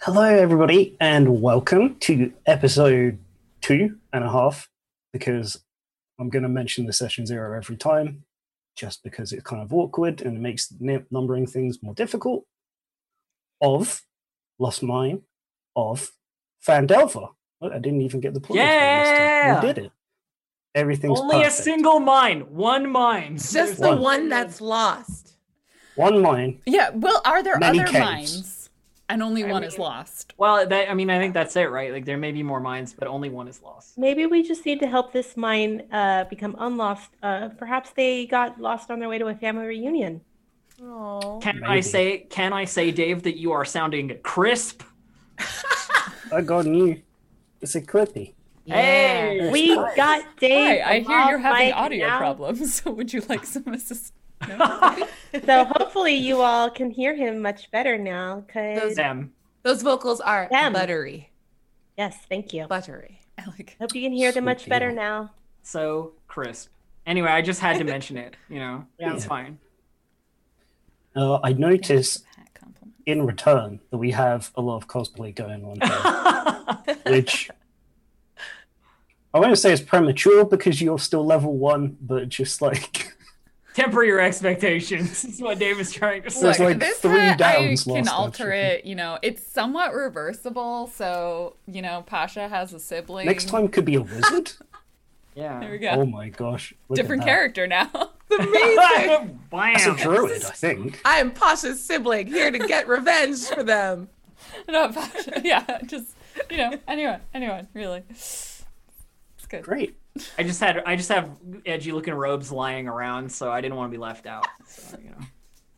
Hello, everybody, and welcome to episode two and a half. Because I'm going to mention the session zero every time, just because it's kind of awkward and makes n- numbering things more difficult. Of Lost Mine, of Fandelva. Look, I didn't even get the point. Yeah! we did it. Everything's Only perfect. a single mine, one mine. Just the One. one that's lost. one mine. Yeah, well, are there Many other caves. mines? And only I one is mean- lost. Well, that, I mean, I think that's it, right? Like there may be more mines, but only one is lost. Maybe we just need to help this mine uh, become unlost. Uh, perhaps they got lost on their way to a family reunion. Oh. Can I Maybe. say? Can I say, Dave, that you are sounding crisp? I got new. It's a clippy. Hey! Yeah. We got Dave. Hi, I hear along you're having right audio now, problems. So would you like some assistance? So hopefully you all can hear him much better now. Cause Those- Them. Those vocals are Them. buttery. yes, thank you. Buttery. Alec. Hope you can hear them much Sweet better deal. now. So crisp. Anyway, I just had to mention it. You know, Yeah. it's fine. Uh, I noticed Pat compliment. in return that we have a lot of cosplay going on here. which I won't say it's premature because you're still level one, but just like Temper your expectations. Is what Dave is trying to say. There's like three hat, downs I can lost, alter actually. it. You know, it's somewhat reversible. So you know, Pasha has a sibling. next time could be a wizard. there Yeah. we go. oh my gosh, look at Different that. character now. It's a Bam. druid, I think. I am Pasha's sibling here to get revenge for them. Not Pasha. Yeah, just you know, anyone, anyone, really. It's good. Great. I just had I just have edgy looking robes lying around, so I didn't want to be left out. So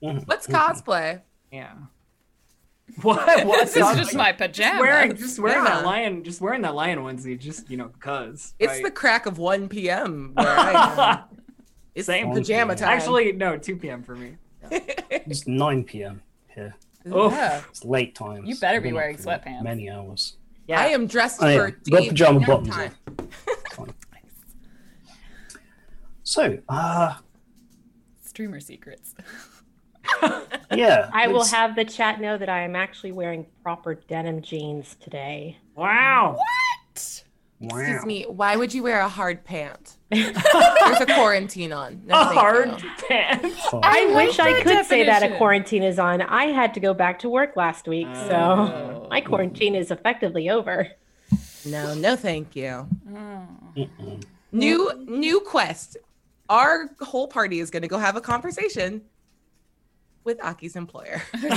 you know. What's cosplay? Yeah. What? what? This is just my pajamas. wearing just wearing that Yeah. lion just wearing that lion onesie just you know because It's the crack of 1 p.m. where I am. It's Same. pajama time. actually no 2 p.m. for me. It's 9 p.m. here. Oof. Yeah. It's late times. You better be Been up wearing for sweatpants. Many hours. Yeah. I am dressed I for am. Got deep pajama dinner bottoms time. on. so, uh, Streamer secrets. yeah. I will it's- have the chat know that I am actually wearing proper denim jeans today. Wow. Wow. Excuse me, why would you wear a hard pant? There's a quarantine on. No, A thank hard you. pants. Oh, I, like wish I that could say that a definition. quarantine is on. I had to go back to work last week, so Oh. my quarantine is effectively over. No, no, thank you. Oh. mm-mm. New new quest. Our whole party is going to go have a conversation with Aki's employer. the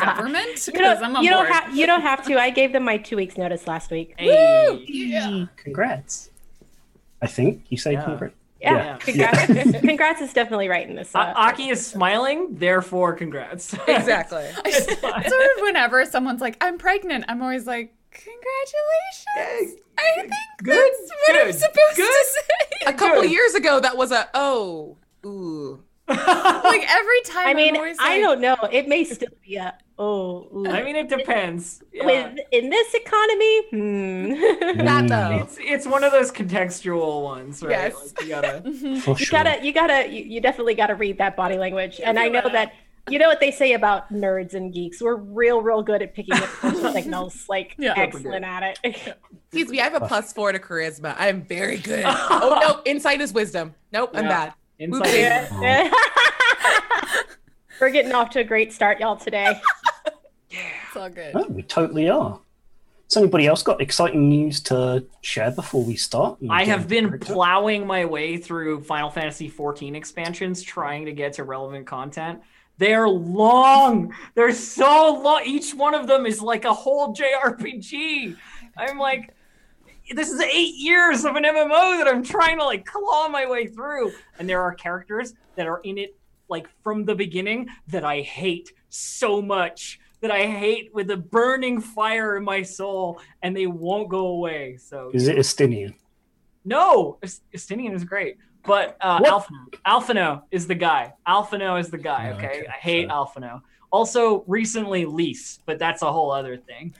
government? You don't, Because I'm on you don't board. have you don't have to. I gave them my two weeks notice last week. Hey. Congrats. I think you say Yeah. congrats. Yeah, Yeah. congrats. congrats is definitely right in this. A- Uh, Aki is smiling, therefore congrats. exactly. it's sort of whenever someone's like, I'm pregnant, I'm always like, Congratulations. I think Good. that's what I'm Good. supposed Good. to say. A couple Good. years ago, that was a oh, ooh. like every time I I'm mean, always I like, don't know. It may still be a oh. ooh. I mean it depends. Yeah. with in this economy, hmm. Not Mm, though. it's it's one of those contextual ones, right? Yes. Like, you gotta For you sure. gotta you gotta you, you definitely gotta read that body language. And I know that you know what they say about nerds and geeks. We're real, real good at picking up social signals. Like Yeah. excellent at it. Excuse me, I have a plus four to charisma. I am very good. oh no, insight is wisdom. Nope, I'm Yeah. bad. inside. Yeah. We're getting off to a great start, y'all, today. It's all good. No, we totally are. Has anybody else got exciting news to share before we start? I have been playing. plowing my way through Final Fantasy 14 expansions trying to get to relevant content. They are long. They're so long. Each one of them is like a whole JRPG. I'm like, this is eight years of an MMO that I'm trying to like claw my way through. And there are characters that are in it like from the beginning that I hate so much that I hate with a burning fire in my soul and they won't go away. So Is it Estinian? no, Est- Estinian is great, but uh, What? Alphino, Alphino is the guy. Alphino is the guy. Oh, Okay, okay, I hate sure. Alphino. Also, recently Lease, but that's a whole other thing.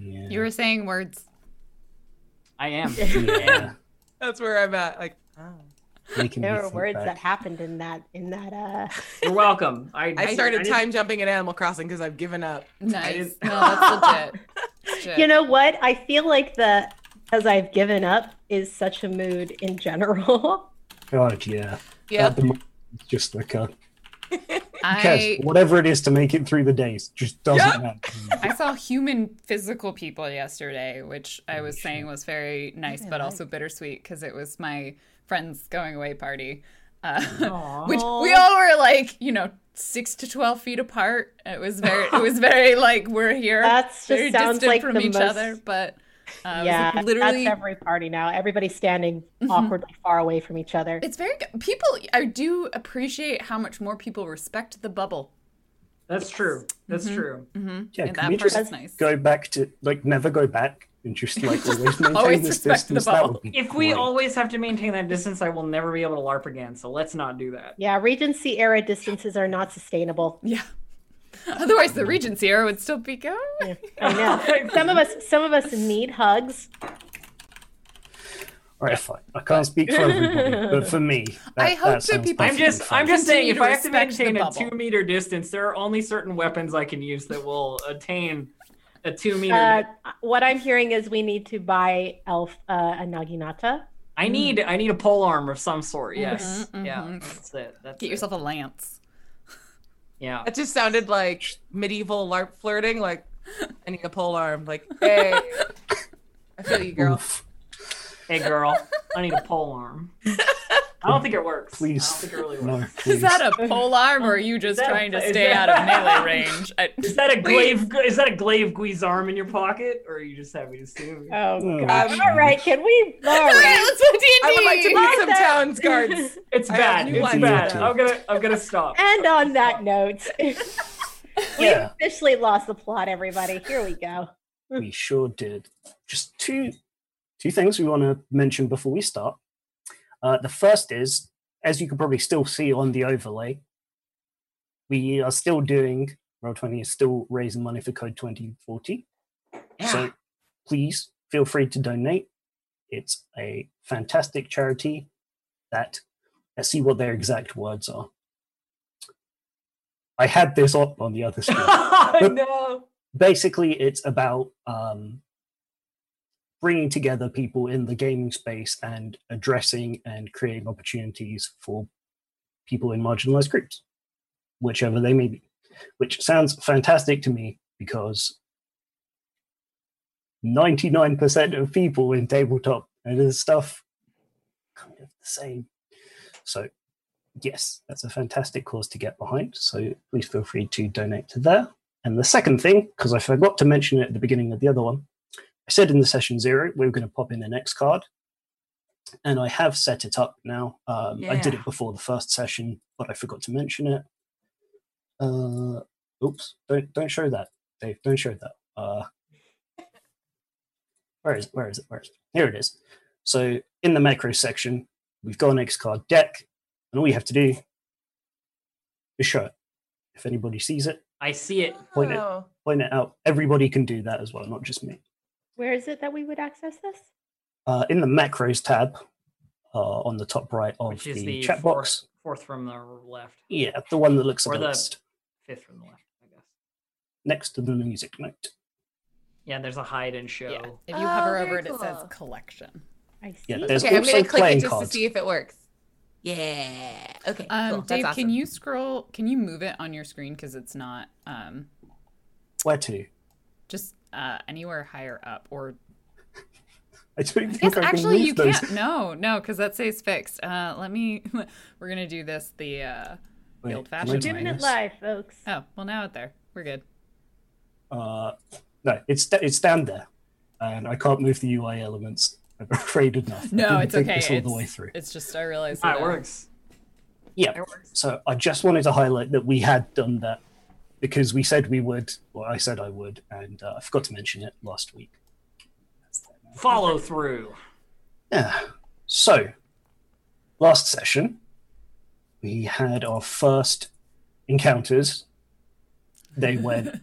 Yeah. You were saying words. I am. yeah. That's where I'm at. Like, oh. making me There were think words back. that happened in that in that uh You're welcome. I, I I started didn't- time jumping in Animal Crossing because I've given up. Nice. didn't- No, that's legit. It's legit. You know what? I feel like the as I've given up is such a mood in general. God, yeah. At Yep. the moment, it's just like a I Kes, whatever it is to make it through the days just doesn't matter. I saw human physical people yesterday, which I was saying was very nice, Yeah, but nice. also bittersweet because it was my friend's going away party, uh, Aw. which we all were like, you know, six to twelve feet apart. It was very, it was very like we're here, That's very just sounds distant like from the each most other, but uh, yeah, yeah, literally. that's every party now. Everybody's standing Mhm. awkwardly far away from each other. It's very good. People, I do appreciate how much more people respect the bubble. That's true. That's Mhm. true. Mm-hmm. Yeah, and can that we part just is nice. Go back to like never go back and just like always maintain Always this respect the distance. That bubble. would be If we great. always have to maintain that distance, I will never be able to LARP again. So let's not do that. Yeah, Regency era distances are not sustainable. Yeah. Otherwise, the Regency era would still be going. I know. some of us some of us need hugs. All right, fine. I can't speak for everybody, but for me, that, I hope that sounds people- I'm perfectly just fine. I'm just saying Continue if to I have to respect the maintain a bubble. two meter distance, there are only certain weapons I can use that will attain a two meter. Uh, what I'm hearing is we need to buy Elf uh, a naginata. I need I need a pole arm of some sort. Yes, Mhm, yeah, mhm. that's it. That's Get it. yourself a lance. Yeah, That just sounded like medieval LARP flirting. Like, I need a pole arm. Like, hey, I feel you, girl. Oof. hey girl, I need a pole arm. I don't think it works. I don't Please, think it really no, works. please. Is that a pole arm, or are you just that a- trying to is stay that- out of melee range? I, Is that a Please. glaive? Is that a glaive guise arm in your pocket, or are you just having to see? Oh Mm. god. Um, all right, can we all Wait, right. let's play D&D. I would like to meet some that. towns guards. It's I bad. have It's new bad. ideas. I'm gonna I'm gonna stop. And on that note, we Yeah. officially lost the plot, everybody. Here we go. we sure did. Just two two things we want to mention before we start. Uh, the first is, as you can probably still see on the overlay, we are still doing Roll Twenty is still raising money for Code Twenty Forty. So please feel free to donate. It's a fantastic charity that let's see what their exact words are. I had this up on the other screen no. basically it's about um, bringing together people in the gaming space and addressing and creating opportunities for people in marginalized groups whichever they may be which sounds fantastic to me because 99% of people in tabletop and this stuff kind of the same so yes that's a fantastic cause to get behind so please feel free to donate to there and the second thing, because I forgot to mention it at the beginning of the other one, I said in the session zero, we were going to pop in an X card. And I have set it up now. Um, I did Yeah. it before the first session, but I forgot to mention it. Uh, oops, don't don't show that, Dave. Don't show that. Uh, where is it? Where is it? Where is it? Here it is. So in the macro section, we've got an X card deck, and all you have to do is show it. If anybody sees it, I see it. Point it. Oh. point it out. Everybody can do that as well, not just me. Where is it that we would access this? Uh, in the macros tab uh, on the top right of Which is the, the chat fourth, box. fourth from the left, Yeah, the one that looks Or at the- the list fifth from the left, I guess. next to the music note. Yeah, there's a hide and show. Yeah. If Oh, you hover very over it, it says cool. collection. I see. Yeah, there's Okay, I'm also gonna click playing it just cards. to see if it works. Yeah. Okay. Um, cool. Dave, That's awesome. can you scroll? Can you move it on your screen because it's not um, Where to? just uh, anywhere higher up? Or I don't I think guess I can actually move you those. can't. No, no, because that says fixed. Uh, let me. We're gonna do this the. Uh, Wait, old can I fashioned do way. Doing it this? live, folks. Uh, oh well, now it's there. We're good. Uh, no, it's da- it's down there, and I can't move the UI elements. I'm afraid enough. I No, didn't it's think okay. This all it's, the way through. it's just I realized Ah, that it works. Yeah, It works. So I just wanted to highlight that we had done that because we said we would, well, I said I would, and uh, I forgot to mention it last week. Follow through. Yeah. So last session, we had our first encounters. They went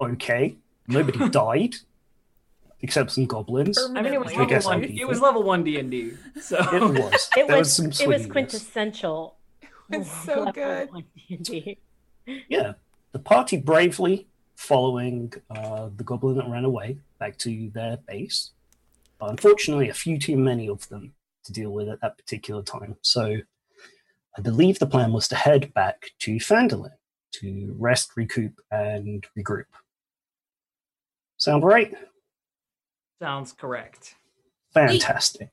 okay. Nobody died. except some goblins. I mean, it was I level guess one. I'm It people. was level one D and D. So It was. It there was, was, some it was swinginess. quintessential. It's so good. good. Yeah, the party bravely following uh, the goblin that ran away back to their base. But unfortunately, a few too many of them to deal with at that particular time. So I believe the plan was to head back to Fandolin to rest, recoup, and regroup. Sound right? sounds correct. Fantastic.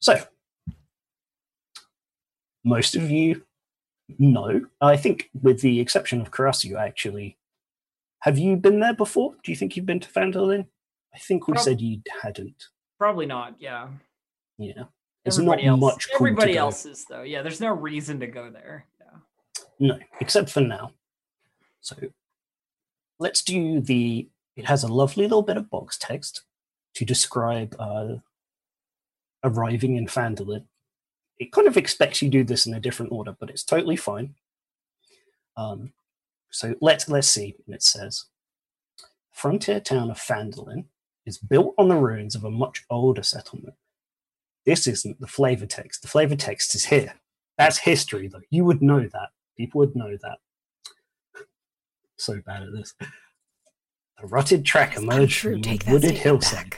So, most of you know. I think, with the exception of Karasu, actually, have you been there before? Do you think you've been to Fandolin? I think we Prob- said you hadn't. Probably not. Yeah. Yeah, there's everybody not else. much. cool to everybody do. else is though. Yeah. There's no reason to go there. Yeah. No, except for now. So let's do the. It has a lovely little bit of box text to describe uh, arriving in Fandolin. It kind of expects you do this in a different order, but it's totally fine. Um, so let's let's see. what It says, frontier town of Fandolin is built on the ruins of a much older settlement. This isn't the flavor text. The flavor text is here. That's history, though. You would know that. People would know that. So bad at this. A rutted track emerged from the wooded hillside,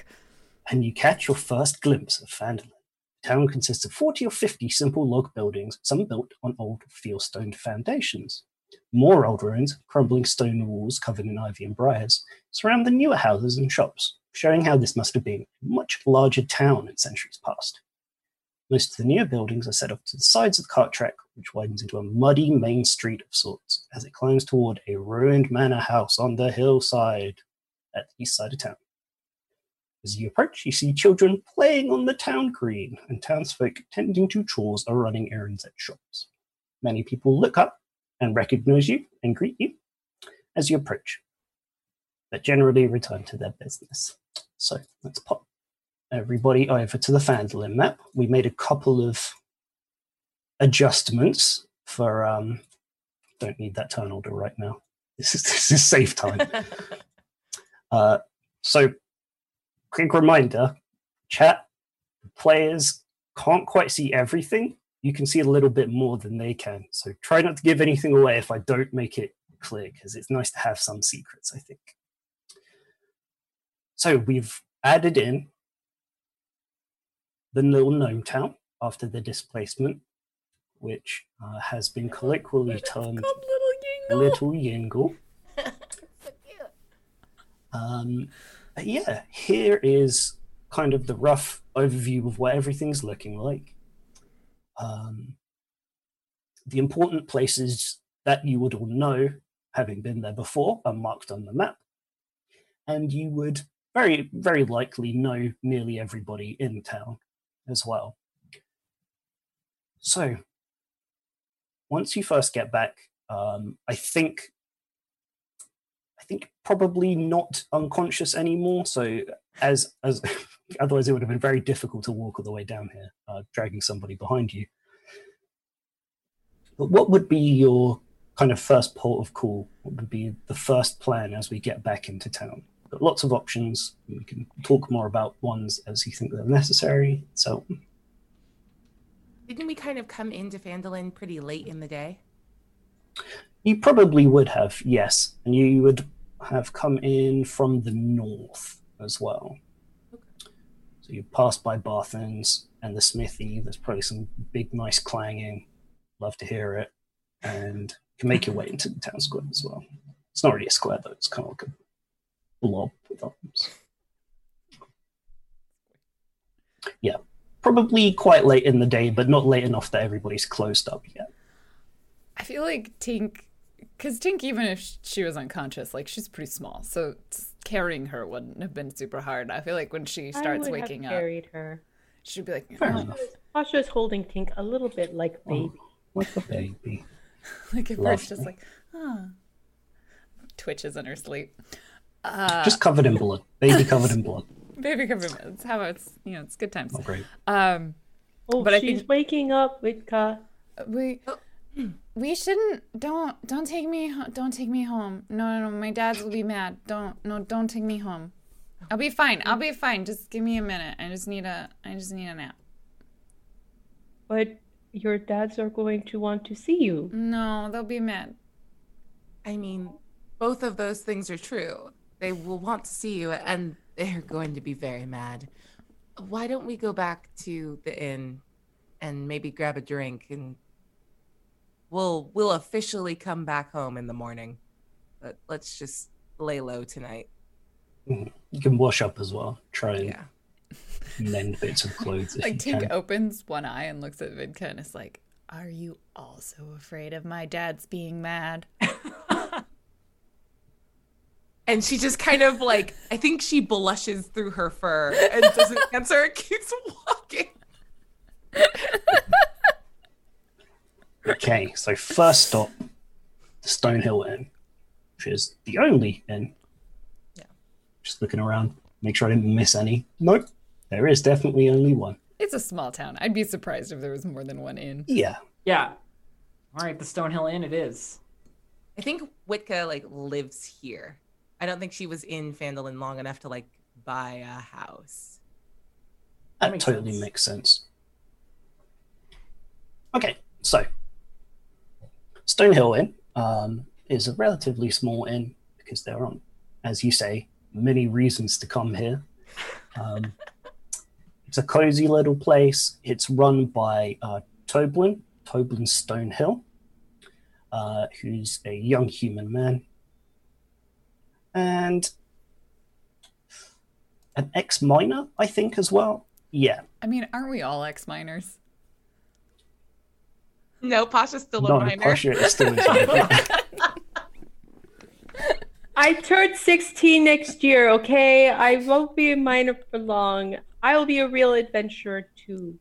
and you catch your first glimpse of Fandolin. The town consists of 40 or 50 simple log buildings, some built on old fieldstone foundations. More old ruins, crumbling stone walls covered in ivy and briars, surround the newer houses and shops, showing how this must have been a much larger town in centuries past. Most of the newer buildings are set up to the sides of the cart track, which widens into a muddy main street of sorts as it climbs toward a ruined manor house on the hillside at the east side of town. As you approach, you see children playing on the town green, and townsfolk tending to chores or running errands at shops. Many people look up and recognize you and greet you as you approach, but generally return to their business. So let's pop everybody over to the Fandolin map. We made a couple of adjustments for um don't need that turn order right now. This is this is safe time. uh so quick reminder, chat players can't quite see everything. You can see a little bit more than they can. So try not to give anything away if I don't make it clear, because it's nice to have some secrets, I think. So we've added in the little gnome town after the displacement, which uh, has been colloquially termed Little Yingle. Um, but yeah, here is kind of the rough overview of what everything's looking like. Um, the important places that you would all know, having been there before, are marked on the map. And you would very, very likely know nearly everybody in town as well. So, once you first get back, um, I think I think probably not unconscious anymore. So as as otherwise it would have been very difficult to walk all the way down here, uh, dragging somebody behind you. But what would be your kind of first port of call? What would be the first plan as we get back into town? Got lots of options. We can talk more about ones as you think they're necessary. So Didn't we kind of come into Fandolin pretty late in the day? You probably would have, yes. And you would have come in from the north as well. So you passed by Barthens and the smithy. There's probably some big, nice clanging. Love to hear it. And you can make your way into the town square as well. It's not really a square, though. It's kind of like a blob with arms. Yeah. Probably quite late in the day, but not late enough that everybody's closed up yet. I feel like Tink, because Tink, even if she was unconscious, like she's pretty small, so s- carrying her wouldn't have been super hard. I feel like when she starts waking have up, carried her. she'd be like, Fair "Oh," enough. Pasha's holding Tink a little bit like baby. Like a Oh, baby. like at first, just Lovely. like, ah, twitches in her sleep. Uh, just covered in blood. Baby covered in blood. baby government. It's how it's you know it's good times. Not great. Um, Oh, But I she's think- waking up, Witka. we we shouldn't. Don't don't take me. ho- Don't take me home. No, no, no. My dad's will be mad. Don't no. Don't take me home. I'll be fine. Mm. I'll be fine. Just give me a minute. I just need a. I just need a nap. But your dads are going to want to see you. No, they'll be mad. I mean, both of those things are true. They will want to see you and they're going to be very mad. Why don't we go back to the inn and maybe grab a drink and we'll we'll officially come back home in the morning. But let's just lay low tonight. You can wash up as well. Try and Yeah. mend bits of clothes if Like you Tink can. opens one eye and looks at Vidka and is like, "Are you also afraid of my dad's being mad?" And she just kind of like I think she blushes through her fur and doesn't answer and keeps walking. Okay, so first stop, the Stonehill Inn, which is the only inn. Yeah. Just looking around, make sure I didn't miss any. Nope, there is definitely only one. It's a small town. I'd be surprised if there was more than one inn. Yeah, Yeah. All right, the Stonehill Inn it is. I think Witka like lives here. I don't think she was in Fandolin long enough to like buy a house. That that makes totally sense. makes sense. Okay, so Stonehill Inn um, is a relatively small inn because there aren't, as you say, many reasons to come here. Um, it's a cozy little place. It's run by uh, Toblin, Toblin Stonehill, uh, who's a young human man. And an ex miner, I think, as well. Yeah, I mean, aren't we all ex miners? No, Pasha's still no, a minor. Pasha is still in charge. I turned 16 next year, okay? I won't be a minor for long. I will be a real adventurer too.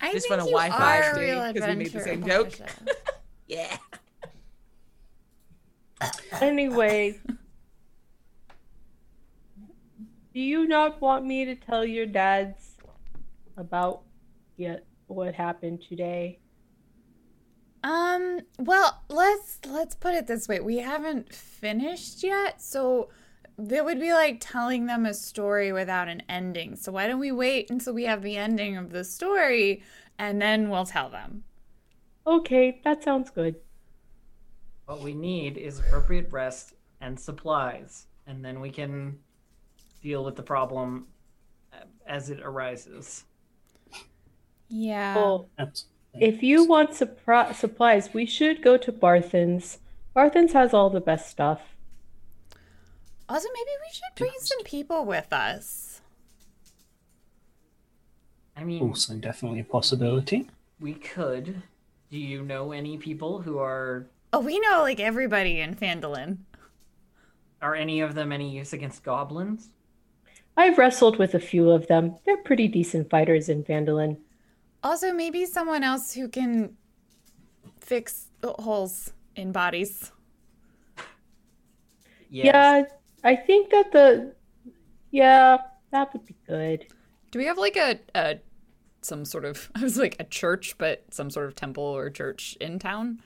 I Just think want a you Wi-Fi are a update, real 'cause we made the adventurer, same joke. Pasha. Yeah. Anyway, do you not want me to tell your dads about yet what happened today? Um, well, let's let's put it this way. We haven't finished yet, so that would be like telling them a story without an ending. So why don't we wait until we have the ending of the story and then we'll tell them. Okay, that sounds good. What we need is appropriate rest and supplies, and then we can deal with the problem uh, as it arises. Yeah. Well, Absolutely. if you want supri- supplies, we should go to Barthen's. Barthen's has all the best stuff. Also, maybe we should bring some people with us. I mean, also definitely a possibility. we could. Do you know any people who are Oh, we know like everybody in Fandolin. are any of them any use against goblins? I've wrestled with a few of them. They're pretty decent fighters in Vandalin. Also, maybe someone else who can fix holes in bodies. Yes. Yeah, I think that the yeah that would be good. Do we have like a, a some sort of I was like a church, but some sort of temple or church in town?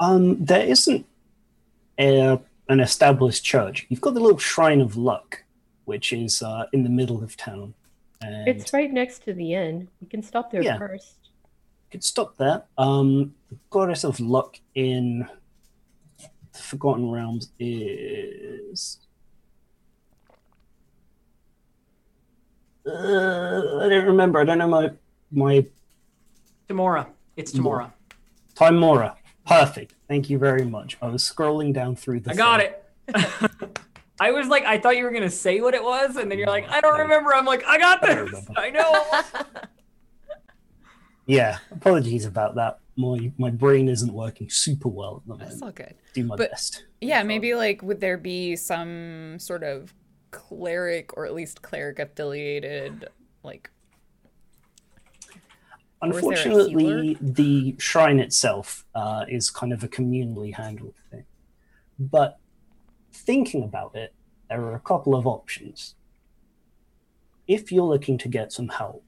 Um, there isn't a, an established church. You've got the little shrine of luck, which is uh, in the middle of town, and It's right next to the inn. We can stop there Yeah. first. you could stop there. Um, the goddess of luck in the Forgotten Realms is. Uh, I don't remember. I don't know my my Tamora. It's Tamora. Time Mora. Perfect. Thank you very much. I was scrolling down through the. I got thing. it. I was like, I thought you were gonna say what it was, and then you're like, I don't remember. I'm like, I got I don't this. remember. I know. Yeah. Apologies about that. My my brain isn't working super well at the That's moment. all good. Do my but- best. Yeah, maybe like would there be some sort of cleric or at least cleric affiliated like Or is there a Unfortunately, the shrine itself uh, is kind of a communally handled thing. But thinking about it, there are a couple of options. If you're looking to get some help,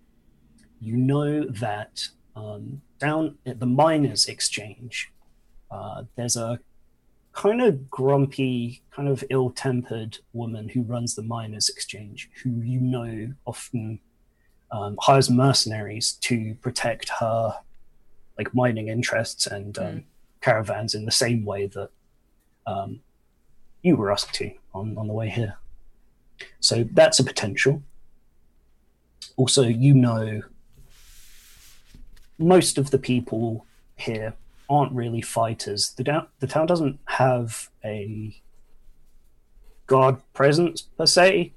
you know that um, down at the miners' exchange, uh, there's a kind of grumpy, kind of ill-tempered woman who runs the miners' exchange, who you know often um, hires mercenaries to protect her like mining interests and um, caravans in the same way that um, you were asked to on, on the way here. So that's a potential. Also, you know, most of the people here aren't really fighters. The, down, the town doesn't have a guard presence per se.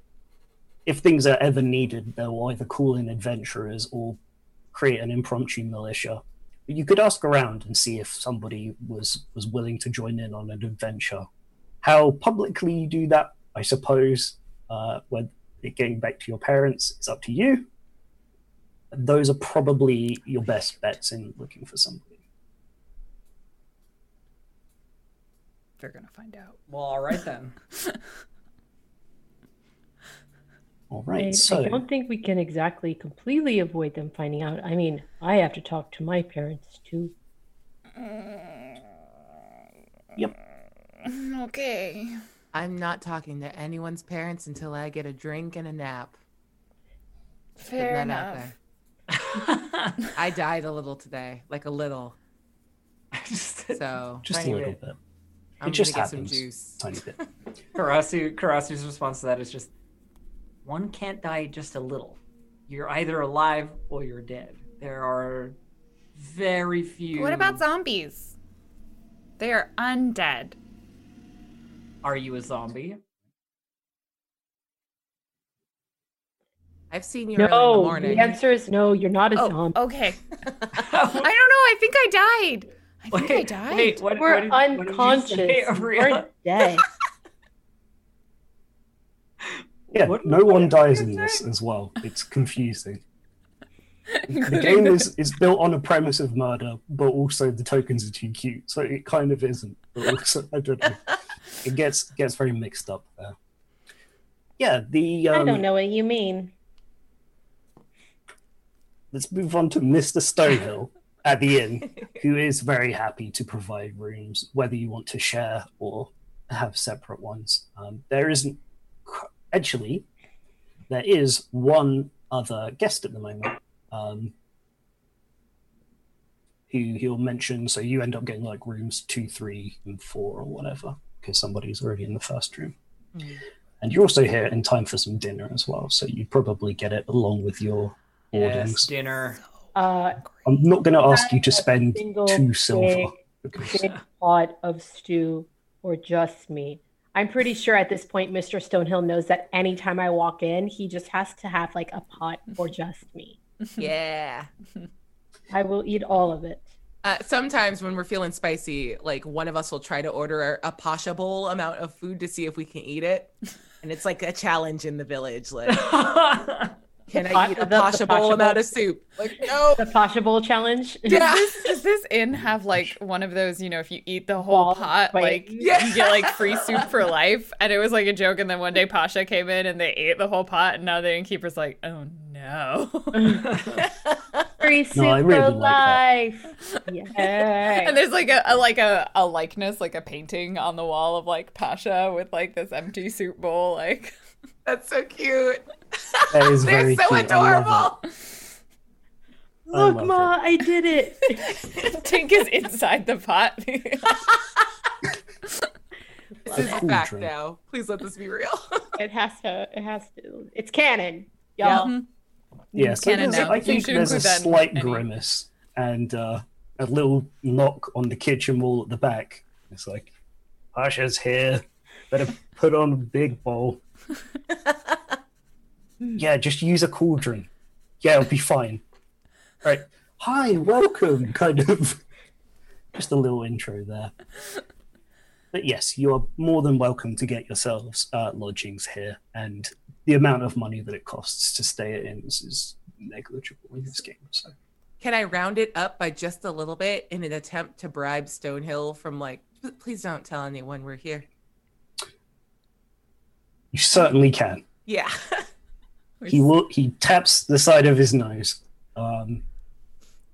If things are ever needed, they'll either call in adventurers or create an impromptu militia. But you could ask around and see if somebody was was willing to join in on an adventure. How publicly you do that, I suppose, uh, when it getting back to your parents, it's up to you. Those are probably your best bets in looking for somebody. They're gonna find out. Well, all right then. All I, right, I so don't think we can exactly completely avoid them finding out. I mean, I have to talk to my parents too. Mm, Okay. I'm not talking to anyone's parents until I get a drink and a nap. Fair Putting that out enough. there. I died a little today, like a little. Just- So just a tiny little bit. bit, I'm just gonna get happens. some juice. tiny bit. Karasu Karasu's response to that is just one can't die just a little. You're either alive or you're dead. There are very few What about zombies? They are undead. Are you a zombie? I've seen you early in the No, the, morning. answer is no. You're not a Oh, zombie. okay. I don't know. I think I died. I think I Wait, died. wait, what- We're what did- what did you say, unconscious. Aurea? We're dead. Yeah, What- no one what dies did in you this say? as well. It's confusing. the Including game is, is built on a premise of murder, but also the tokens are too cute, so it kind of isn't. But also, I don't know. It gets gets very mixed up there. Yeah, the um, I don't know what you mean. let's move on to Mr. Stonehill at the inn, who is very happy to provide rooms, whether you want to share or have separate ones. Um, there isn't actually there is one other guest at the moment um, who he'll mention. So you end up getting like rooms two, three, and four, or whatever, because somebody's already in the first room. Mm. And you're also here in time for some dinner as well, so you probably get it along with your Yes, orders. dinner. Uh, I'm not going to ask you to spend single two silver. big, big pot of stew or just me. I'm pretty sure at this point, Mr. Stonehill knows that anytime I walk in, he just has to have like a pot for just me. Yeah. I will eat all of it. Uh, sometimes when we're feeling spicy, like one of us will try to order a, a pasha bowl amount of food to see if we can eat it, and it's like a challenge in the village. Like, can I pot- eat the- a the pasha pasha bowl amount bowl. of soup? Like, no. The Pasha Bowl challenge. Yeah. Does this inn have like one of those, you know, if you eat the whole Well, pot, wait. like you get like free soup for life? And it was like a joke. And then one day Pasha came in and they ate the whole pot. And now the innkeeper's like, oh no. No, I Free soup really for like life. and Yeah. there's like a, a like a, a likeness, like a painting on the wall of like Pasha with like this empty soup bowl. Like, That's so cute. That is They're very so cute. I love adorable. I Look, love Ma, I did it. Tink is inside the pot. This is cool fact drink. now. Please let this be real. it has to. It has to. It's canon, y'all. Mm-hmm. it. Yeah, so Canon there's- now. I You think should there's a include that in slight any- grimace and uh, a little knock on the kitchen wall at the back. It's like, Pasha's here. Better put on a big bowl. yeah, just use a cauldron. Yeah, it'll be fine. Right. Hi, welcome. Kind of. Just a little intro there. But yes, you are more than welcome to get yourselves uh, lodgings here, and the amount of money that it costs to stay at inns is negligible in this game. So Can I round it up by just a little bit in an attempt to bribe Stonehill from like, "P- please don't tell anyone we're here? you certainly can. Yeah. He will. He taps the side of his nose. Um,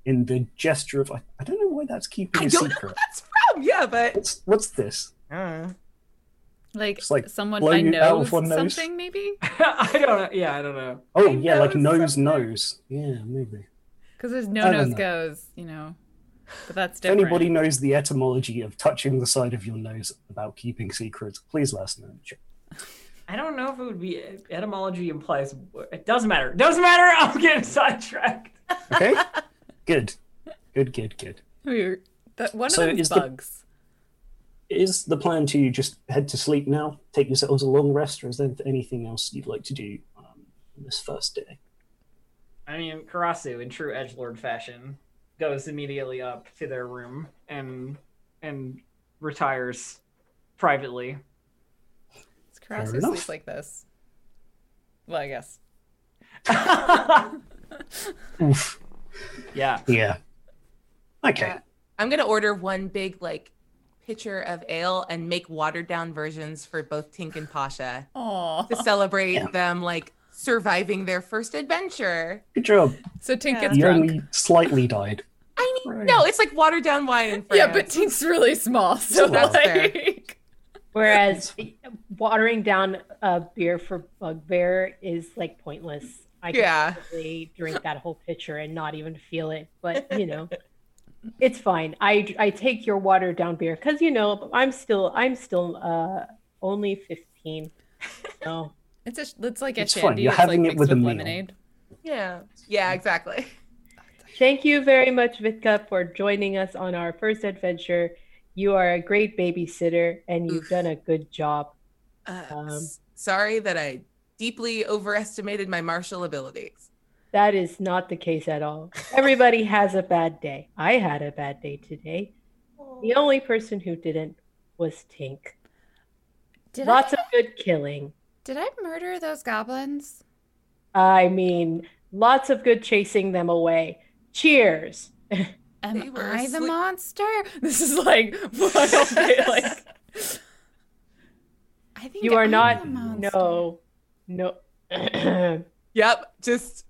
in the gesture of I, I don't know why that's keeping I a don't know secret. where that's from. Um, Yeah, but What's what's this? uh, Like, It's like someone blow I you out know with one nose. something maybe I don't know. Yeah, I don't know. Oh I yeah, like know nose something. nose. Yeah, maybe. because there's I no don't nose know. goes, you know. But that's If different. anybody knows the etymology of touching the side of your nose about keeping secrets, please let us know. I don't know if it would be etymology implies. It doesn't matter. Doesn't matter. I'm getting sidetracked. Okay, good, good, good, good. We were- that- one So of them's is the- bugs. Is the plan to just head to sleep now, take yourselves a long rest, or is there anything else you'd like to do um, on this first day? I mean, Karasu, in true edge lord fashion, goes immediately up to their room and and retires privately. It's Karasu enough. sleeps like this. Well, I guess. yeah. Oof. Yeah. Okay. Yeah. I'm gonna order one big like pitcher of ale and make watered down versions for both Tink and Pasha Oh. to celebrate Yeah. them like surviving their first adventure. Good job. So Tink Yeah. gets You drunk. only slightly died. I need Right. no, it's like watered down wine in France. Yeah, but Tink's really small, so Well, that's that's fair. like Whereas watering down a beer for Bugbear is like pointless. I could Yeah. probably drink that whole pitcher and not even feel it, but you know, it's fine. I I take your watered down beer because you know I'm still I'm still uh only fifteen. No, it's a, it's like a It's fine, shandy. you're that's, like, having it mixed with a meal. lemonade. yeah, yeah, exactly. thank you very much, Vitka, for joining us on our first adventure. You are a great babysitter, and you've Oof. done a good job. Uh, Um, s- sorry that I deeply overestimated my martial abilities. That is not the case at all. Everybody has a bad day. I had a bad day today. The only person who didn't was Tink. Did Lots I of good killing. did I murder those goblins? I mean, lots of good chasing them away. Cheers. Am They were I the asleep. monster? This is like wild. bit, like I think You are I'm not- the monster. No, no. Yep, just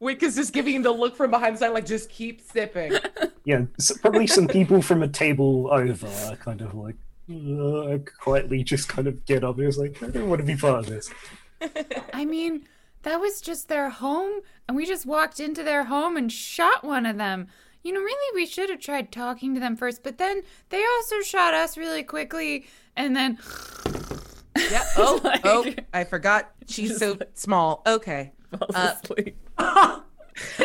Wick is just giving him the look from behind the side, like just keep sipping. Yeah, s probably some people from a table over are kind of like uh, quietly just kind of get up and it's like, I don't want to be part of this. I mean, that was just their home, and we just walked into their home and shot one of them. You know, really, we should have tried talking to them first, but then they also shot us really quickly, and then Yeah. Oh, Like- oh, I forgot. She's so small. Okay. Uh,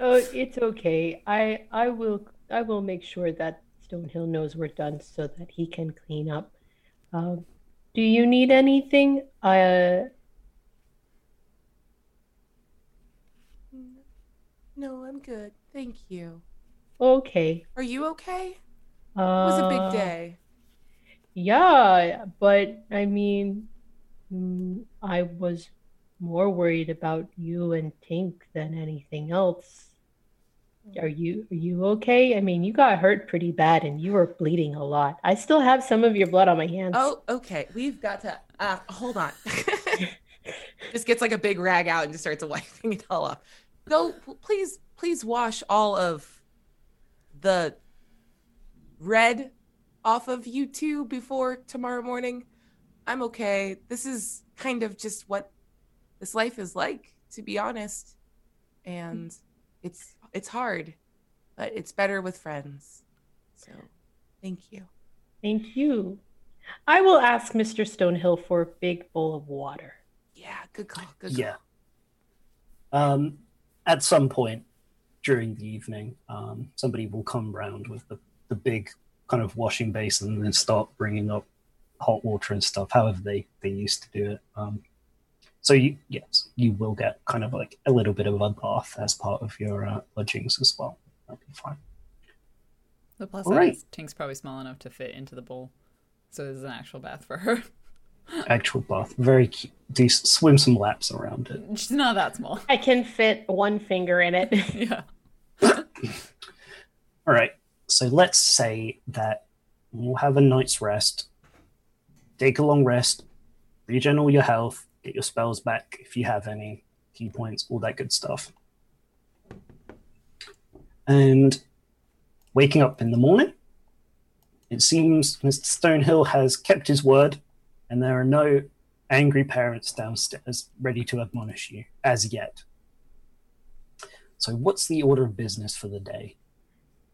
oh, it's okay. I I will I will make sure that Stonehill knows we're done so that he can clean up. Um, do you need anything? Uh, No, I'm good. Thank you. okay. Are you okay? Uh, It was a big day. Yeah, but I mean, mm, I was more worried about you and Tink than anything else. Are you are you okay? I mean, you got hurt pretty bad and you were bleeding a lot. I still have some of your blood on my hands. Oh, okay. We've got to uh hold on. just gets like a big rag out and just starts wiping it all off. Go please please wash all of the red off of you two before tomorrow morning. I'm okay. This is kind of just what this life is like, to be honest. And it's it's hard, but it's better with friends. So thank you. Thank you. I will ask Mr. Stonehill for a big bowl of water. Yeah, good call. Good call. Yeah. Um, at some point during the evening, um, somebody will come round with the, the big kind of washing basin and then start bringing up hot water and stuff, however they, they used to do it. Um, so you, yes, you will get kind of like a little bit of a bath as part of your uh, lodgings as well. That'll be fine. The plus All side right. is Tink's probably small enough to fit into the bowl, so there's an actual bath for her. Actual bath, very cute. Do s- swim some laps around it. She's not that small. I can fit one finger in it. Yeah. All right. So let's say that we'll have a night's rest, take a long rest, regen all your health, get your spells back if you have any, key points, all that good stuff. And waking up in the morning, it seems Mr. Stonehill has kept his word, and there are no angry parents downstairs ready to admonish you as yet. So, what's the order of business for the day?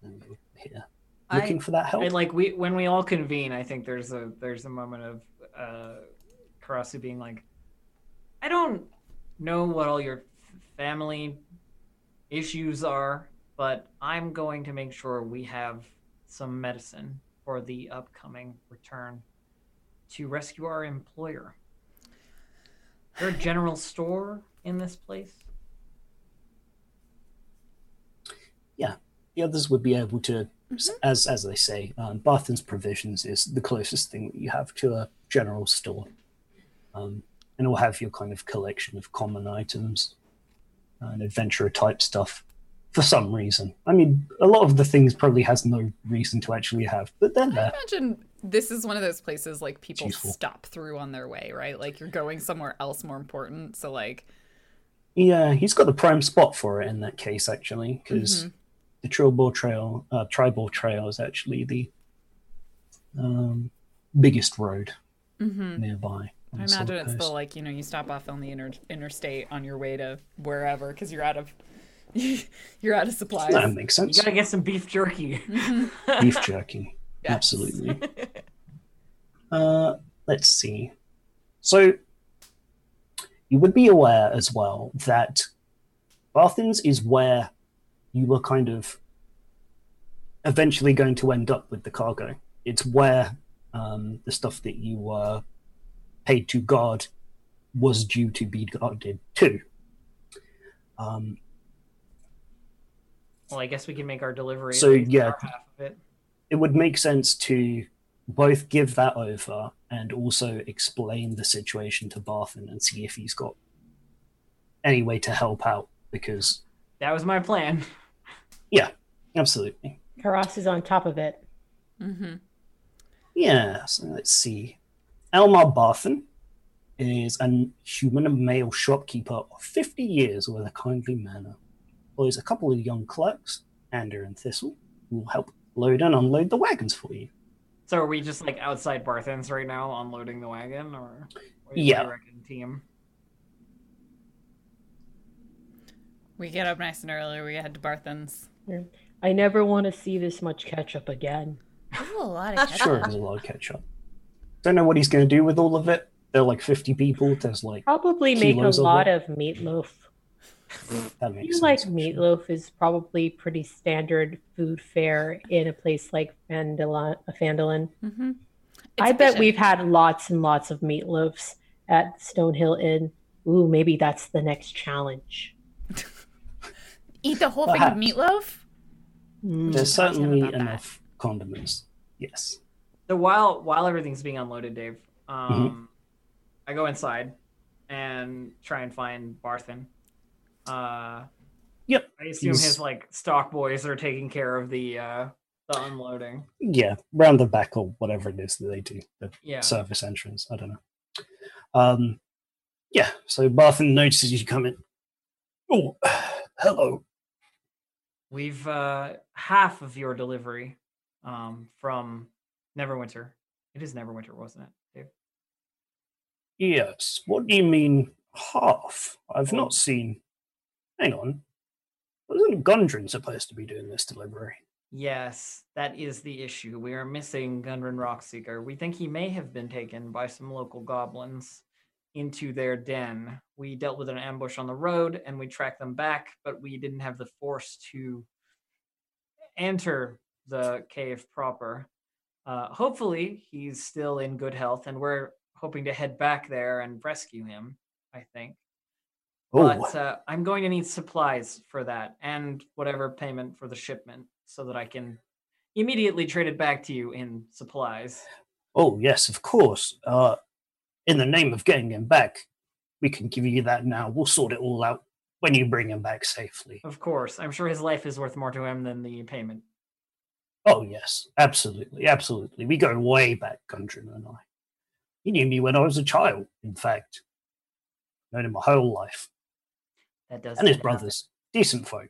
Um, Here, I- looking for that help. And like we when we all convene, I think there's a there's a moment of uh Karasu being like, I don't know what all your f- family issues are, but I'm going to make sure we have some medicine for the upcoming return to rescue our employer. Is there a general store in this place? the others would be able to, s as as they say, um, Barthen's provisions is the closest thing that you have to a general store, um, and it'll have your kind of collection of common items uh, and adventurer type stuff. For some reason, I mean, a lot of the things probably has no reason to actually have, but they're I there. imagine this is one of those places like people Useful. stop through on their way, right? Like you're going somewhere else more important. So like Yeah, uh, he's got the prime spot for it in that case, actually, because the Tribal Trail, uh, Tribal Trail, is actually the um, biggest road Mm-hmm. mhm. nearby. on I the sort imagine of it's the coast. like, you know, you stop off on the inter- interstate on your way to wherever because you're out of you're out of supplies. That makes You sense. gotta get some beef jerky. Mhm. Beef jerky. Yes. Absolutely. Uh, let's see. So, you would be aware as well that Barthins is where you were kind of eventually going to end up with the cargo. It's where um, the stuff that you were paid to guard was due to be guarded to. Um, well, I guess we can make our delivery. So, based on yeah. our half of it. it would make sense to both give that over and also explain the situation to Barthen and see if he's got any way to help out because That was my plan. absolutely. Karas is on top of it. Mhm. Yeah, so let's see. Elmar Barthen is a human male shopkeeper of 50 years with a kindly manner. Employs a couple of young clerks, Ander and Thistle, who will help load and unload the wagons for you. So are we just like outside Barthen's right now, unloading the wagon, or what do you Yeah. reckon, team? We get up nice and early, we head to Barthen's. I never want to see this much ketchup again. There's a lot of Sure, there's a lot of ketchup. Don't know what he's going to do with all of it. There are like 50 people. There's like, Probably make a Kilos of lot it. of meatloaf. that I makes feel sense. like meatloaf is probably pretty standard food fare in a place like Fandolin. Fandolin. Mhm. I bet It's we've had lots and lots of meatloafs at Stonehill Inn. Ooh, maybe that's the next challenge. Eat the whole Perhaps. thing of meatloaf? Mm. There's I was gonna certainly about that. enough condiments. Yes. So while while everything's being unloaded, Dave, Mm-hmm. um, I go inside and try and find Barthen. Uh, Yep, I assume he's- his like stock boys are taking care of the uh, the unloading. Yeah, round the back or whatever it is that they do, the Yeah. service entrance. I don't know. Um, yeah, so Barthen notices you come in. Oh, hello. We've uh, half of your delivery um, from Neverwinter. It is Neverwinter, wasn't it, Dave? Yes, what do you mean half? I've Oh. not seen. Hang on. Wasn't Gundren supposed to be doing this delivery? Yes, that is the issue. We are missing Gundren Rockseeker. We think he may have been taken by some local goblins into their den. We dealt with an ambush on the road and we tracked them back, but we didn't have the force to enter the cave proper. Uh, hopefully, he's still in good health and we're hoping to head back there and rescue him, I think. Oh, But uh, I'm going to need supplies for that and whatever payment for the shipment so that I can immediately trade it back to you in supplies. Oh, yes, of course. Uh, in the name of getting him back, we can give you that now. We'll sort it all out when you bring him back safely. Of course, I'm sure his life is worth more to him than the payment. Oh, yes, absolutely, absolutely. We go way back, Gundren and I. He knew me when I was a child, in fact. Known him my whole life. That does. And his sound about right. brothers. Decent folk.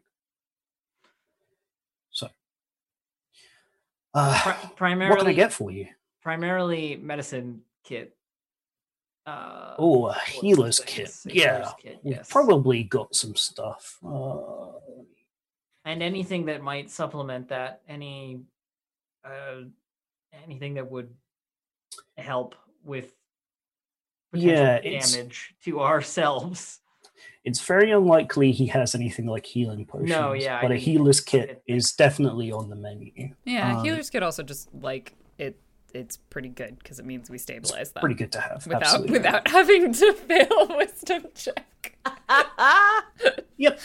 Uh, Pri- what primarily, can I get for you? primarily medicine kit. Uh, Oh, a for healer's kit. things, a Yeah, healer's kit, we've yes. probably got some stuff. Uh, and anything that might supplement that any uh anything that would help with potential Yeah, it's- damage to ourselves it's very unlikely he has anything like healing potions. yeah, I but a didn't- healer's kit is definitely on the menu. Yeah, Um, healers could also just like it. It's pretty good because it means we stabilize them Pretty good to have. without absolutely. without having to fail wisdom check. Uh, Yep.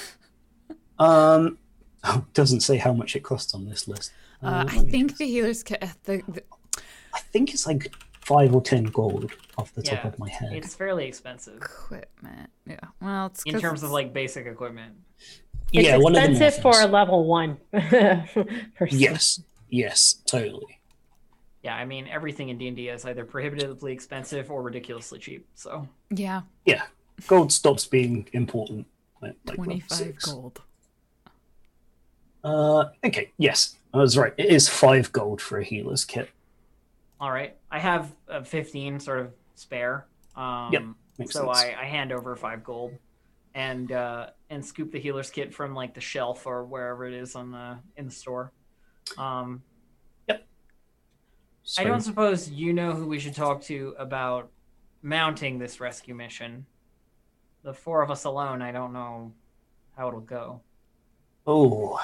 Um, oh, doesn't say how much it costs on this list. Um, Oh, Uh, I let me- think the healers ca- uh, the, the I think it's like five or ten gold off the top Yeah, of my head. it's fairly expensive equipment. Yeah. Well, it's in 'cause terms of it's- like basic equipment It's yeah, one of the more expensive for a things. level one person. Yes, yes, totally. yeah i mean everything in d&d is either prohibitively expensive or ridiculously cheap so yeah, Yeah, gold stops being important. at, like, level twenty five six. gold. Uh, okay, yes, I was right. It is five gold for a healer's kit. all right i have a 15 sort of spare um Makes so sense. I, I hand over five gold and uh and scoop the healer's kit from like the shelf or wherever it is on the in the store um So, i don't suppose you know who we should talk to about mounting this rescue mission the four of us alone i don't know how it'll go Oh,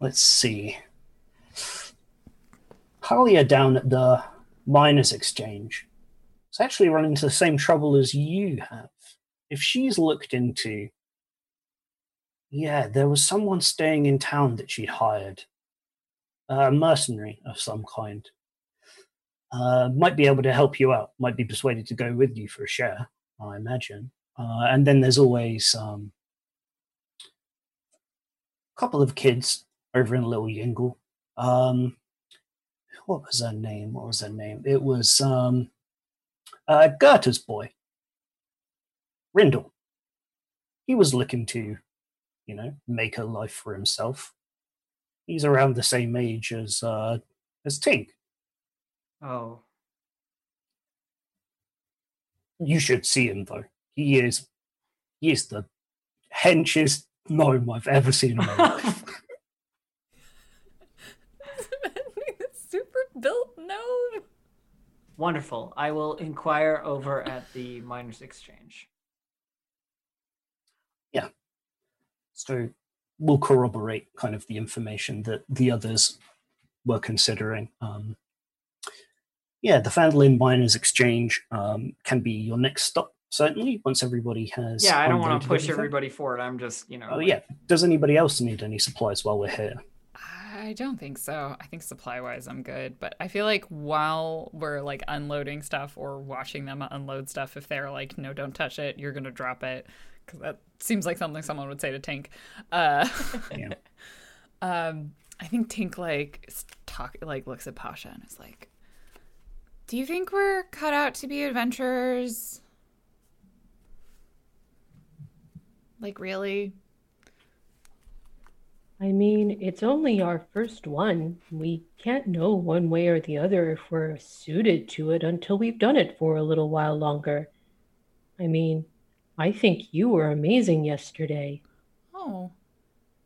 let's see. Talia down at the miners' exchange has actually run into the same trouble as you have. If she's looked into, yeah, there was someone staying in town that she'd hired, a mercenary of some kind. Uh, might be able to help you out. Might be persuaded to go with you for a share, I imagine. Uh, and then there's always um, couple of kids over in Little Yingle. Um, what was her name? What was her name? It was um, uh, Goethe's boy, Rindle. He was looking to, you know, make a life for himself. He's around the same age as uh, as Tink. oh You should see him though. He is he is the henchest gnome I've ever seen in my life. Super built gnome. wonderful i will inquire over at the miners exchange So we'll corroborate kind of the information that the others were considering. Um, yeah, the Fandolin Miners Exchange um, can be your next stop, certainly, once everybody has. yeah i don't want unloaded to push everything. everybody forward i'm just you know Oh, like- yeah. Does anybody else need any supplies while we're here? I don't think so. I think supply wise, I'm good. But I feel like while we're like unloading stuff or watching them unload stuff, if they're like, no, don't touch it, you're going to drop it. Because that seems like something someone would say to Tink. Uh, Yeah. um, I think Tink like s- talk like looks at Pasha and is like, Do you think we're cut out to be adventurers? Like really? I mean, it's only our first one. We can't know one way or the other if we're suited to it until we've done it for a little while longer. I mean, I think you were amazing yesterday. Oh,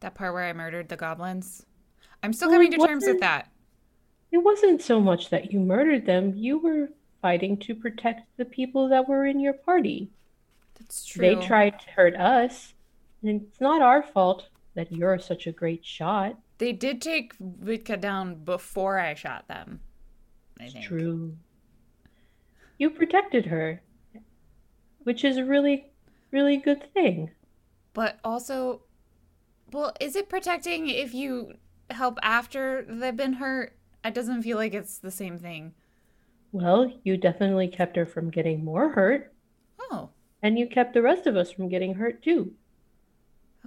that part where I murdered the goblins. I'm still Oh, coming it to terms with wasn't- that. It wasn't so much that you murdered them, you were fighting to protect the people that were in your party. That's true. They tried to hurt us, and it's not our fault that you're such a great shot. They did take Vitka down before I shot them. I think. It's true. You protected her, which is a really, really good thing. But also, well, is it protecting if you help after they've been hurt? It doesn't feel like it's the same thing. Well, you definitely kept her from getting more hurt, Oh, and you kept the rest of us from getting hurt too.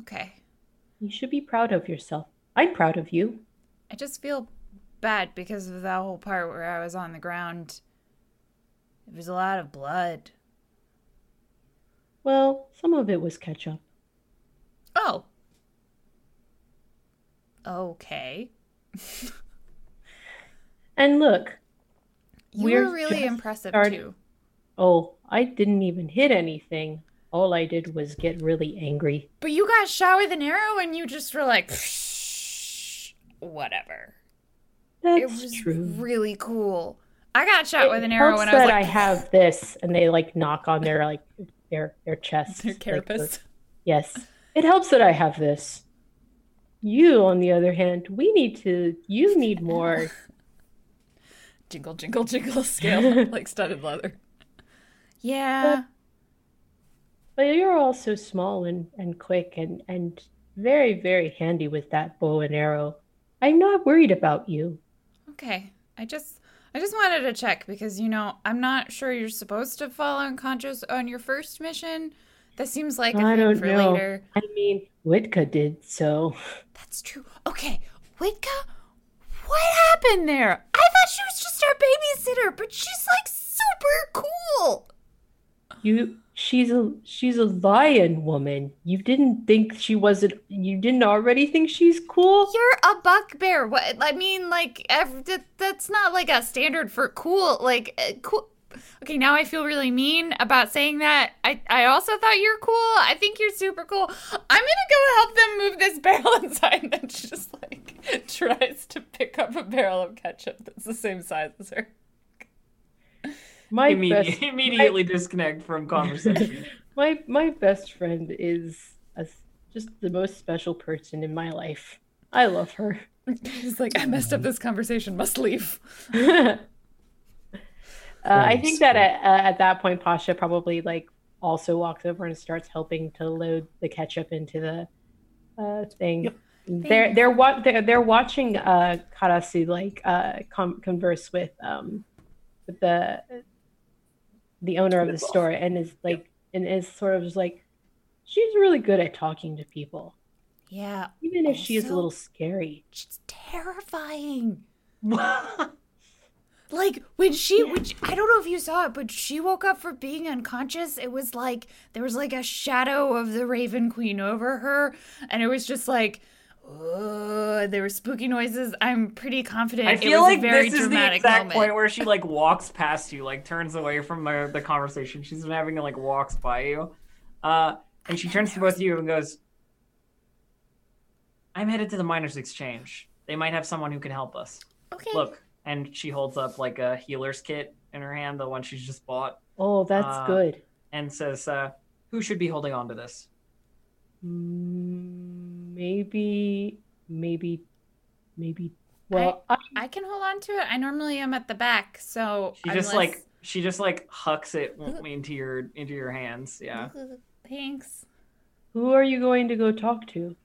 okay. You should be proud of yourself. I'm proud of you. I just feel bad because of that whole part where I was on the ground. It was a lot of blood. Well, some of it was ketchup. Oh. Okay. And look, You We're were really just impressive starting- too. oh, I didn't even hit anything. All I did was get really angry. But you got shot with an arrow and you just were like, "Psh, whatever. That's it was true. really cool. I got shot with an It arrow helps and I was that like, I have this, and they like knock on their like their their chest. Their like, the- carapace. Yes. It helps that I have this. You, on the other hand, we need to, you need more. Jingle, jingle, jingle scale. like studded leather. yeah. But you're also small and, and quick and, and very, very handy with that bow and arrow. I'm not worried about you. Okay. I just I just wanted to check because you know, I'm not sure you're supposed to fall unconscious on your first mission. That seems like a I thing don't for know. later. I mean, Witka did, so That's true. Okay, Witka, what happened there? I thought she was just our babysitter, but she's like super cool. you she's a she's a lion woman. You didn't think she wasn't you didn't already think she's cool? You're a buck bear. What I mean, like ev- that, that's not like a standard for cool. Like uh, cool. Okay, now I feel really mean about saying that. I I also thought you're cool. I think you're super cool. I'm gonna go help them move this barrel inside. And then she just like tries to pick up a barrel of ketchup that's the same size as her. My Immedi- best immediately disconnect from conversation. my my best friend is a, just the most special person in my life. I love her. She's like, I messed up this conversation, must leave. uh, I Thanks. think that at, uh, at that point, Pasha probably like also walks over and starts helping to load the ketchup into the uh, thing. They're they're, wa- they're they're watching uh, Karasu like uh, com- converse with um, with the the owner of the store and is like and is sort of just like she's really good at talking to people Yeah, even if she is a Also- little scary. she's terrifying. Wait, Like when she, when she- I don't know if you saw it, but she woke up from being unconscious. It was like there was like a shadow of the Raven Queen over her, and it was just like, oh, there were spooky noises. I'm pretty confident. I it feel was a like very this is the dramatic exact moment. point where she like walks past you, like turns away from the, the conversation she's been having, and like walks by you, uh, and she turns to both of you and goes, "I'm headed to the miners' exchange. They might have someone who can help us. okay, Look." And she holds up like a healer's kit in her hand, the one she's just bought, Oh, that's Uh, good. and says, uh, "Who should be holding on to this?" Mm, Maybe, maybe, maybe. Well, I, I can hold on to it. I normally am at the back, so She just unless- like she just like hucks it into your into your hands. Yeah. thanks. who are you going to go talk to?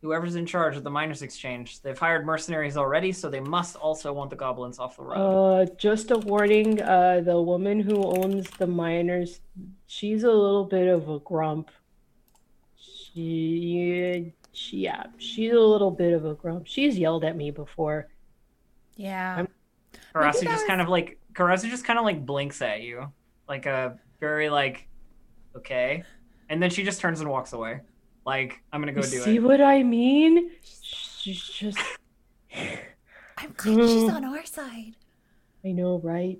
Whoever's in charge of the miners exchange, they've hired mercenaries already, so they must also want the goblins off the road. Uh, just a warning. Uh, the woman who owns the miners, she's a little bit of a grump. She, she, yeah, she's a little bit of a grump. She's yelled at me before. Yeah, I'm- Karasu maybe that just was- kind of like Karasu just kind of like blinks at you, like a very like okay, and then she just turns and walks away. Like I'm gonna go You do see it. what I mean? She's just. I'm glad she's on our side. I know, right?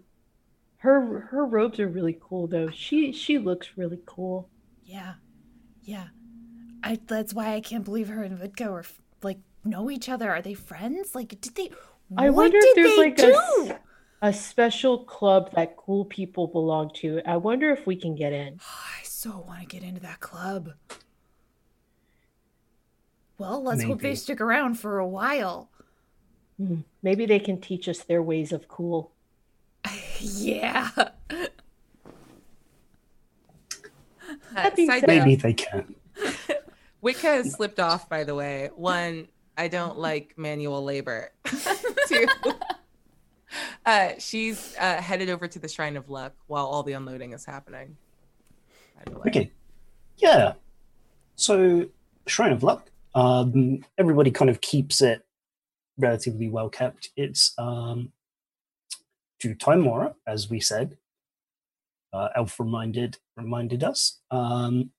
Her her robes are really cool though. She she looks really cool. Yeah, yeah. I that's why I can't believe her and Vidka were f- like know each other. Are they friends? Like, did they? I what wonder if did they there's like a do? s- a special club that cool people belong to. I wonder if we can get in. I so want to get into that club. Well, let's hope they Maybe. stick around for a while. Hmm. Maybe they can teach us their ways of cool. yeah. Uh, being side note, said- Maybe they can. Wicca slipped off, by the way. One, I don't like manual labor. Two, uh, she's uh, headed over to the Shrine of Luck while all the unloading is happening. by the way. Okay. Yeah. So, Shrine of Luck. Um, everybody kind of keeps it relatively well kept. It's um, to Timora, as we said. Uh, Elf reminded reminded us. Um,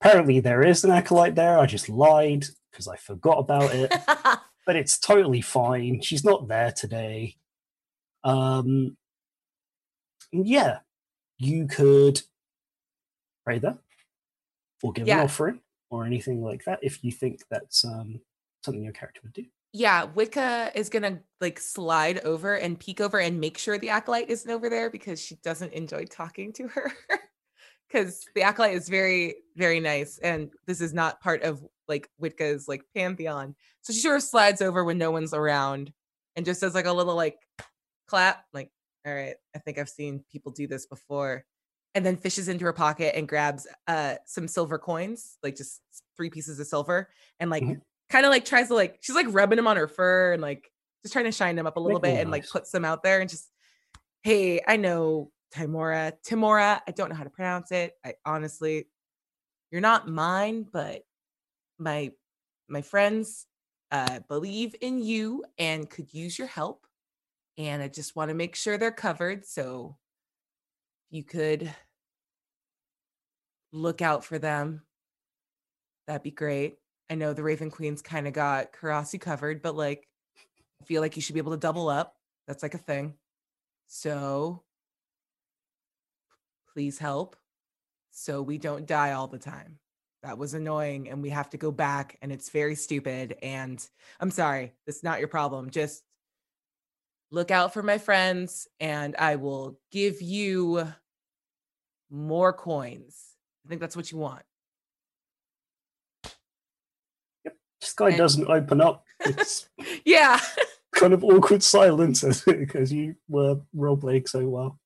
apparently, there is an acolyte there. I just lied because I forgot about it. but it's totally fine. She's not there today. Um, yeah, you could pray there or give Yeah. an offering or anything like that if you think that's um, something your character would do. Yeah, Wicca is gonna like slide over and peek over and make sure the acolyte isn't over there because she doesn't enjoy talking to her. Because the acolyte is very, very nice, and this is not part of like Wicca's like pantheon. So she sort of slides over when no one's around, and just does like a little like clap, like all right, I think I've seen people do this before, and then fishes into her pocket and grabs uh some silver coins, like just three pieces of silver, and like Mhm. kind of like tries to like she's like rubbing them on her fur and like just trying to shine them up a little Make 'em bit and like nice. puts them out there and just hey i know timora timora i don't know how to pronounce it i honestly you're not mine but my my friends uh believe in you and could use your help and i just want to make sure they're covered so you could look out for them that'd be great I know the Raven Queen's kind of got Karasi covered, but like, I feel like you should be able to double up. That's like a thing. So please help so we don't die all the time. That was annoying and we have to go back and it's very stupid. And I'm sorry, that's not your problem. Just look out for my friends and I will give you more coins. I think that's what you want. This guy And- doesn't open up. It's Yeah. kind of awkward silence because you were role playing so well.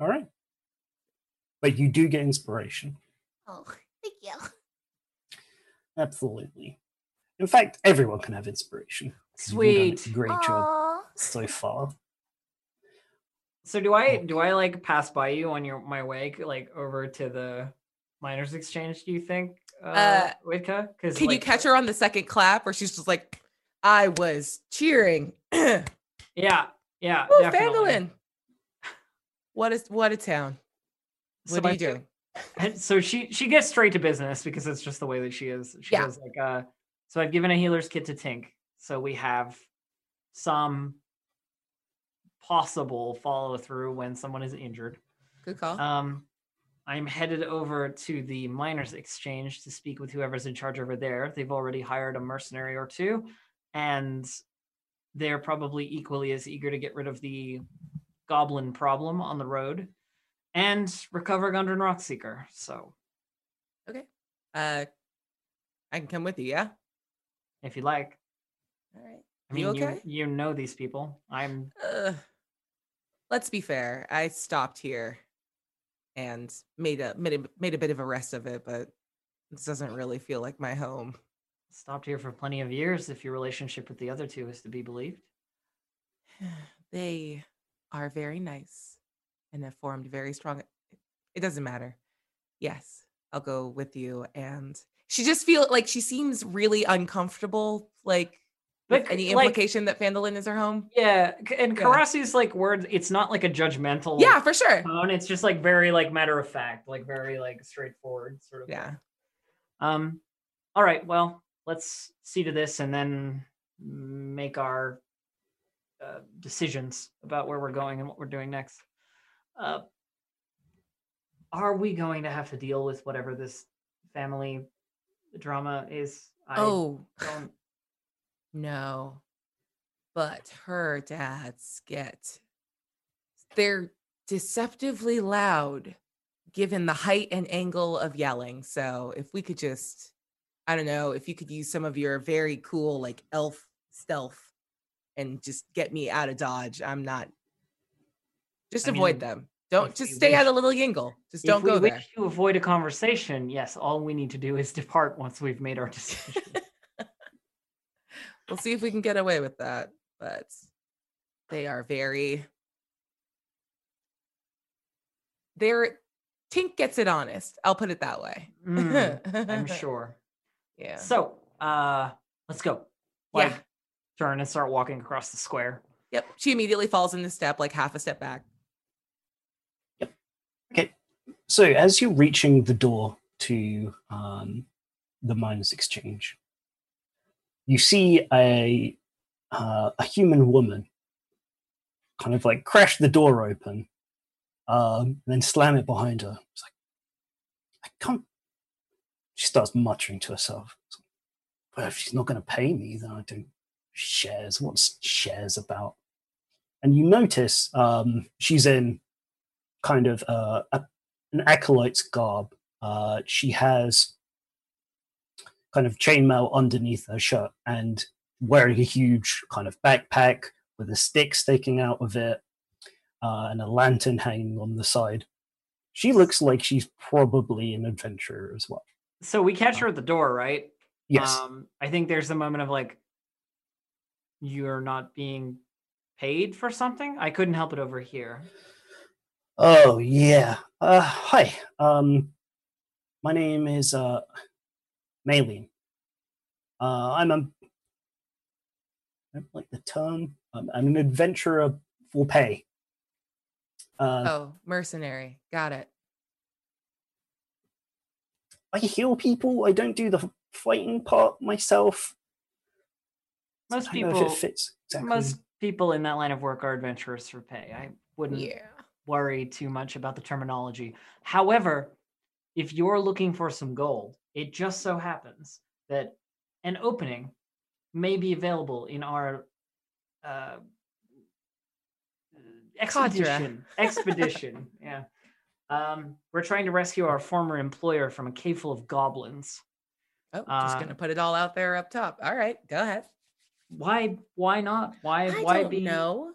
All right. But you do get inspiration. Oh, thank you. Absolutely. In fact, everyone can have inspiration. 'cause you've all done a Sweet. Great job Aw. so far. So do I do I like pass by you on your my way like over to the miners exchange? Do you think, uh, Uh, Witka? Because Can you catch her on the second clap where she's just like, I was cheering. oh, Yeah, yeah, definitely. Fandolin. What is what a town. So What my are you doing? And so she she gets straight to business because it's just the way that she is. She Yeah. goes like, uh, so I've given a healer's kit to Tink, so we have some possible follow through when someone is injured. Good call. Um, I'm headed over to the miners exchange to speak with whoever's in charge over there. They've already hired a mercenary or two, and they're probably equally as eager to get rid of the goblin problem on the road and recover Gundren Rockseeker. So, okay. Uh I can come with you, yeah? if you like, All right. I mean, You you, okay? you know these people. I'm Ugh. Let's be fair. I stopped here and made a made a made a bit of a rest of it, but this doesn't really feel like my home. stopped here for plenty of years. If your relationship with the other two is to be believed, they are very nice and have formed very strong it doesn't matter yes i'll go with you and she just feel like she seems really uncomfortable like with But, any like- implication that fandolin is her home yeah. c- And Yeah. Karasi's like words. It's not like a judgmental. yeah for sure tone. It's just like very like matter of fact, like very like straightforward sort of. thing. yeah Um. All right. Well, let's see to this, and then make our uh, decisions about where we're going and what we're doing next. Uh, are we going to have to deal with whatever this family drama is? I oh don't. no but her dad's get they're deceptively loud given the height and angle of yelling so if we could just i don't know if you could use some of your very cool like elf stealth and just get me out of dodge i'm not just I avoid mean, them don't if just we stay out wish- of little yingle just If don't we go wish there to avoid a conversation, yes, all we need to do is depart once we've made our decision. we'll see if we can get away with that but they are very they're tink gets it honest i'll put it that way Mm, I'm sure. yeah So, uh, let's go. Yeah. Like, turn and start walking across the square. yep she immediately falls into step like half a step back So as you're reaching the door to um, the miners exchange, you see a uh, a human woman kind of like crash the door open um, and then slam it behind her. It's like, I can't. She starts muttering to herself. It's like, Well, if she's not going to pay me, then I don't shares. What's shares about? And you notice um, she's in kind of uh, a, an acolyte's garb. Uh, she has kind of chainmail underneath her shirt and wearing a huge kind of backpack with a stick sticking out of it uh, and a lantern hanging on the side. She looks like she's probably an adventurer as well. So we catch her at the door, right? Uh-huh. Yes. Um, I think there's the moment of like, you're not being paid for something. I couldn't help it over here. oh yeah. Uh, hi. Um, my name is uh, Maylene. Uh, I'm a. I don't like the term. I'm, I'm an adventurer for pay. Uh, Oh, mercenary. Got it. I Oh. heal people. I don't do the fighting part myself. Most I don't know if people, it fits exactly. most people in that line of work are adventurers for pay. I wouldn't Yeah. worry too much about the terminology. However, if you're looking for some gold, it just so happens that an opening may be available in our uh, expedition. Expedition, yeah. Um, we're trying to rescue our former employer from a cave full of goblins. Oh, just Uh, gonna put it all out there up top. All right, go ahead. Why? Why not? Why? I, why don't be? know.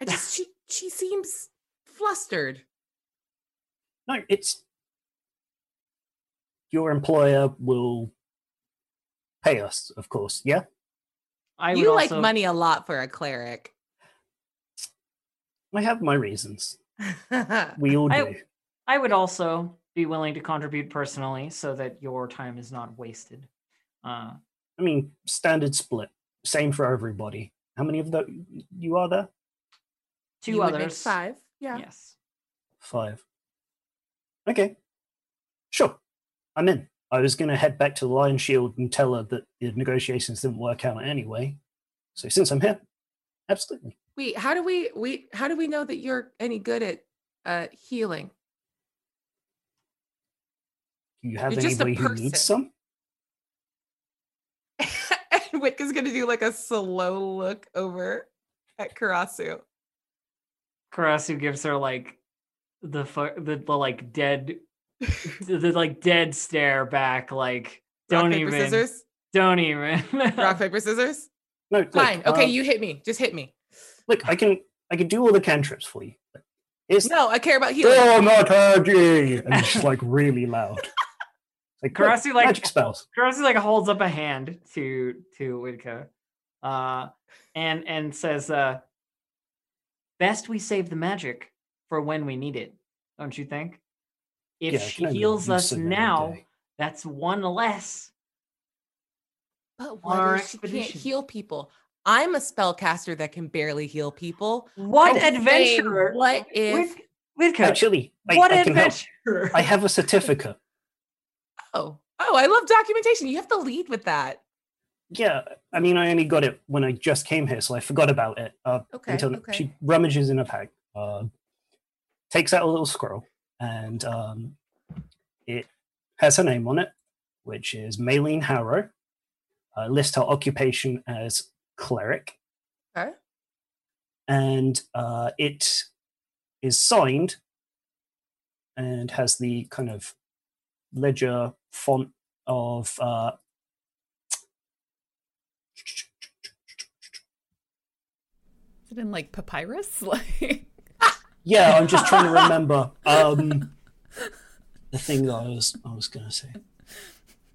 I just she she seems flustered. No, it's your employer will pay us, of course. Yeah. I you would like also- money a lot for a cleric. I have my reasons. That's We all do. I- I would also be willing to contribute personally so that your time is not wasted. Uh, I mean, standard split, same for everybody. How many of the you are there? two You would make others. five. Yeah. Yes. Five. Okay. Sure. I'm in. I was going to head back to the Lion Shield and tell her that the negotiations didn't work out anyway. So since I'm here, absolutely. Wait, how do we we how do we know that you're any good at uh healing? Do you have You're just a anybody who needs person. some? and Wick is gonna do like a slow look over at Karasu. Karasu gives her like the fu- the, the like dead the, the, like dead stare back like Rock, don't paper, even scissors. don't even Rock, paper, scissors. No. look, Fine. Okay, uh, um, you hit me. Just hit me. Look, I can I can do all the cantrips for you. It's No, I care about healing. Oh, dramaturgy, and it's just, like really loud. Like look, Karasu like magic spells. Karasu like holds up a hand to to Widka, uh, and and says, uh, "Best we save the magic for when we need it, don't you think? If Yeah, I she can only heals do us so many a now, day. that's one less. But on our what if she can't expedition. heal people? I'm a spellcaster that can barely heal people. What I'm saying, adventurer? What if? Wid- Widka, actually, I, what I can help. adventurer? I have a certificate. Oh, oh, I love documentation. You have to lead with that. Yeah, I mean, I only got it when I just came here, so I forgot about it. Uh, Okay, until okay. she rummages in a pack, uh, takes out a little scroll, and um, it has her name on it, which is Maylene Harrow. Uh, lists her occupation as cleric. Okay. And uh, it is signed and has the kind of ledger font of uh, Is it in like papyrus? Like Yeah, I'm just trying to remember um, the thing that I was I was going to say.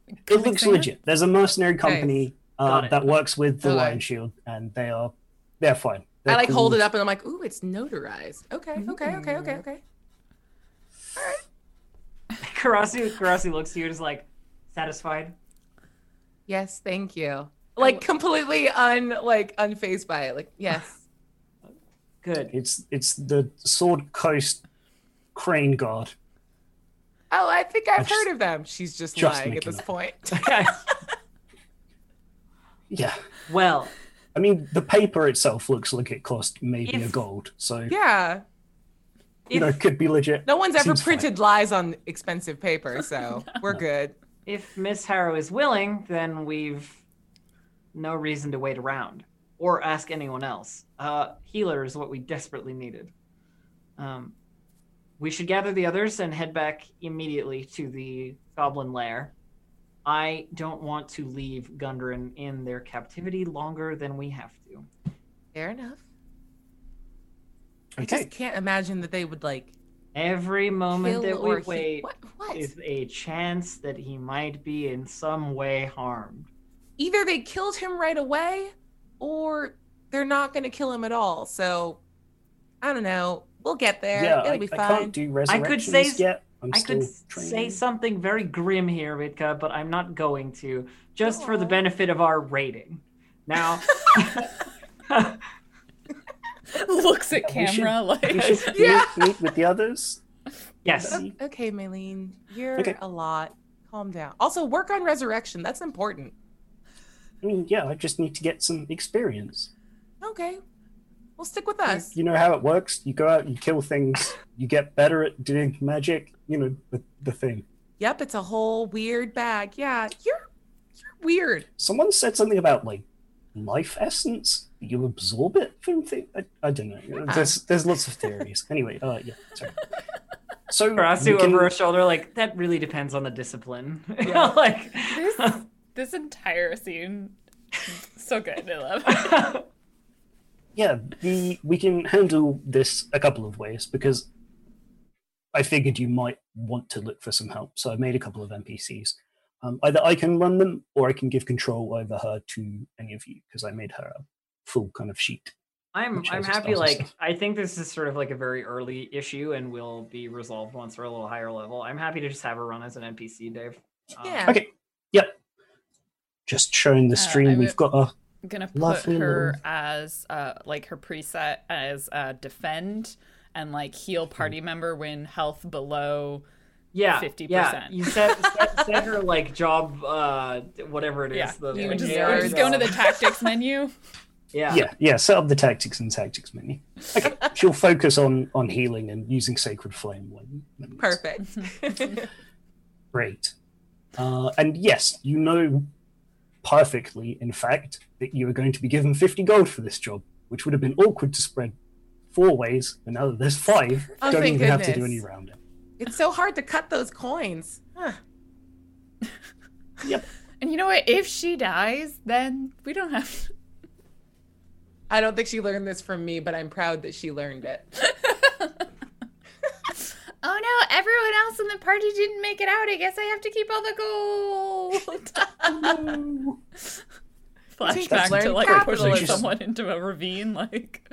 It Comic looks Sans? legit. There's a mercenary company Got uh, it. that works with the Okay. Lion Shield, and they are they're fine. I They're like hold called- it up and I'm like, ooh, it's notarized. Okay, okay, okay, okay, okay. Karasu, Karasu looks to you and is like, satisfied. Yes, thank you. Like completely un like unfazed by it. Like yes. Good. It's it's the Sword Coast Crane Guard. Oh, I think I've just- heard of them. She's just, just lying at making this up. point. Yeah. Well, I mean, the paper itself looks like it cost maybe a If- gold, so Yeah. you know if- could be legit. No one's ever Seems fine. printed lies on expensive paper, so we're good. if Miss Harrow is willing, then we've no reason to wait around or ask anyone else. Uh, healer is what we desperately needed. Um, we should gather the others and head back immediately to the goblin lair. I don't want to leave Gundren in their captivity longer than we have to. Fair enough. I Okay. just can't imagine that they would like Every moment kill that or we he- wait What? What? is a chance that he might be in some way harmed. Either they killed him right away, or they're not going to kill him at all. So I don't know. We'll get there. Yeah, It'll I, be I fine. can't do resurrections say- yet. I'm I still could say training. something very grim here, Vitka, but I'm not going to, just for the Aw. benefit of our rating. Now, Looks at Yeah, we should- camera We like should Yeah. meet, meet with the others. yes, See? Okay, Maylene, you're Okay. a lot. Calm down. Also, work on resurrection. That's important. I mean, yeah, I just need to get some experience. Okay. Well, stick with us. You know how it works. You go out, you kill things, you get better at doing magic. You know the, the thing. Yep, it's a whole weird bag. Yeah, you're you're weird. Someone said something about like life essence. You absorb it from things. I, I don't know. There's there's lots of theories. anyway, uh, yeah. Sorry. So Karasu we can- over her shoulder, like, that really depends on the discipline. Yeah. like, this, this entire scene so good. I love. it. I yeah, the, we can handle this a couple of ways because I figured you might want to look for some help. So I made a couple of NPCs. Um, either I can run them or I can give control over her to any of you because I made her a full kind of sheet. am Which I'm has its happy. own Like, stuff. I think this is sort of like a very early issue and will be resolved once we're a little higher level. I'm happy to just have her run as an NPC, Dave. Uh, Yeah. Okay. Yep. Just showing the Uh, I stream. We've would- got a. I'm gonna put Lovely her move. as uh, like her preset as uh, defend and like heal party member when health below. yeah, 50%. Yeah, you set, set, set her like job, uh, whatever it is. Yeah, the, you like, just, AI we're just going to job. the tactics menu. Yeah. Yeah, yeah. Set up the tactics and tactics menu. Okay. She'll focus on on healing and using sacred flame when, when it's- Perfect. Great. Uh, and yes, you know perfectly, in fact, that you are going to be given 50 gold for this job, which would have been awkward to spread four ways, and now that there's five, Oh, don't even thank have to do any goodness. rounding. it's so hard to cut those coins. Huh. And you know what? If she dies, then we don't have. I don't think she learned this from me, but I'm proud that she learned it. Oh no, everyone else in the party didn't make it out. I guess I have to keep all the gold. That's Flashback learned to like capitalism. pushing someone into a ravine, like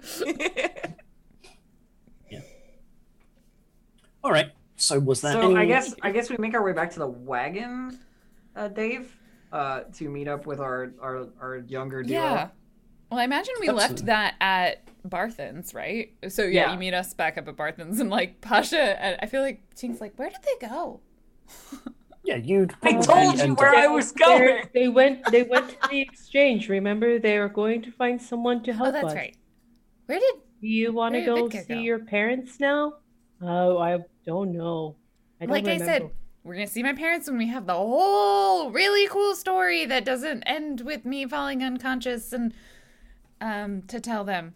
All right. So was that? So I any- guess I guess we make our way back to the wagon, uh, Dave, uh, to meet up with our our, our younger duo. yeah. Well, I imagine we Absolutely. left that at Barthen's, right? So yeah, Yeah. you meet us back up at Barthen's, and like Pasha, and I feel like Ting's like, where did they go? yeah, you'd. I probably told you end where up- I was They're- going. They went. They went to the exchange. Remember, they were going to find someone to help Oh, that's us. right. Where did Do you want to Where did go Vitka see go? your parents now? Oh, I don't know. I don't Like I said, remember. We're gonna see my parents. parents when we have the whole really cool story that doesn't end with me falling unconscious and um to tell them.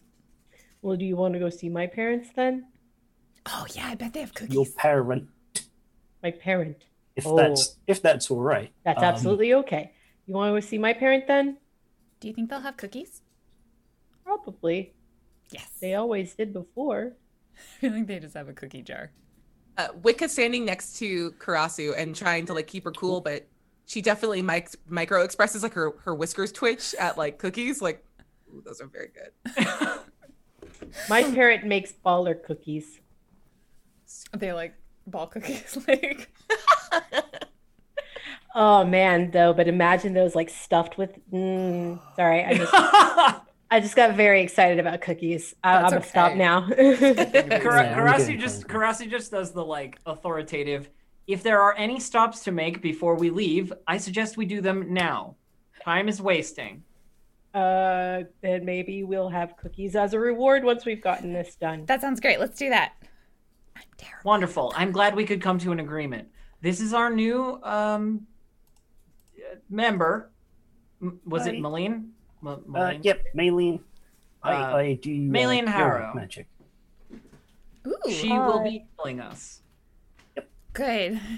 Well, do you want to go see my parents then? Oh yeah, I bet they have Your cookies. parent, My parent. if Oh. that's if that's all right. That's Um, absolutely okay. You want to go see my parent then? Do you think they'll have cookies? Probably. Yes, They always did before. I feel like they just have a cookie jar. Uh, Wicca standing next to Karasu and trying to like keep her cool, but she definitely mic- micro expresses like her her whiskers twitch at like cookies. Like, ooh, those are very good. My Hmm. parent makes baller cookies. They like ball cookies, like Oh man, though, but imagine those like stuffed with. Mm, sorry, I just I just got very excited about cookies. I, I'm That's gonna stop okay. now. Kara- Yeah, I'm Karasu getting just hungry. Karasu just does the like authoritative. If there are any stops to make before we leave, I suggest we do them now. Time is wasting. uh, and maybe we'll have cookies as a reward once we've gotten this done. That sounds great. Let's do that. I'm terrible. Wonderful. I'm glad we could come to an agreement. This is our new um uh, member. M- was Hi. it Malene? M- Uh, Malene? yep, Maylene. I, Uh, I do. uh, Maylene aerial Harrow. Magic. Ooh, She Hi. will be healing us. good.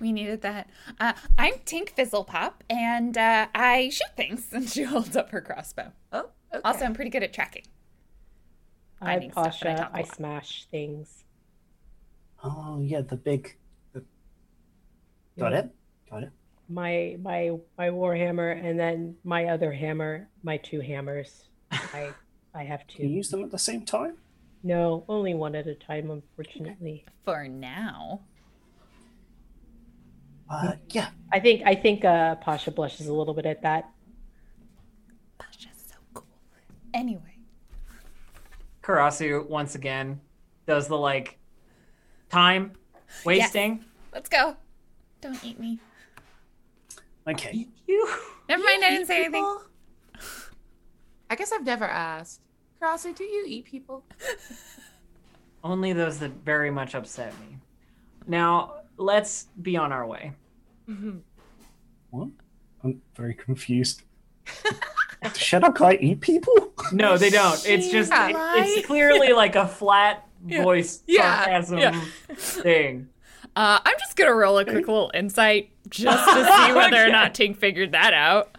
We needed that. Uh, I'm Tink Fizzle Pop, and uh, I shoot things. And she holds up her crossbow. Oh, okay. Also, I'm pretty good at tracking. I Finding stuff and I Pasha, talk a I lot. smash things. Oh, yeah, the big. The... Got Yeah. it? Got it? My my my warhammer and then my other hammer, my two hammers. I I have two. Can you use them at the same time? No, only one at a time, unfortunately. For now. Uh, yeah. I think I think uh, Pasha blushes a little bit at that. That's just so cool. Anyway, Karasu once again does the like time wasting. let's go. Don't eat me. Okay. You Never mind. I didn't say anything. people. I guess I've never asked. Karasu, do you eat people? Only those that very much upset me. Now, let's be on our way. What? I'm very confused. Shadokai eat people? No, they don't. It's just it- Right? it's clearly like a flat Yeah. voice Yeah. sarcasm Yeah. thing. Uh, I'm just gonna roll a quick little insight just to see whether or Okay. not Tink figured that out.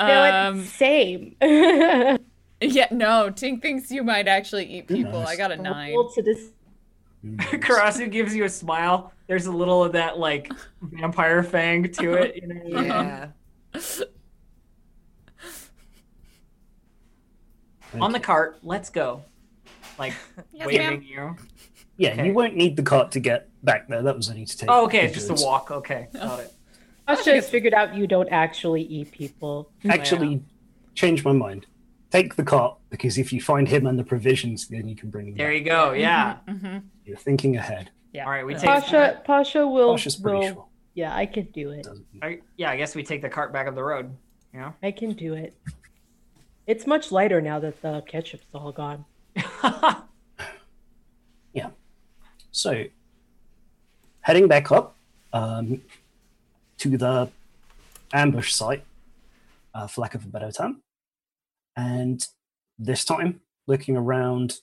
no, Um, it's same. Roll yeah, no, Tink thinks you might actually eat people. I got a nine. to this- Karasu gives you a smile. There's a little of that like vampire fang to it. You know? what I mean? Yeah. On the cart, let's go. Like Yes, waving ma'am. you. Yeah, okay. you won't need the cart to get back there. That was only to take. Oh, okay, it's the just a goods. walk. Okay, got it. Pasha has figured out you don't actually eat people. Actually, change my mind. Take the cart because if you find him and the provisions, then you can bring them. There back. you go. Yeah. Mm-hmm, Mhm. You're thinking ahead. Yeah. All right, we Uh, take- Pasha Pasha will, Posh is pretty will sure. yeah, I can do it. Doesn't I, yeah, I guess we take the cart back up the road. Yeah. I can do it. It's much lighter now that the ketchup's all gone. So, heading back up um, to the ambush site, uh, for lack of a better term, and this time looking around,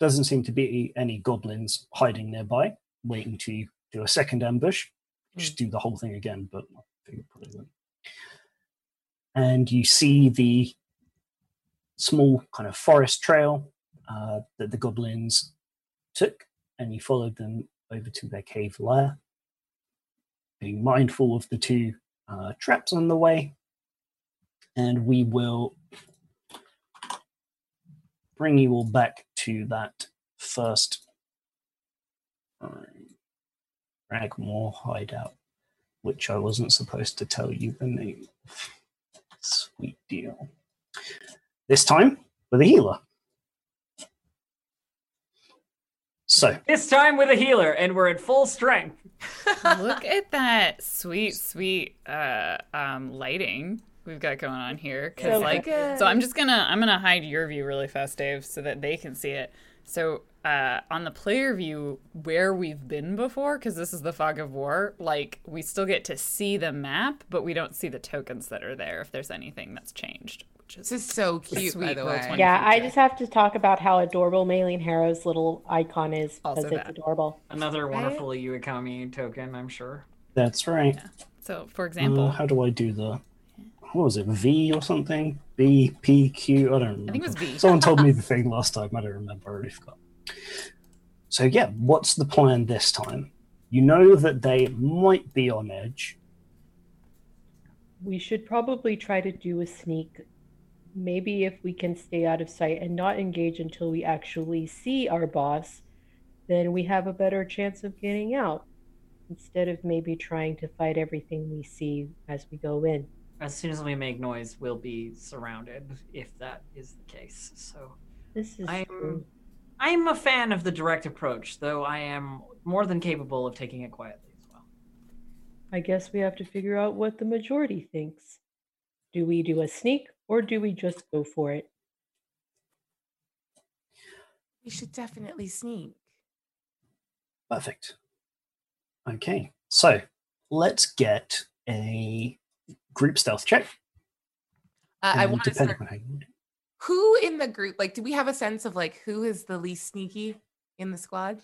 doesn't seem to be any goblins hiding nearby, waiting to do a second ambush. Just do the whole thing again, but I think it probably won't. And you see the small kind of forest trail uh, that the goblins took and you followed them over to their cave lair, being mindful of the two uh, traps on the way. And we will bring you all back to that first um, Ragmore hideout, which I wasn't supposed to tell you the name of. Sweet deal. This time with a healer. So, This time with a healer, and we're at full strength. Look at that. Sweet, sweet uh, um, lighting we've got going on here. Cause So like, good. so I'm just gonna I'm gonna hide your view really fast, Dave, so that they can see it. So uh, on the player view, where we've been before, because this is the fog of war. Like we still get to see the map, but we don't see the tokens that are there. If there's anything that's changed, which is This is so cute, by Sweet, the roll way. 20. Yeah, I feature. just have to talk about how adorable Maylene Harrow's little icon is because Also it's that. adorable. Another wonderful Uikami token, I'm sure. that's right. so. For Uh, example, how do I do the? What was it? V or something? B P Q? I don't remember. I think it was V. Someone told me the thing last time. I don't remember. I already forgot. So yeah, what's the plan this time? You know that they might be on edge. We should probably try to do a sneak. Maybe if we can stay out of sight and not engage until we actually see our boss, then we have a better chance of getting out instead of maybe trying to fight everything we see as we go in. As soon as we make noise, we'll be surrounded, if that is the case. So This is I'm- true. I'm a fan of the direct approach, though I am more than capable of taking it quietly as well. I guess we have to figure out what the majority thinks. Do we do a sneak Or do we just go for it? We should definitely sneak. Perfect. Okay, so let's get a group stealth check. Uh, I and want to depending start. on how you- Who in the group, like, do we have a sense of like who is the least sneaky in the squad?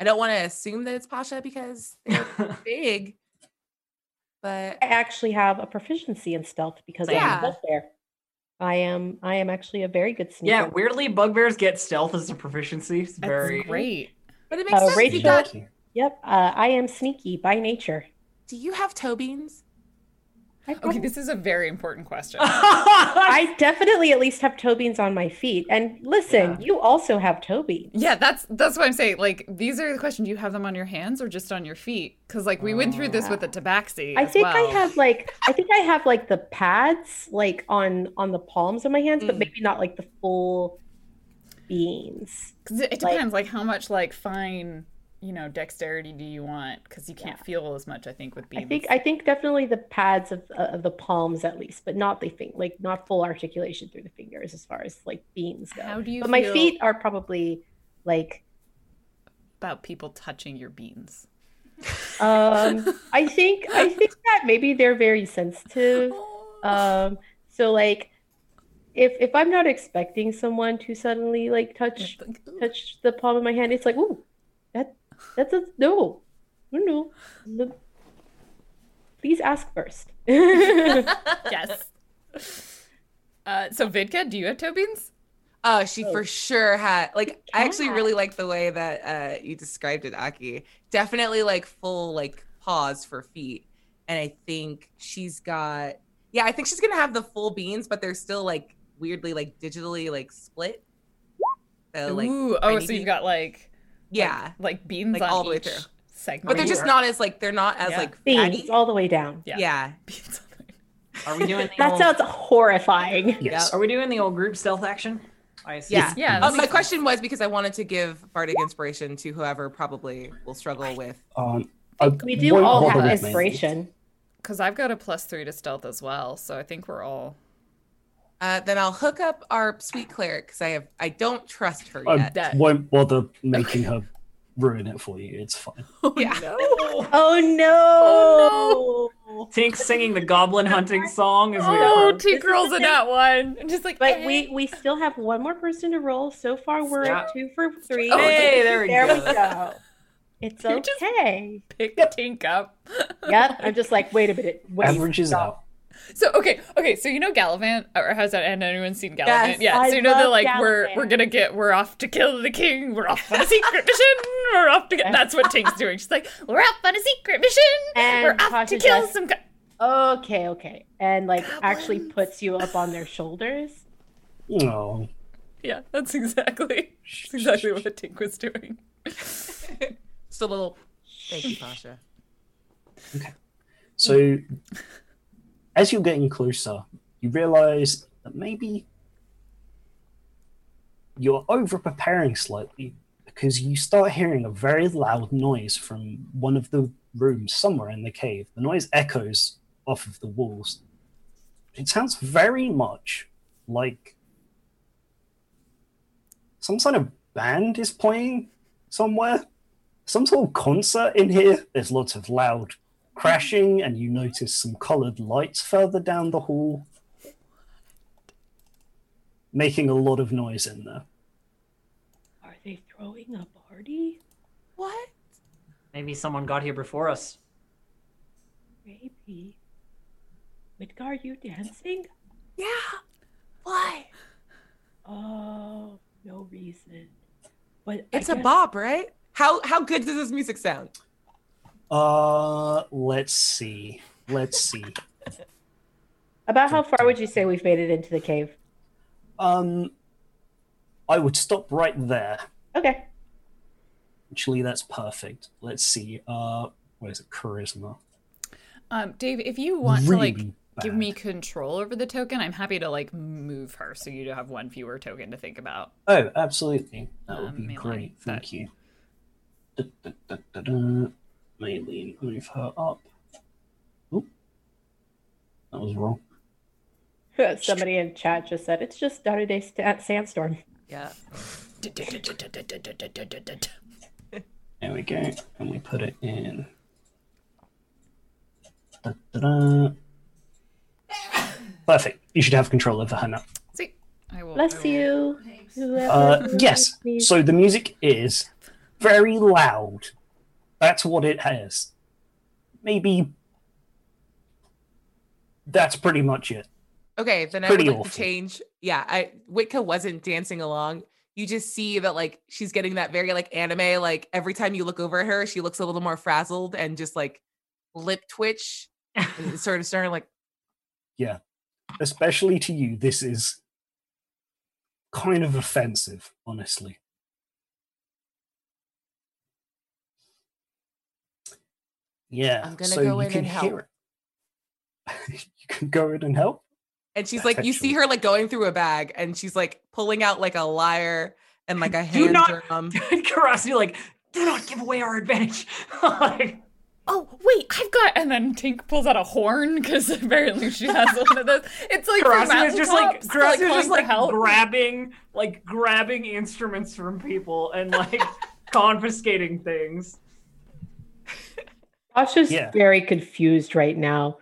I don't want to assume that it's Pasha because they're big, but I actually have a proficiency in stealth because Yeah. I am there. I am I am actually a very good sneaker. yeah, weirdly, bugbears get stealth as a proficiency. It's That's very great. but it makes sense Rachel- because Thank you. Yep, uh, I am sneaky by nature. do you have toe beans? Oh. I, Okay, prob- this is a very important question. I definitely at least have toe beans on my feet. And listen, Yeah. you also have toe beans. Yeah, that's that's what I'm saying. Like, these are the questions. Do you have them on your hands or just on your feet? Because like we went through this with the tabaxi. Ah. I as think well. I have like I think I have like the pads like on on the palms of my hands, but Mm. maybe not like the full beans. 'Cause it, it like- depends, like, how much like fine, you know, dexterity do you want? Because you can't feel as much, I think, with beans. I think I think definitely the pads of uh, of the palms at least, but not the fing like not full articulation through the fingers as far as like beans go. How do you but my feel- feet are probably like about people touching your beans. um I think I think that maybe they're very sensitive. Um so like if if I'm not expecting someone to suddenly like touch Like, ooh. touch the palm of my hand, it's like, ooh, that that's a no. No no. no. Please ask first. yes. Uh, so Vidka, do you have toe beans? Oh, she for sure had like I actually cat. really like the way that uh you described it, Aki. Definitely like full like paws for feet. And I think she's got yeah, I think she's gonna have the full beans, but they're still like weirdly like digitally like split. So Uh, like Ooh, oh, tiny so you've beans. got like yeah. like, like beans Like, on all the way each through. segment. but they're just not as like they're not as Yeah. like fatty. Beans all the way down. Yeah. yeah. beans on each. Are we doing the That old, sounds horrifying. Yes. Are we doing the old group stealth action? I assume. Yeah. Yeah. Oh, that's- my question was because I wanted to give Bardic inspiration to whoever probably will struggle with Um, I We do won't all bother have with me. inspiration. Because I've got a plus three to stealth as well, so I think we're all. Uh, then I'll hook up our sweet cleric because I have I don't trust her I yet. That- won't bother making her ruin it for you. It's fine. yeah, Oh no! Tink singing the goblin hunting song as we Oh, approach. two girls in that one. I'm just like, eh. But we we still have one more person to roll. So far, we're at two for three. Oh, Hey, there we There we go. go. It's You're just- okay. pick Tink up. Yep. I'm just like, wait a minute. Wait, Averages stop. out. So okay, okay. So you know Gallivant, or has that? Had anyone seen Gallivant? Yes, yeah. I so you know that love like we're we're Gallivant. gonna get we're off to kill the king. We're off on a secret mission. We're off to get. That's what Tink's doing. She's like, we're off on a secret mission. And we're off to Tasha kill just- some. Go- Okay, okay. And like actually puts you up on their shoulders. Oh, yeah, that's exactly that's exactly what Tink was doing. just a little. Thank you, Pasha. So, as you're getting closer, you realize that maybe you're over preparing slightly because you start hearing a very loud noise from one of the rooms somewhere in the cave. The noise echoes off of the walls. It sounds very much like some sort of band is playing somewhere, some sort of concert in here. There's lots of loud crashing and you notice some colored lights further down the hall making a lot of noise in there Are they throwing a party? What? Maybe someone got here before us. Maybe. Midgar, are you dancing? Yeah. Why? Oh, no reason. But It's a a bob, right? How how good does this music sound? uh let's see let's see About how far would you say we've made it into the cave? um i would stop right there Okay. actually that's perfect let's see uh what is it charisma Um, Dave, if you want to like Really give me control over the token, I'm happy to like move her so you have one fewer token to think about. oh absolutely that would Um, be mainline, great but- thank you da, da, da, da, da. Maylene, move her up Oop. that was wrong Somebody in chat just said it's just Saturday Day sta- Sandstorm. Yeah. There we go. And we put it in. Da-da-da. Perfect. You should have control over her now. I will. I Bless will- you. Uh, whoever yes. needs- So the music is very loud. That's what it has. Maybe that's pretty much it. Okay, then I Pretty would like to awful. change. Yeah, I Witka wasn't dancing along. You just see that like she's getting that very like anime, like every time you look over at her, she looks a little more frazzled and just like lip twitch. and sort of starting like Especially to you, this is kind of offensive, honestly. Yeah. I'm gonna so you go in can and help. hear it. you can go in and help. and she's like you see her like going through a bag and she's like pulling out like a lyre and like a Do hand not- drum. Karasi like, do not give away our advantage. like, Oh, wait. I've got, and then Tink pulls out a horn because apparently she has one of those. It's like from Karasi is just like mountaintops, Karasi is calling just for like help. grabbing like grabbing instruments from people and like confiscating things. Sasha's Yeah. very confused right now.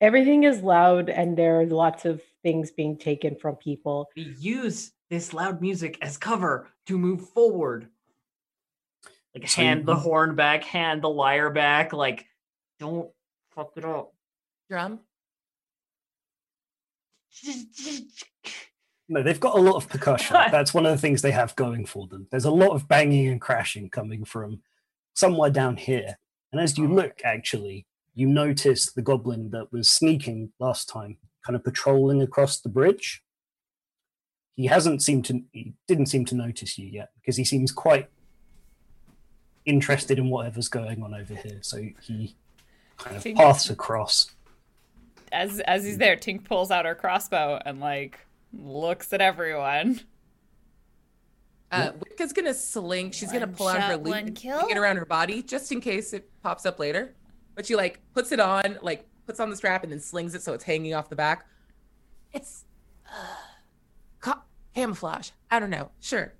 Everything is loud, and there are lots of things being taken from people. We use this loud music as cover to move forward. Like So hand the you- horn back, hand the lyre back, like don't fuck it up. drum. No, they've got a lot of percussion. God. That's one of the things they have going for them. There's a lot of banging and crashing coming from somewhere down here. And as you look, actually, you notice the goblin that was sneaking last time, kind of patrolling across the bridge. He hasn't seemed to, he didn't seem to notice you yet because he seems quite interested in whatever's going on over here. So he kind of Think- paths across. As as he's there, Tink pulls out her crossbow and like looks at everyone. Uh, Witka's gonna sling. She's gonna One pull out her shot, loot, one and kill? sling it around her body just in case it pops up later. But she like puts it on, like puts on the strap, and then slings it so it's hanging off the back. It's uh, ca- camouflage. I don't know. Sure.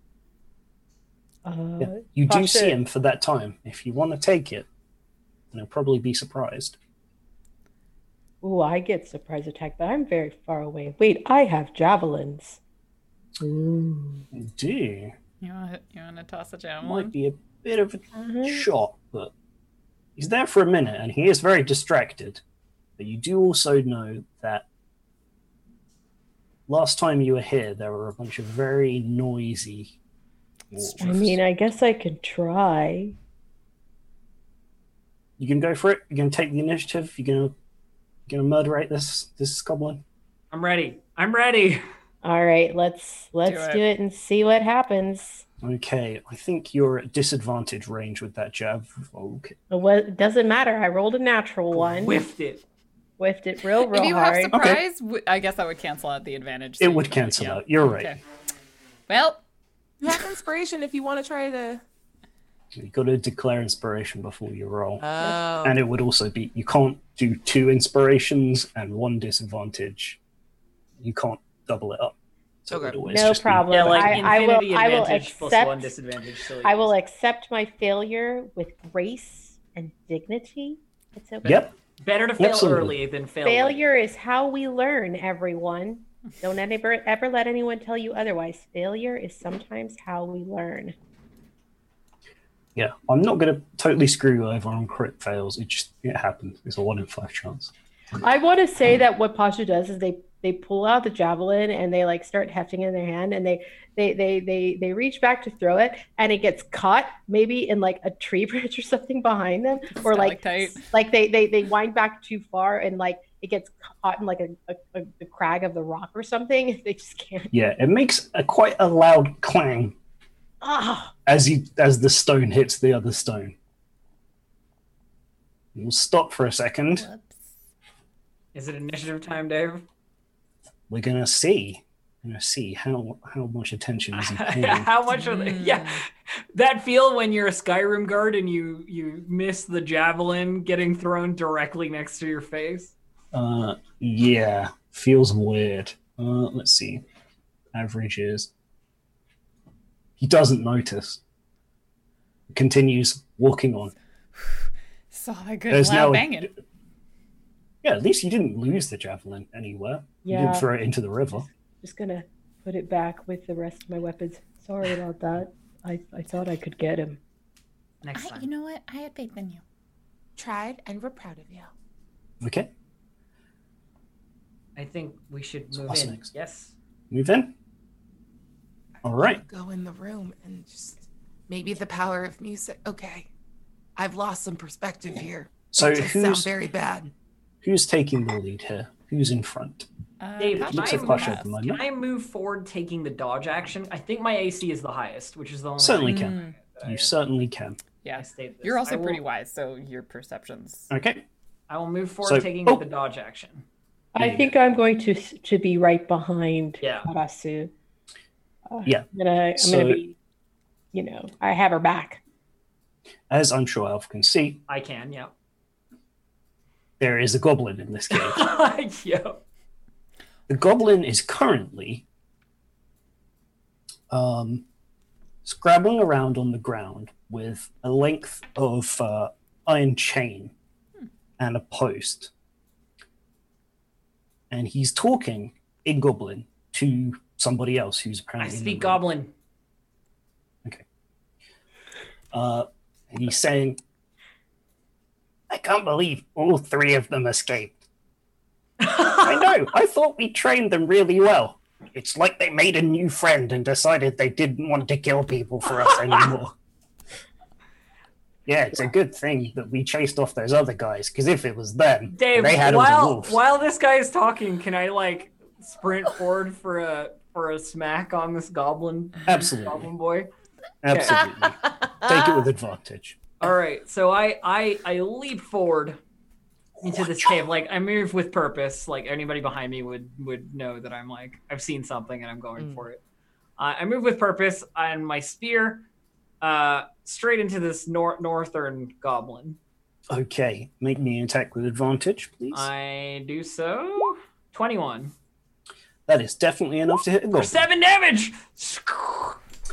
Uh, Yeah, you do see Sasha- him for that time. If you want to take it, then he'll probably be surprised. Ooh, I get surprise attack, but I'm very far away. Wait, I have javelins. Ooh. You do. You want you want to toss a Might javelin? be a bit of a Hmm. Uh-huh. shot, but he's there for a minute and he is very distracted. But you do also know that last time you were here, there were a bunch of very noisy. wolves. I mean, I guess I could try. you can go for it. You're gonna take the initiative. You're gonna you're gonna murderate this this goblin. I'm ready. I'm ready. All right, let's let's it. do it and see what happens. Okay, I think you're at disadvantage range with that jab. Okay. It wa- doesn't matter. I rolled a natural one, Whiffed it. whiffed it real, If real you have hard. surprise, w- I guess I would cancel out the advantage. so It you would don't- cancel yeah. out. You're right. Okay. Well, You have inspiration if you want to try to. You've got to declare inspiration before you roll. Oh, and it would also be you can't do two inspirations and one disadvantage. You can't double it up. So it would Okay. always no just be- problem. Yeah, like I, I infinity will. I will advantage plus one accept. disadvantage. So I will accept my failure with grace and dignity. It's okay. Yep. Better to fail Absolutely. early than fail. late. Failure is how we learn, everyone. Don't ever, ever let anyone tell you otherwise. Failure is sometimes how we learn. Yeah. I'm not going to totally screw you over on crit fails. It just it happened. It's a one in five chance. I want to say that what Pasha does is they they pull out the javelin and they like start hefting it in their hand and they they they they they reach back to throw it and it gets caught maybe in like a tree branch or something behind them or like Stalactite. like they they they wind back too far and like it gets caught in like a, a, a the crag of the rock or something. They just can't. Yeah. It makes a quite a loud clang Ah, as you as the stone hits the other stone. We'll stop for a second. Whoops. Is it initiative time, Dave? We're gonna see. We're gonna see how how much attention is he paying. How much are they? Yeah, that feel when you're a Skyrim guard and you you miss the javelin getting thrown directly next to your face. Uh, yeah, Feels weird. Uh, let's see. Average is. He doesn't notice. Continues walking on. Saw that good There's loud no- banging. Yeah, at least you didn't lose the javelin anywhere. You Yeah, didn't throw it into the river. just gonna put it back with the rest of my weapons. Sorry about that. I, I thought I could get him. Next I, time. you know what? I had faith in you. Tried, and we're proud of you. Okay, I think we should So move what's in. next? Yes. move in. All right. Go in the room and just maybe the power of music. Okay, I've lost some perspective here. So It does sound who's very bad. who's taking the lead here? Who's in front? Uh, Dave, Pasha's Looks at I in am Pasha at last. the Can moment. I move forward taking the dodge action? I think my AC is the highest, which is the only Certainly thing can. that I- You certainly can. I Mm, Yeah. stayed this. You're also I will- pretty wise, so your perceptions. Okay. I will move forward So- taking oh. the dodge action. I Yeah. think I'm going to s- to be right behind Yeah. Arasu. Uh, Yeah. I'm gonna, I'm So- gonna be, you know, I have her back. As I'm sure Alf can see, I can, yeah. there is a goblin in this cave. yeah. the goblin is currently um, scrabbling around on the ground with a length of uh, iron chain and a post. And he's talking in goblin to somebody else who's I apparently. in the speak room. goblin. Uh, and he's saying, I can't believe all three of them escaped. I know, I thought we trained them really well. It's like they made a new friend and decided they didn't want to kill people for us anymore. yeah, it's a good thing that we chased off those other guys, because if it was them, Dave, they had all the while wolves. while this guy is talking, can I like sprint forward for a for a smack on this goblin Absolutely. goblin boy? Absolutely. Take Uh, it with advantage. All right, so I I I leap forward into this cave. Like I move with purpose. Like anybody behind me would would know that I'm like I've seen something and I'm going Mm. for it. Uh, I move with purpose and my spear uh straight into this nor- northern goblin. Okay, make me an attack with advantage, please. I do so. Twenty one That is definitely enough to hit a for goblin. seven damage.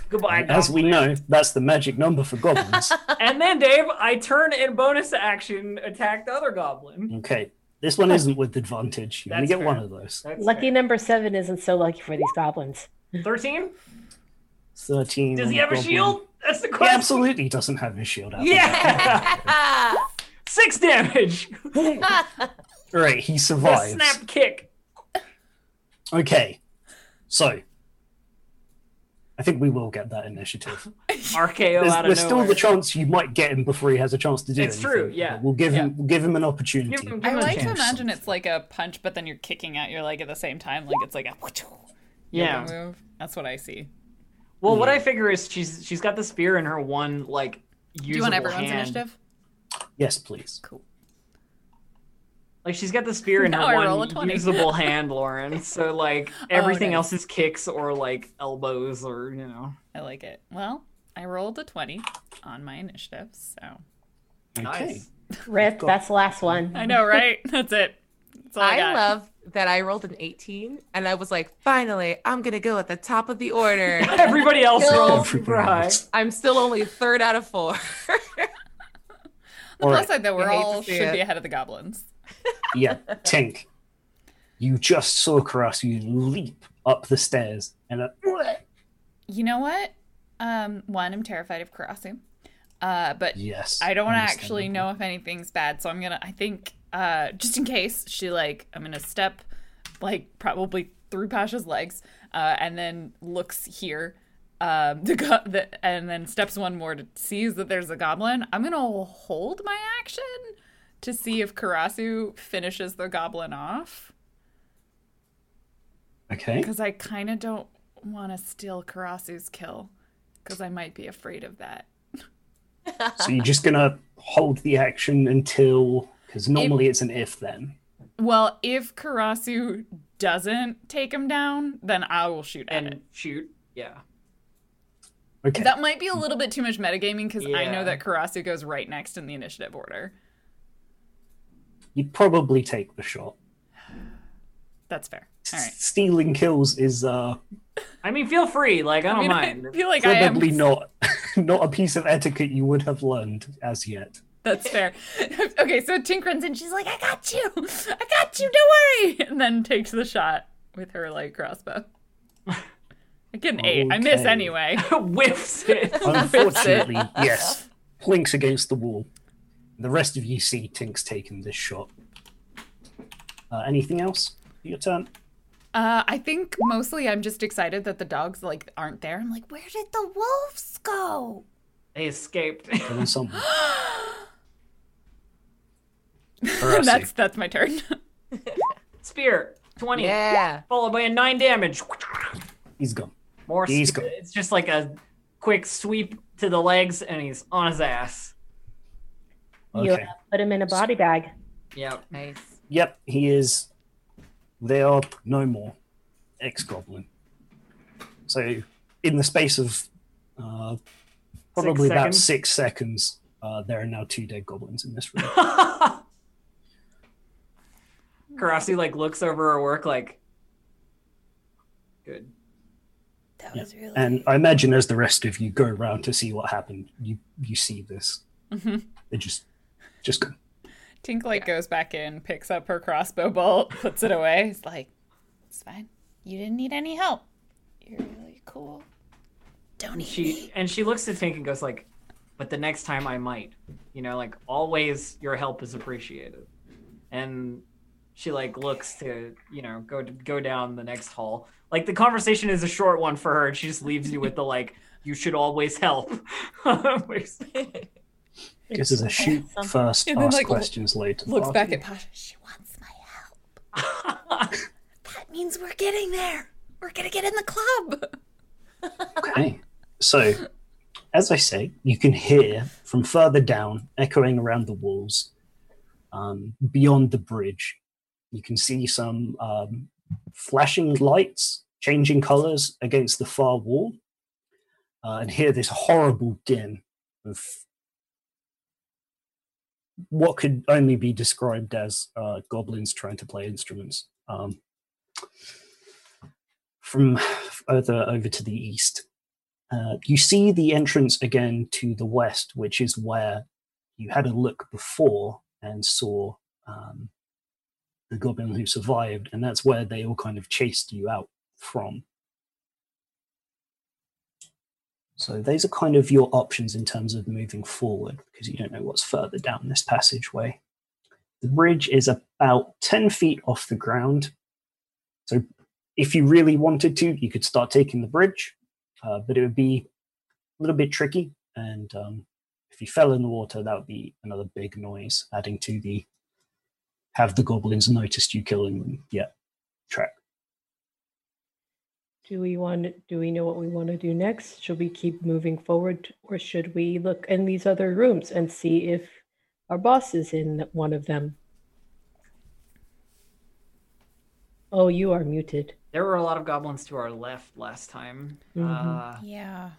Goodbye. And as goblin. we know, that's the magic number for goblins. And then Dave, I turn in bonus action attack the other goblin. okay, this one isn't with advantage. You only That's get one fair. of those. That's Lucky number seven isn't so lucky for these goblins. thirteen. Thirteen. Does on he the have a goblin. shield? That's the He question. absolutely doesn't have his shield out. Yeah! Six damage. Right, he A survives. snap kick. Okay. So I think we will get that initiative. RKO There's, out of there's still nowhere. the chance you might get him before he has a chance to do it. It's true, yeah. We'll give him Yeah. we'll give him an opportunity. Give him- give I him a like to chance. imagine it's like a punch, but then you're kicking out your leg at the same time. Like it's like a Yeah. yoga move. That's what I see. Well, what I figure is she's she's got the spear in her one like usable Do you want everyone's hand. initiative? Yes, please. Like she's got the spear in No, I her roll a one 20. usable hand, Lauren. So like everything nice. else is kicks or like elbows or you know. I like it. Well, I rolled a 20 on my initiative, so. Okay. Nice. Rip, that's the last one. I know, right? That's it. That's all I, I got. love that I rolled an 18 and I was like, finally, I'm going to go at the top of the order. Everybody else Kill rolls everybody super high. else. I'm still only third out of four. The All plus right. side, though, we're I hate to all see should it. be ahead of the goblins. yeah, Tink. You just saw Karasu leap up the stairs and uh, a You know what? Um, one, I'm terrified of Karasu. Uh, but yes. I don't want to understand actually that. know if anything's bad, so I'm gonna. I think uh, just in case she like, I'm gonna step like probably through Pasha's legs, uh, and then looks here, um, the, go- the and then steps one more to sees that there's a goblin. I'm gonna hold my action to see if Karasu finishes the goblin off Okay. because I kind of don't want to steal Karasu's kill because I might be afraid of that. So you're just gonna hold the action until because normally it's an if then. Well, if Karasu doesn't take him down, then I will shoot at And it. shoot. Yeah. Okay. That might be a little bit too much metagaming because I Yeah. know that Karasu goes right next in the initiative order. You'd probably take the shot. That's fair. All right. Stealing kills is uh, I mean, feel free. Like I don't mean, mind. I feel like I am. probably not not a piece of etiquette you would have learned as yet. That's fair. okay, so Tink runs in. She's like, I got you. I got you. Don't worry. And then takes the shot with her like crossbow. I get an eight. I miss Okay. anyway. Whiffs it. Unfortunately, yes, plinks against the wall. The rest of you see Tink's taking this shot. Uh, anything else? Your turn. Uh, I think mostly I'm just excited that the dogs like aren't there. I'm like, where did the wolves go? They escaped. There was someone. Horace. that's that's my turn. Spear twenty, Yeah. followed by a nine damage. He's gone. More. He's spear. got- It's just like a quick sweep to the legs, and he's on his ass. You Okay. put him in a body bag. Yep. Nice. Yep, he is. They are no more ex goblin. So, in the space of uh, probably about seconds? six seconds, uh, there are now two dead goblins in this room. Karasi like looks over her work like. Good. That Yeah. was really. and I imagine as the rest of you go around to see what happened, you you see this. Mhm. They just just go. Tink like goes back in, picks up her crossbow bolt, puts it away. It's like, It's fine. You didn't need any help. You're really cool. Don't eat me. She and she looks at Tink and goes like, "But the next time I might." You know, like always, your help is appreciated. And she like looks to you know go go down the next hall. Like the conversation is a short one for her, and she just leaves you with the like, "You should always help." Always. This is a shoot Something. first, And then, ask like, lo- questions later. looks back at Pasha, she wants my help. That means we're getting there. We're gonna get in the club. Okay. So, as I say, you can hear from further down, echoing around the walls, um, beyond the bridge. You can see some um, flashing lights changing colors against the far wall, uh, and hear this horrible din of what could only be described as uh, goblins trying to play instruments. Um, from further over to the east. Uh, you see the entrance again to the west, which is where you had a look before and saw um, the goblin who survived, and that's where they all kind of chased you out from. So those are kind of your options in terms of moving forward, because you don't know what's further down this passageway. The bridge is about 10 feet off the ground. So if you really wanted to, you could start taking the bridge, uh, but it would be a little bit tricky. And um, if you fell in the water, that would be another big noise, adding to the have the goblins noticed you killing them. Yeah, track. Do we want? Do we know what we want to do next? Should we keep moving forward, or should we look in these other rooms and see if our boss is in one of them? Oh, you are muted. there were a lot of goblins to our left last time. Mhm. Uh, Yeah.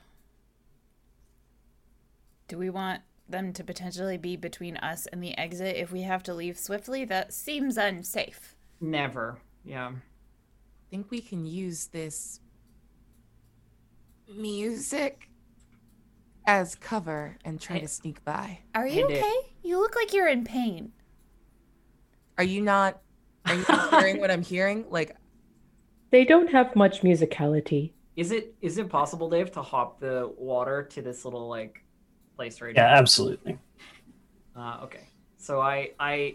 Do we want them to potentially be between us and the exit if we have to leave swiftly? That seems unsafe. never. Yeah. I think we can use this music as cover and try to sneak by. Are you And it- okay? You look like you're in pain. Are you not? Are you not hearing what I'm hearing? Like, They don't have much musicality. Is it is it possible, Dave, to hop the water to this little like place right Yeah, absolutely. now? Uh, okay. So I I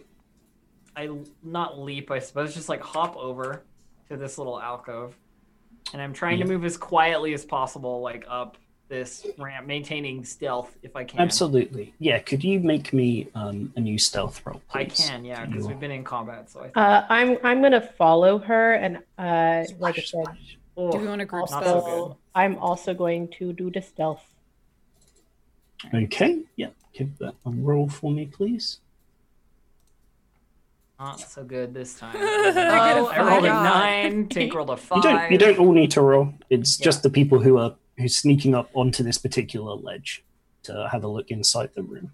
I not leap, I suppose, just like hop over to this little alcove, and I'm trying Yeah. to move as quietly as possible, like up this ramp, maintaining stealth if I can. Absolutely. Yeah, could you make me um, a new stealth roll, I please? can, yeah, because we've been in combat, so I. Think, Uh, I'm I'm gonna follow her, and uh, like I said, do we want to group Not so spell? good. also I'm also going to do the stealth. Okay, yeah. Give that a roll for me, please. "Oh, Not so good this time. Oh, I rolled a my God. nine. Tink rolled a five. You don't you don't all need to roll. It's Yeah. just the people who are who's sneaking up onto this particular ledge to have a look inside the room.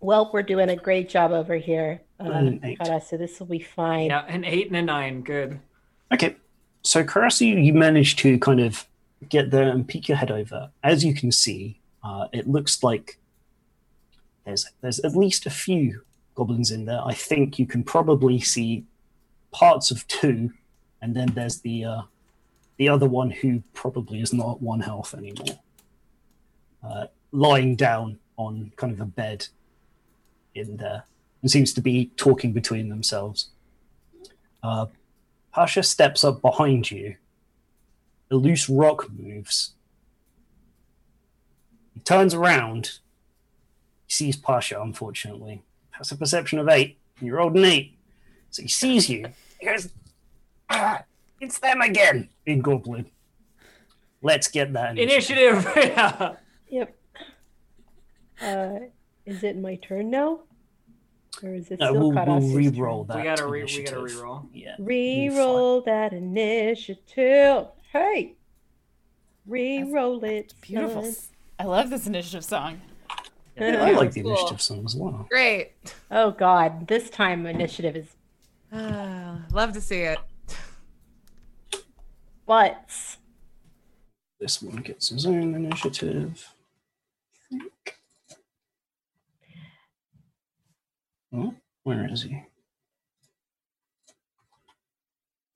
Well, we're doing a great job over here. Uh, An eight. Kara, so this will be fine. Yeah, an eight and a nine. Good. Okay. So, Karasi, you manage to kind of get there and peek your head over. As you can see, uh, it looks like there's there's at least a few goblins in there. I think you can probably see parts of two, and then there's the uh, the other one who probably is not one health anymore, uh, lying down on kind of a bed in there, and seems to be talking between themselves. Uh, Pasha steps up behind you. A loose rock moves. He turns around. He sees Pasha, unfortunately. Has a perception of eight. You rolled an eight. So he sees you. He goes, ah, it's them again in Goblin. Let's get that. Initiative. yeah. Yep. Uh, is it my turn now? Or is it No, still Uh, we'll, caught we'll us? re-roll that. We gotta re we initiative. gotta reroll. Yeah. Re-roll that initiative. Hey, re-roll it. Beautiful. son. I love this initiative song. I like the initiative song as well. Great. Oh God, this time initiative is Ah, love to see it. butts. This one gets his own initiative. I think. Oh, where is he?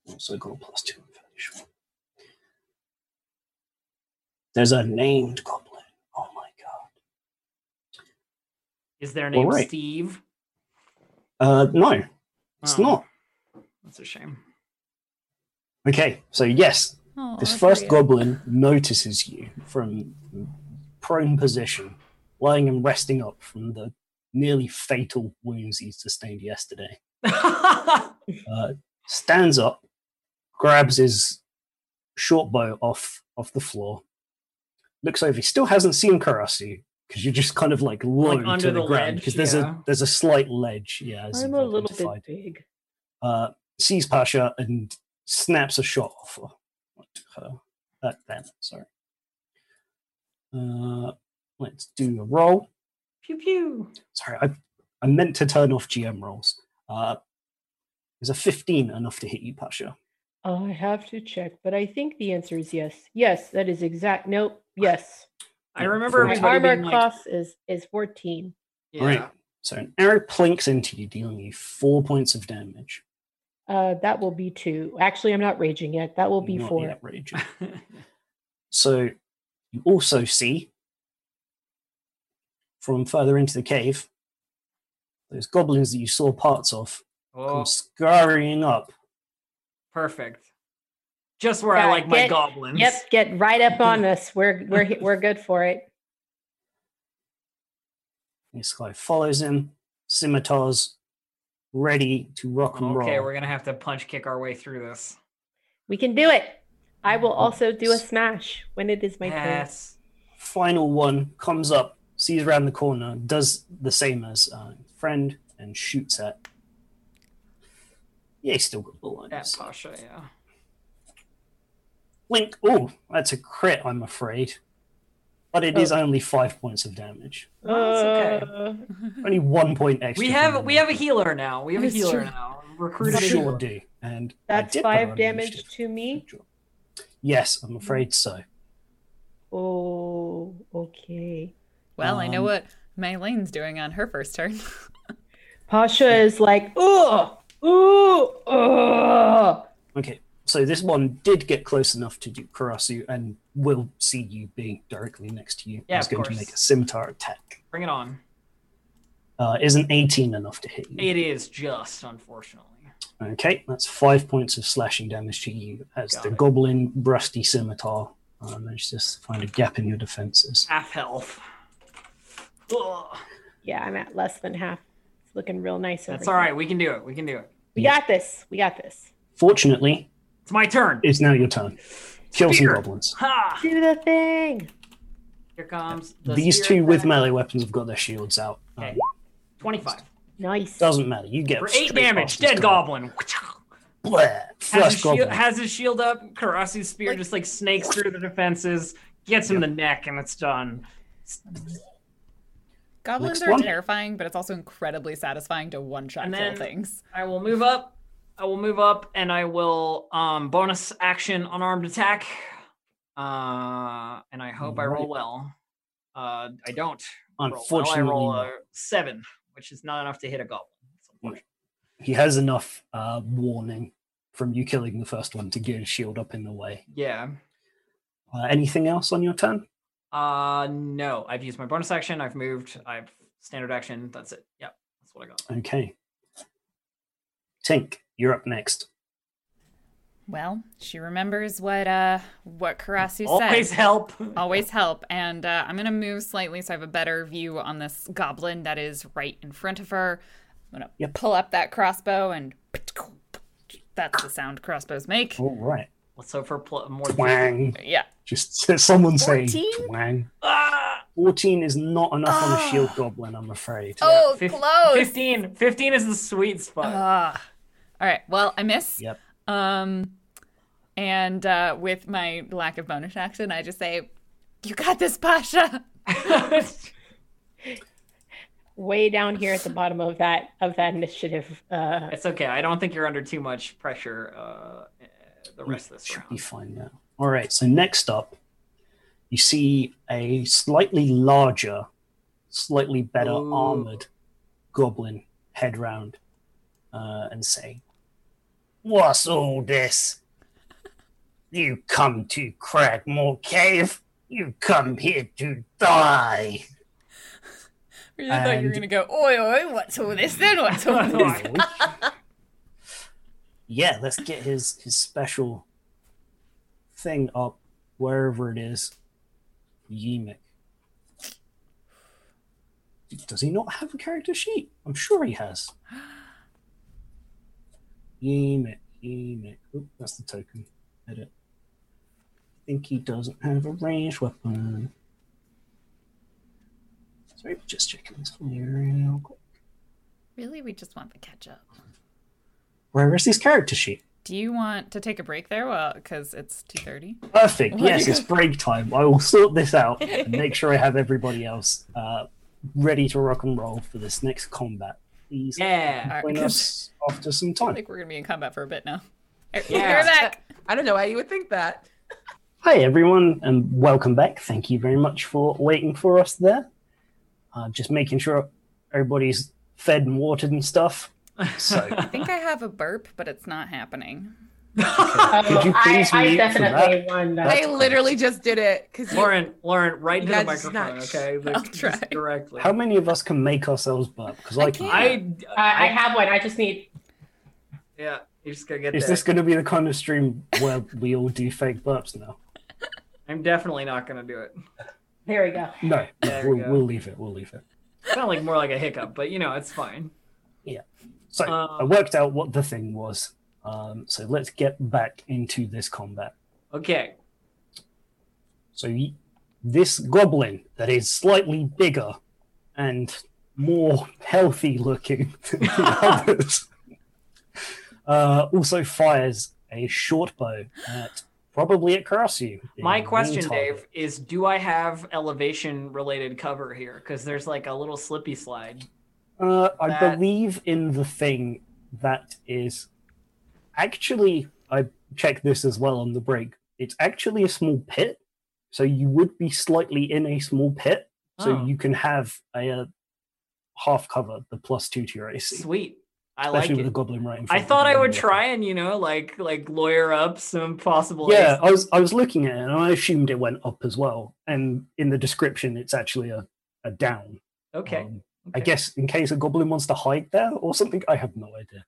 Also got a plus two in finish. There's a named goblin. Oh my god. Is their name Alright. Steve? Uh no, it's Oh, not. That's a shame. Okay, so yes, Oh, This that's first great. goblin notices you from prone position, lying and resting up from the nearly fatal wounds he sustained yesterday. Uh, stands up, grabs his short bow off off the floor, looks over. He still hasn't seen Karasu because you're just kind of like low Like under to the, the ground ledge, because there's yeah. a there's a slight ledge. Yeah, as I'm you've a little identified. bit big. Uh, sees Pasha and snaps a shot off her. At them, sorry. Uh, let's do a roll. pew pew. Sorry, I, I meant to turn off GM rolls. Uh, is a 15 enough to hit you, Pasha? I have to check, but I think the answer is yes. Yes, that is exact. Nope. Yes. I Yeah, remember four. My everybody armor being like, class is is 14. yeah. Alright. So an arrow plinks into you, dealing you four points of damage. Uh, that will be two. Actually, I'm not raging yet. That will be Not four. yet raging. So you also see from further into the cave those goblins that you saw parts of come oh, scurrying up. perfect. Just where I Yeah, like my get- goblins. Yep, get right up on us. We're we're he- we're good for it. This guy follows him, scimitars ready to rock and Okay, roll. we're gonna have to punch kick our way through this. We can do it. I will also do a smash when it is my turn. yes. Final one comes up, sees around the corner, does the same as uh, friend, and shoots at. Yeah, he's still got the line. At Pasha, yeah. Link. Oh, that's a crit, I'm afraid. But it is Oh. only five points of damage. Well, it's Uh, Only one point extra. We from have the we have a healer now. We have a That's healer true. now. You Recruited a sure healer. do. And I that's did put her five on damage initiative. to me. Good job. Yes, I'm afraid so. Oh, okay. Well, I know Um, what Mylene's doing on her first turn. Pasha is like, oh, ooh, oh. Okay, so this one did get close enough to Duke Karasu and will see you being directly next to you. Yeah, He's of going course. to make a scimitar attack. Bring it on. Uh, isn't 18 enough to hit you? It is just, unfortunately. Okay, that's five points of slashing damage to you as Got the it. goblin rusty scimitar uh, manages to find a gap in your defenses. Half health. Ugh. Yeah, I'm at less than half. It's looking real nice. over That's here. all right. We can do it. We can do it. We got this. We got this. Fortunately, It's my turn. it's now your turn. Kill Spear. some goblins. Ha! Do the thing. Here comes the These spear two with attack. melee weapons have got their shields out. Um, Okay. Twenty-five Nice. doesn't matter. You get for eight straight damage. past this Dead goblin. Bleh. Has his, First shield, goblin. has his shield up. Karasu's spear just like snakes through the defenses, gets him in the neck, and it's done. Next Goblins one. are terrifying, but it's also incredibly satisfying to one shot And kill then- things. I will move up I will move up and I will um bonus action unarmed attack. Uh and I hope I roll Alright. well. Uh I don't. roll well. Unfortunately, I roll uh, a not. seven, which is not enough to hit a goblin. It's unfortunate. he has enough uh, warning from you killing the first one to get his shield up in the way. Yeah. Uh, anything else on your turn? Uh no, I've used my bonus action, I've moved, I've standard action, that's it. Yep, that's what I got. Okay. Tink, you're up next. Well, She remembers what uh what Karasu Always said. help. Oh. Always help. And uh, I'm gonna move slightly so I have a better view on this goblin that is right in front of her. I'm gonna Yep. pull up that crossbow and that's the sound crossbows make. All right. Let's hope for pl- more than- Twang. Yeah. Just someone saying 14? twang. Ah! 14 is not enough on a shield Ah. goblin, I'm afraid. Oh, Fif- close. 15. 15 is the sweet spot. Ah. All right. Well, I miss. Yep. Um, and uh, with my lack of bonus action, I just say, "You got this, Pasha." Way down here at the bottom of that of that initiative. Uh, It's okay. I don't think you're under too much pressure uh, the rest of this Should be round. fine now. All right. So next up, you see a slightly larger, slightly better Ooh. armored goblin head round uh, and say, "What's all this? You come to Cragmore Cave? You come here to die?" You thought you were And- gonna go, "Oi, oi, what's all this? Then what's all yeah, let's get his his special thing up wherever it is. Yemek. Does he not have a character sheet? I'm sure he has. Yemek, Yemek. Oop, that's the token. Edit. I think he doesn't have a ranged weapon. Sorry, just checking this real quick. Really, we just want the ketchup. Where is his character sheet? Do you want to take a break there? Well, because it's two thirty. Perfect. Yes, it's break time. I will sort this out and make sure I have everybody else uh, ready to rock and roll for this next combat. Please Yeah. join us after some I time. think we're gonna be in combat for a bit now. Yeah. Yeah. back. I don't know why you would think that. Hi, everyone, and welcome back. Thank you very much for waiting for us there. Uh, just making sure everybody's fed and watered and stuff. So, I think I have a burp, but it's not happening. could you please Oh, I, I mute for definitely won that. They literally just did it because Lauren, Lauren, right You into the guys just microphone, not- okay? Like, I'll just try. Directly. how many of us can make ourselves burp? Because I, I can. can't. I, I, I have one. I just need. yeah, you just gotta get Is there. this going to be the kind of stream where we all do fake burps now? I'm definitely not gonna do it. There we go. No, no There we we'll, go. we'll leave it. We'll leave it. Sound like more like a hiccup, but you know, it's fine. So Um, I worked out what the thing was. Um, so let's get back into this combat. Okay. So y- this goblin that is slightly bigger and more healthy looking than the others uh, also fires a short bow at probably at Karasu. being My the main question, target. Dave, is do I have elevation related cover here? Because there's like a little slippy slide. Uh, I that- believe in the thing that is actually. I checked this as well on the break. It's actually a small pit, so you would be slightly in a small pit, so Oh. you can have a, uh half cover, the plus two to your AC, Sweet. I like especially with it. a goblin right in I front of thought you I would anyway. try and you know like like lawyer up some possible. Yeah, ace. I was I was looking at it and I assumed it went up as well. And in the description, it's actually a, a down. Okay. Um, I okay. guess in case a goblin wants to hide there or something. I have no idea.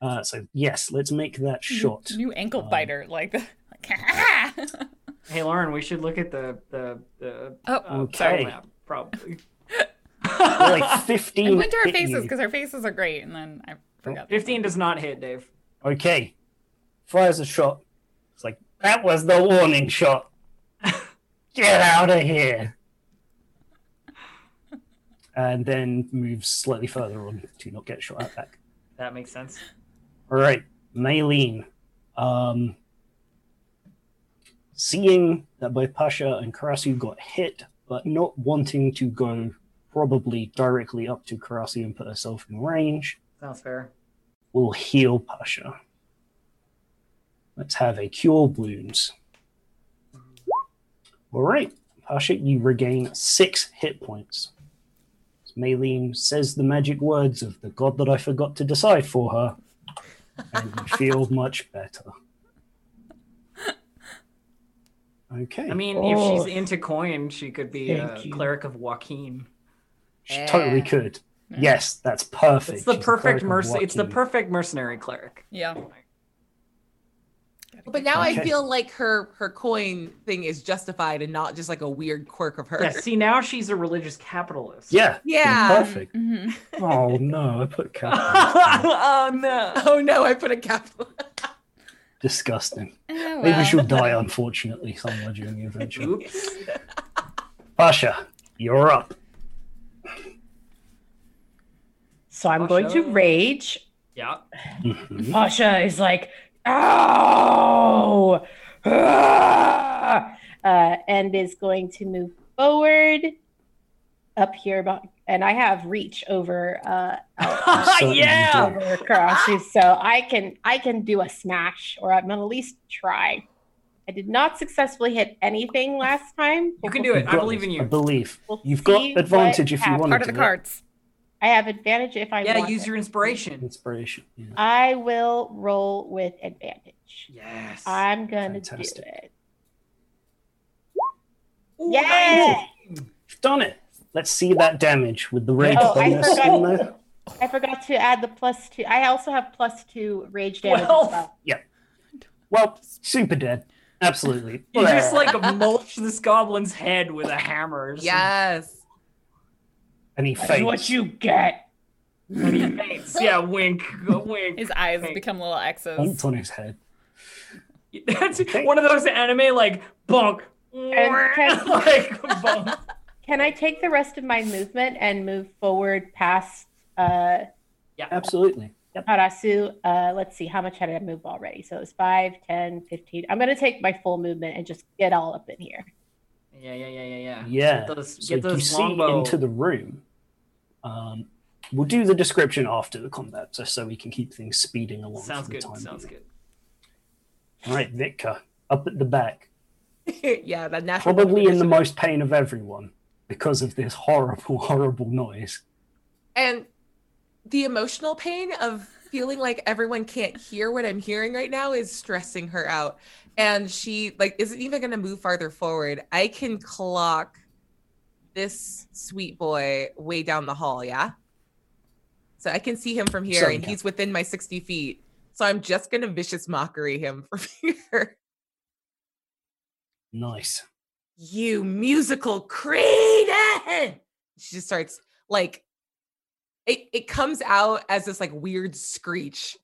Uh, so yes, let's make that shot. New ankle Um, biter, like the. Hey Lauren, we should look at the the the oh, uh, Okay. battle map probably. We're like fifteen. I went to our hit faces you. because our faces are great, and then I forgot. Fifteen does not hit, Dave. Okay, fires a shot. It's like that was the warning shot. Get out of here. And then moves slightly further on to not get shot at back. That makes sense. All right, Maylene. Um, seeing that both Pasha and Karasu got hit, but not wanting to go probably directly up to Karasu and put herself in range, Sounds fair. will heal Pasha. Let's have a cure wounds. All right, Pasha, you regain six hit points. As Maylene says the magic words of the god that I forgot to decide for her, and you feel much better. Okay. I mean, Oh. if she's into coin, she could be Thank a you. cleric of Joaquin. She totally could. Yes, that's perfect. It's the She's a perfect cleric of merc- It's the Joaquin. perfect mercenary cleric. Yeah. But now I Okay. feel like her her coin thing is justified and not just like a weird quirk of hers. Yeah. See, now she's a religious capitalist. Yeah. Yeah. Perfect. Mm-hmm. Mhm. Oh no, I put capital. oh no. Oh no, I put a capital. Disgusting. Eh, Oh, Maybe well. she'll die unfortunately somewhere during the adventure. Oops. Basha, you're up. So I'm going to Pasha. rage Yeah. Mhm. Pasha is like, ow, Ah!" uh, and is going to move forward up here, about, and I have reach over uh, certainly yeah. do. over Karasu, so I can I can do a smash, or I'm gonna at least try. I did not successfully hit anything last time. You can do it. You've I got believe in this. you. I believe. We'll You've got see advantage what if you want Part of the do it. cards. I have advantage if I Yeah. want Use it. your inspiration. Inspiration. yeah. I will roll with advantage. Yes. I'm gonna Fantastic. do it. Ooh, Yeah. You've done it. Let's see that damage with the rage Oh, I bonus in forgot. there. I forgot to add the plus two. I also have plus two rage damage. as Well, well. Well, super dead. Absolutely. You just like mulch this goblin's head with a hammer. Just- Yes. and he This is faints. what you get. and he Mm. faints. Yeah, wink, wink. His eyes Thank- become little X's. Bonked on his head. That's one of those anime like bonk, And- like bonk. Can I take the rest of my movement and move forward past uh, Absolutely. Harasu? Uh, let's see, how much had I moved already? So it was 5, 10, 15. I'm going to take my full movement and just get all up in here. Yeah, yeah, yeah, yeah, yeah. Yeah. Get those, So get you those see longbow. into the room. Um, we'll do the description after the combat, just so we can keep things speeding along. Sounds for the good. time Sounds being. good. All right, Vitka, up at the back, yeah, that natural. probably in the initiative. most pain of everyone because of this horrible, horrible noise. and the emotional pain of feeling like everyone can't hear what I'm hearing right now is stressing her out. And she like isn't even gonna move farther forward. I can clock this sweet boy way down the hall, yeah? So I can see him from here Sorry, and Kat. he's within my 60 feet. So I'm just gonna vicious mockery him from here. Nice. You musical cretin! She just starts like it it comes out as this like weird screech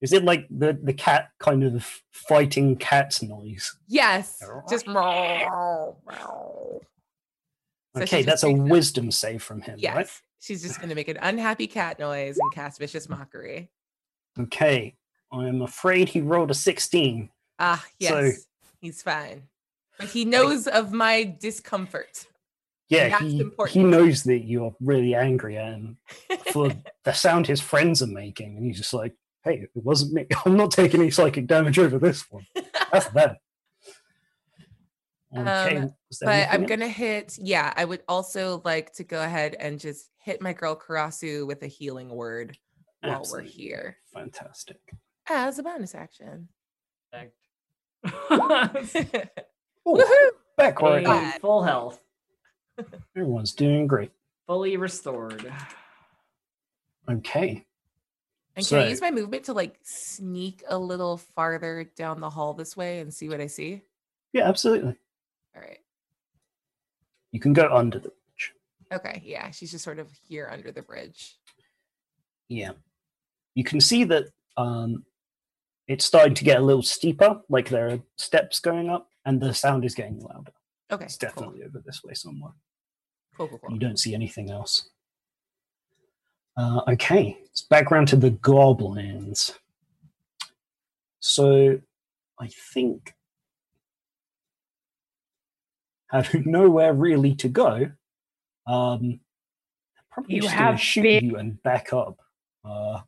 Is it like the the cat kind of fighting cat's noise? Yes. Just So Okay, she's that's a just- wisdom save from him, right? yes. She's just gonna make an unhappy cat noise and cast vicious mockery. Okay, I'm afraid he rolled a sixteen. Ah, So- yes. He's fine. But he knows of my discomfort. Yeah, That's he, he important. knows that you're really angry at him for the sound his friends are making, and he's just like, "Hey, it wasn't me. I'm not taking any psychic damage over this one. That's them." Um, Okay, was there but I'm anything gonna hit, yeah, I would also like to go ahead and just hit my girl Karasu with a healing word else? while Absolutely. we're here. Fantastic. As a bonus action. Ooh, Woohoo! back where I am. Hey, full health, everyone's doing great. fully restored. Okay, And can I So- use my movement to like sneak a little farther down the hall this way and see what I see? yeah, absolutely. All right. You can go under the bridge. Okay. Yeah. She's just sort of here under the bridge. Yeah. You can see that um, it's starting to get a little steeper, like there are steps going up, and the sound is getting louder. Okay. It's cool. definitely over this way somewhere. Cool, cool, cool. You don't see anything else. Uh, okay, it's back round to the goblins. So, I think having nowhere really to go, um, they're probably You just gonna have shoot big- you and back up. Uh,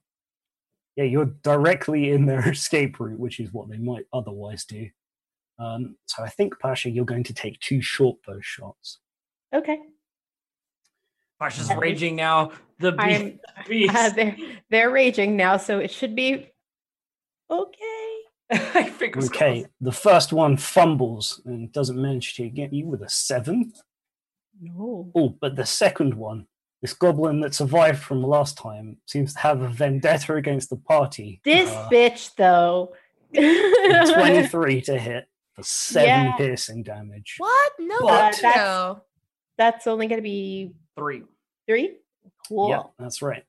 yeah, you're directly in their escape route, which is what they might otherwise do. Um, so I think Pasha, you're going to take two short bow shots. Okay. Pasha's raging now. The I'm- be- beast. Uh, they're, they're raging now, so it should be okay. I think it was Okay, close. the first one fumbles and doesn't manage to get you with a seven. No. Oh, but the second one, this goblin that survived from last time, seems to have a vendetta against the party. This Uh, bitch, though. 23. 23 to hit for seven Yeah. piercing damage. What? No, But- but, That's- no. That's only going to be Three. three. Cool. Yeah, that's right.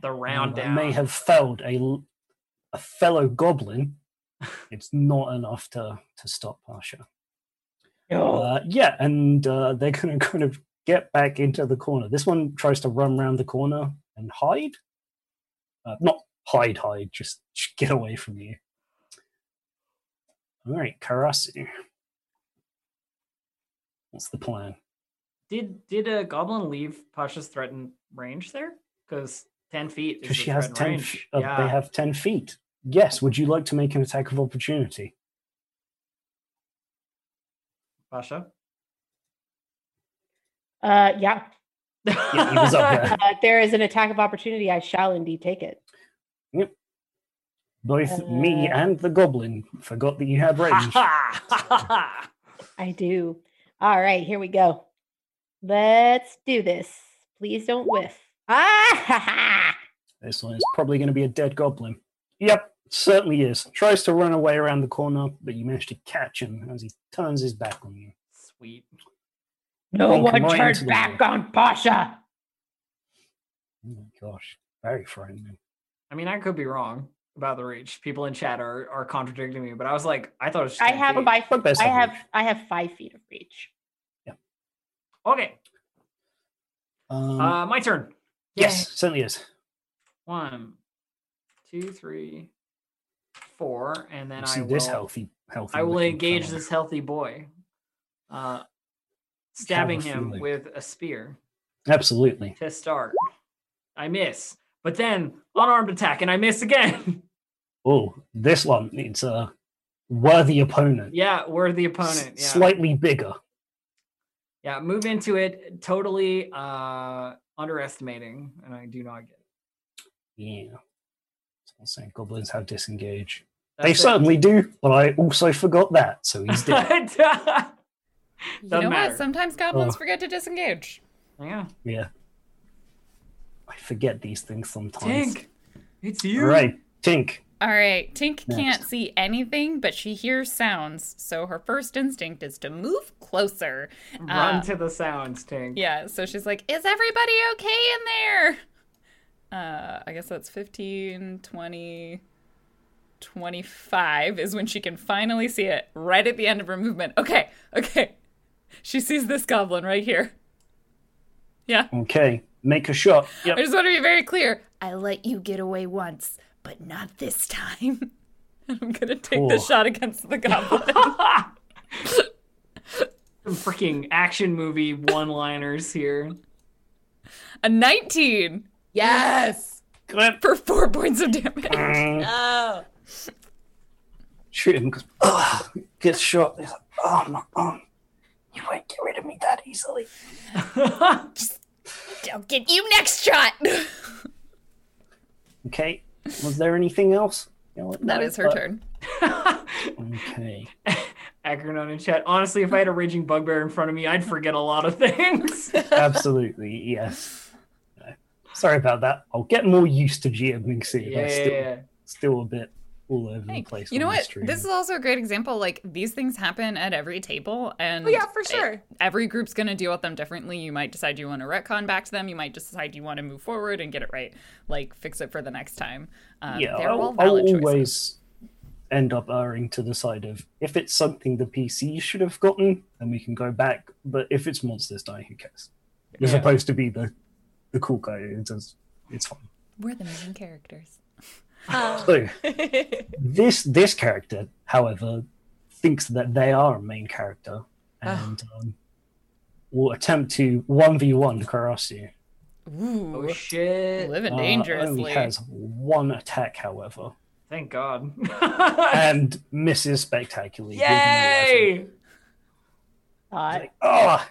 The round Um, I down. may have felled a, l- a fellow goblin. It's not enough to, to stop Pasha. No. Uh, yeah, and uh, they're going to kind of get back into the corner. This one tries to run round the corner and hide. Uh, not hide, hide, just sh- get away from you. All right, Karasu. What's the plan? Did did a goblin leave Pasha's threatened range there? Because ten feet. Is Because the she has threatened 10 range. f- uh, yeah. they have 10 feet. Yes, would you like to make an attack of opportunity? Pasha. Uh, yeah. Yeah, he was up there. Uh, there is an attack of opportunity. I shall indeed take it. Both me Uh, and the goblin forgot that you had range. Ha ha! I do. All right, here we go. Let's do this. Please don't whiff. Ah, ha, ha. this one is probably going to be a dead goblin. Yep, certainly is. Tries to run away around the corner, but you manage to catch him as he turns his back on you. Sweet. No Bonk one right turned into the back wall. on Pasha. Oh my gosh, very frightening. I mean, I could be wrong about the reach. People in chat are, are contradicting me, but I was like, I thought it was. Just I 10 have feet. five. But best I of have reach. I have five feet of reach. Okay, Um, uh, my turn. yes, certainly is. One, two, three, four, and then You I see will. this healthy, healthy. I will looking engage fellow. this healthy boy, uh, stabbing him feeling. with a spear Absolutely. to start. I miss, but then unarmed attack, and I miss again. Oh, this one needs a worthy opponent. yeah, worthy S- opponent. Yeah. Slightly bigger. Yeah, move into it totally uh underestimating, and I do not get it. Yeah. So I'm saying goblins have disengage. That's they it. certainly do, but I also forgot that, so he's dead. You Doesn't know matter. what? Sometimes goblins Oh. forget to disengage. yeah. yeah. I forget these things sometimes. Tink, it's you. All right, Tink. All right, Tink can't Next. see anything, but she hears sounds, so her first instinct is to move closer. Run Uh, to the sounds, Tink. Yeah, so she's like, Is everybody okay in there? Uh, I guess that's 15, 20, 25 is when she can finally see it right at the end of her movement. Okay, okay. She sees this goblin right here. Yeah, Okay, make a shot. I Yep. just want to be very clear. I let you get away once, but not this time. And I'm going to take the Cool. shot against the goblin. Some freaking action movie one-liners here. A 19 Yes. Clip. for four points of damage. Oh. Shoot him. Goes, oh, gets shot. He's like, oh, my arm. You won't get rid of me that easily. I'll get you next shot. Okay, was there anything else? You know what? that No, is her but- turn. Okay. Acrinon in chat. Honestly, if I had a raging bugbear in front of me, I'd forget a lot of things. Absolutely, yes. No. Sorry about that. I'll get more used to GMing soon. I'm still, yeah. still a bit all over Hey, the place. you know on what? the stream. This is also a great example. Like these things happen at every table, and eh, Oh, yeah, for sure. every group's going to deal with them differently. You might decide you want to retcon back to them. You might decide you want to move forward and get it right, like fix it for the next time. Um, yeah, they're all I'll, I'll valid choices. always end up erring to the side of if it's something the PC should have gotten, then we can go back. But if it's monsters die, who cares? You're Yeah. supposed to be the the cool guy. It's just- it's fine. We're the main characters. So this this character, however, thinks that they are a main character and um, will attempt to one v one Karasu. Ooh, Oh shit! living Uh, dangerously. only has one attack, however, Thank God. and misses spectacularly. with no license. Yay! It's Thought. like, oh,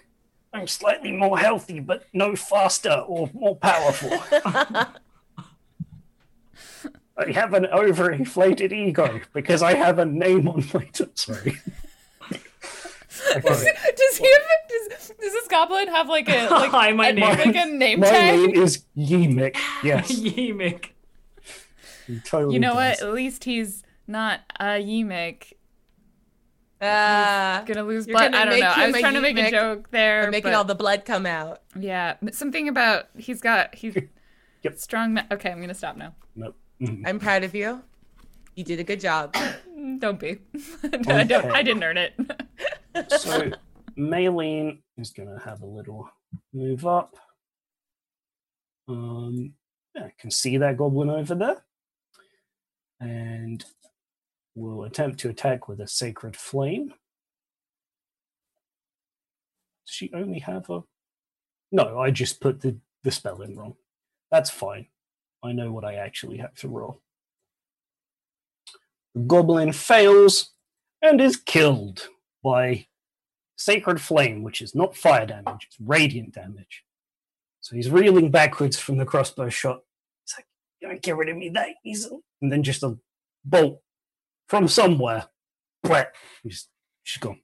I'm slightly more healthy, but no faster or more powerful. I have an overinflated ego because I have a name on my t- sorry. Okay. does he have? Does, does this goblin have like a like, Hi, my a, name is- like a name My tag? name is Yeemick. Yes, Yemic. he totally You know what? does. At least he's not a Yemek. Uh, Gonna lose You're blood. gonna I don't make know. I him was a trying to make a Yemek joke there. I'm making but all the blood come out. yeah, but something about he's got he's Yep. strong. Ma- okay, I'm gonna stop now. Nope. Mhm. I'm proud of you. You did a good job. Mm, Don't be. I don't. I didn't earn it. So Maylene is gonna have a little move up. Um, yeah, can see that goblin over there, and will attempt to attack with a sacred flame. Does she only have a? No, I just put the the spell in wrong. That's fine. I know what I actually have to roll. The goblin fails and is killed by Sacred Flame, which is not fire damage, it's radiant damage. So he's reeling backwards from the crossbow shot. It's like, you don't get rid of me that easily. And then just a bolt from somewhere. Brat. He's, she's gone.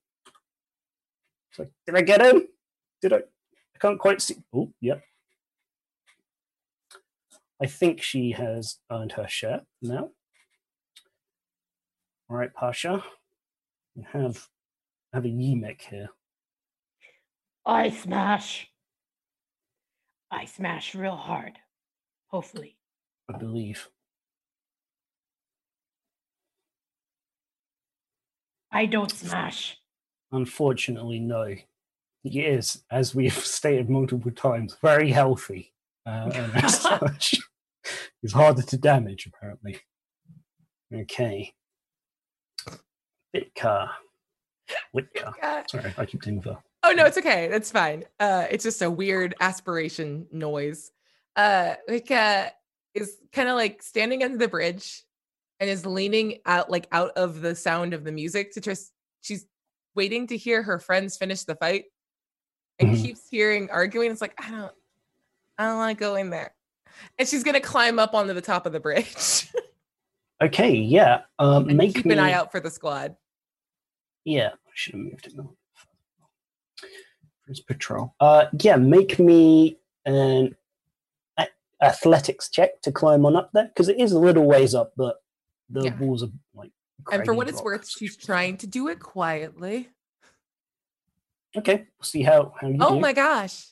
It's like, did I get him? Did I? I can't quite see. Oh, yep. I think she has earned her share now. All right, Pasha. You have have a Yemek here. I smash. I smash real hard. Hopefully. I believe. I don't smash. Unfortunately, no. He is, as we've stated multiple times, very healthy. Uh, and as such, he's harder to damage, apparently. Okay. Witka. Witka. Uh, Sorry, I keep doing the. oh no, it's okay. That's fine. Uh, it's just a weird aspiration noise. Uh, Vika is kind of like standing under the bridge, and is leaning out like out of the sound of the music to just she's waiting to hear her friends finish the fight, and Mhm. keeps hearing arguing. It's like I don't, I don't want to go in there, and she's gonna climb up onto the top of the bridge. Okay, yeah. Um, and make keep me... an eye out for the squad. Yeah, I should have moved it. now. First patrol. Uh, yeah, make me an a- athletics check to climb on up there because it is a little ways up, but the Yeah. walls are like. And for craggy what it's worth, rocks. she's trying to do it quietly. Okay, we'll see how how you Oh do. my gosh.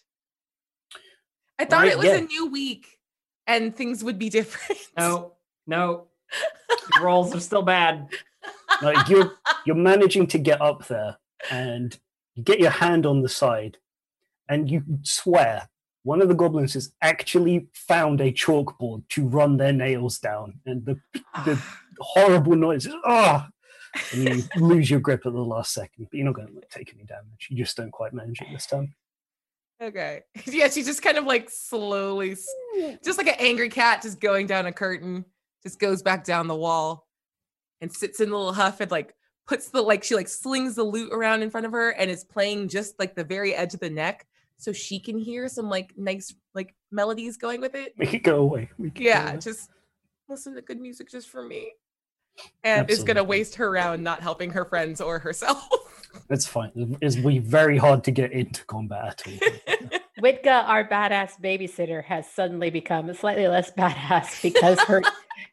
I thought Right, it was yeah. a new week and things would be different. No, no. These rolls are still bad. Like you're you're managing to get up there, and you get your hand on the side, and you swear one of the goblins has actually found a chalkboard to run their nails down, and the the horrible noises. Oh, and you lose your grip at the last second, but you're not going to like, take any damage. You just don't quite manage it this time. Okay. Yeah, she's just kind of like slowly, s- just like an angry cat, just going down a curtain, just goes back down the wall and sits in a little huff and like puts the like, she like slings the lute around in front of her and is playing just like the very edge of the neck so she can hear some like nice like melodies going with it. Make it go away. Make it go Yeah, away. just listen to good music just for me. And it's gonna Absolutely. waste her round not helping her friends or herself. that's fine. It's be very hard to get into combat at all. Witka, our badass babysitter, has suddenly become slightly less badass because her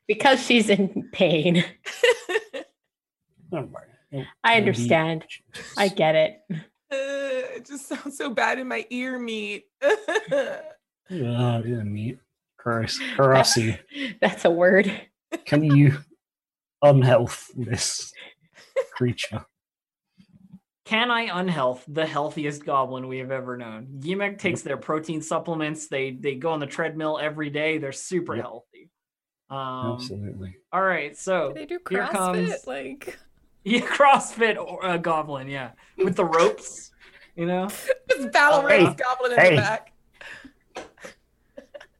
because she's in pain. Don't worry. It'll- I it'll be- understand. I get it. it just sounds so bad in my ear meat. Oh, yeah, meat. Gross. Karasi, That's a word. can you unhealth this creature? Can I unhealth the healthiest goblin we have ever known? Yemek takes their protein supplements. They they go on the treadmill every day. They're super Yep. healthy. Um, Absolutely. all right, so they do Here comes- CrossFit. Like yeah, CrossFit or, uh, goblin, yeah, with the ropes, you know. This battle Oh, race hey, goblin in hey. the back.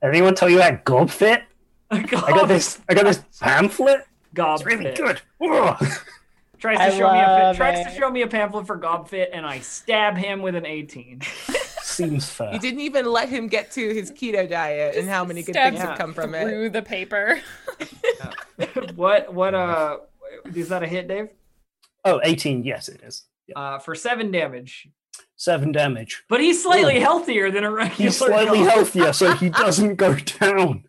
Anyone tell you that gob fit? I got this. I got this pamphlet. Gob It's really fit. good. Ugh. Tries to I show me a love fit, tries to it. show me a pamphlet for Gobfit, and I stab him with an 18. Seems fair. You didn't even let him get to his keto diet and how many good stab things have him come from it. through the paper. what? What? Uh, is that a hit, Dave? Oh, 18. Yes, it is. Yeah. Uh, for seven damage. Seven damage. But he's slightly Ooh. healthier than a regular. He's slightly Gob. healthier, so he doesn't go down.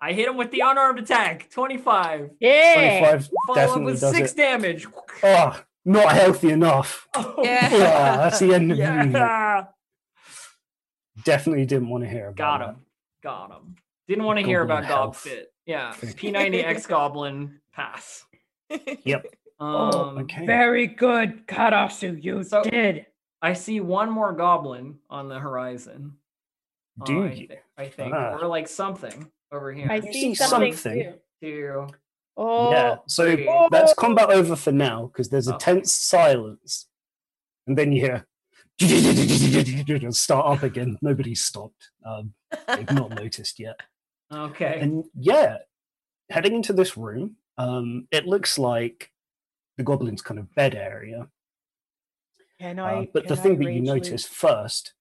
I hit him with the unarmed attack, 25. Yeah. 25 Follow up definitely with does six it. damage. Oh, not healthy enough. Oh, Ah, that's the end of you. mate. yeah. Definitely didn't want to hear about Got that. him. Got him. Didn't want to hear Goblin about health. Gobfit. Yeah. P90X Goblin pass. Yep. Um, Okay. Very good, Karasu. You So- did. I see one more goblin on the horizon. Uh, Do I, you? thi- I think, Ah. or like something over here. I You see see something. something. too. Two. Oh, yeah. So three. that's combat over for now because there's a Okay. tense silence, and then you hear start up again. Nobody's stopped. Um, they've not noticed yet. Okay. And yeah, heading into this room, um, it looks like the goblin's kind of bed area. can Uh, I? but the can I thing that you rage notice loot? first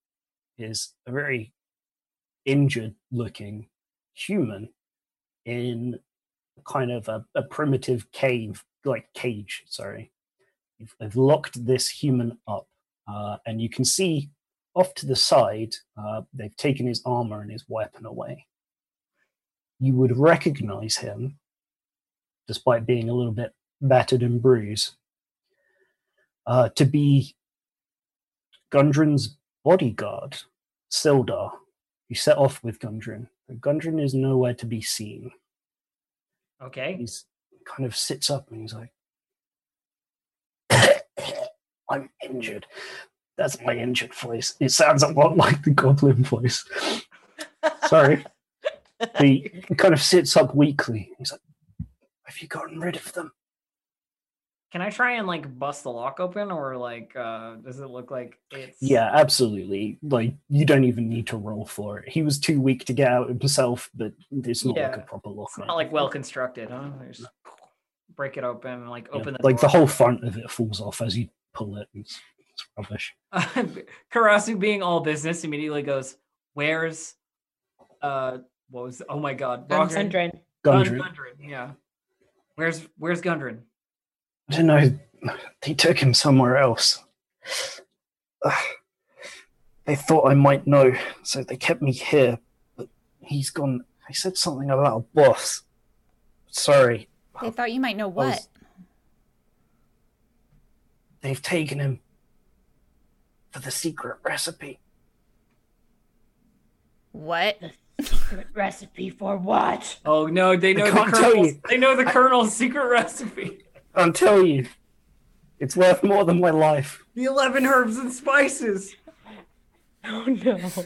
is a very injured looking human in kind of a, a primitive cave, like cage, sorry. You've, they've locked this human up, uh, and you can see off to the side, uh, they've taken his armor and his weapon away. You would recognize him, despite being a little bit battered and bruised, uh, to be Gundren's bodyguard, Sildar. You set off with Gundren. But Gundren is nowhere to be seen. Okay. He's kind of sits up and he's like, I'm injured. That's my injured voice. It sounds a lot like the goblin voice. Sorry. he kind of sits up weakly. He's like, Have you gotten rid of them? Can I try and like bust the lock open, or like, uh does it look like it's? Yeah, absolutely. Like you don't even need to roll for it. He was too weak to get out himself, but it's not like Yeah. a proper lock. It's or not like anything. well constructed. Huh? I Just break it open, and, like Yeah, open the like the door. whole front of it falls off as you pull it. It's, it's rubbish. Karasu being all business immediately goes, "Where's, uh, what was? Oh my God, Gundren. Roxanne- Sundren. Gun- Gundren, Gundren, Yeah. Where's Where's Gundren? I don't know. They took him somewhere else. Ugh. They thought I might know, so they kept me here. But he's gone. I said something about a boss. Sorry, They thought you might know was- what. They've taken him for the secret recipe. What? Secret recipe for what? Oh no, they know the can't tell colonel's, you. they know the colonel's secret recipe. I'll tell you, it's worth more than my life. The eleven herbs and spices. Oh no.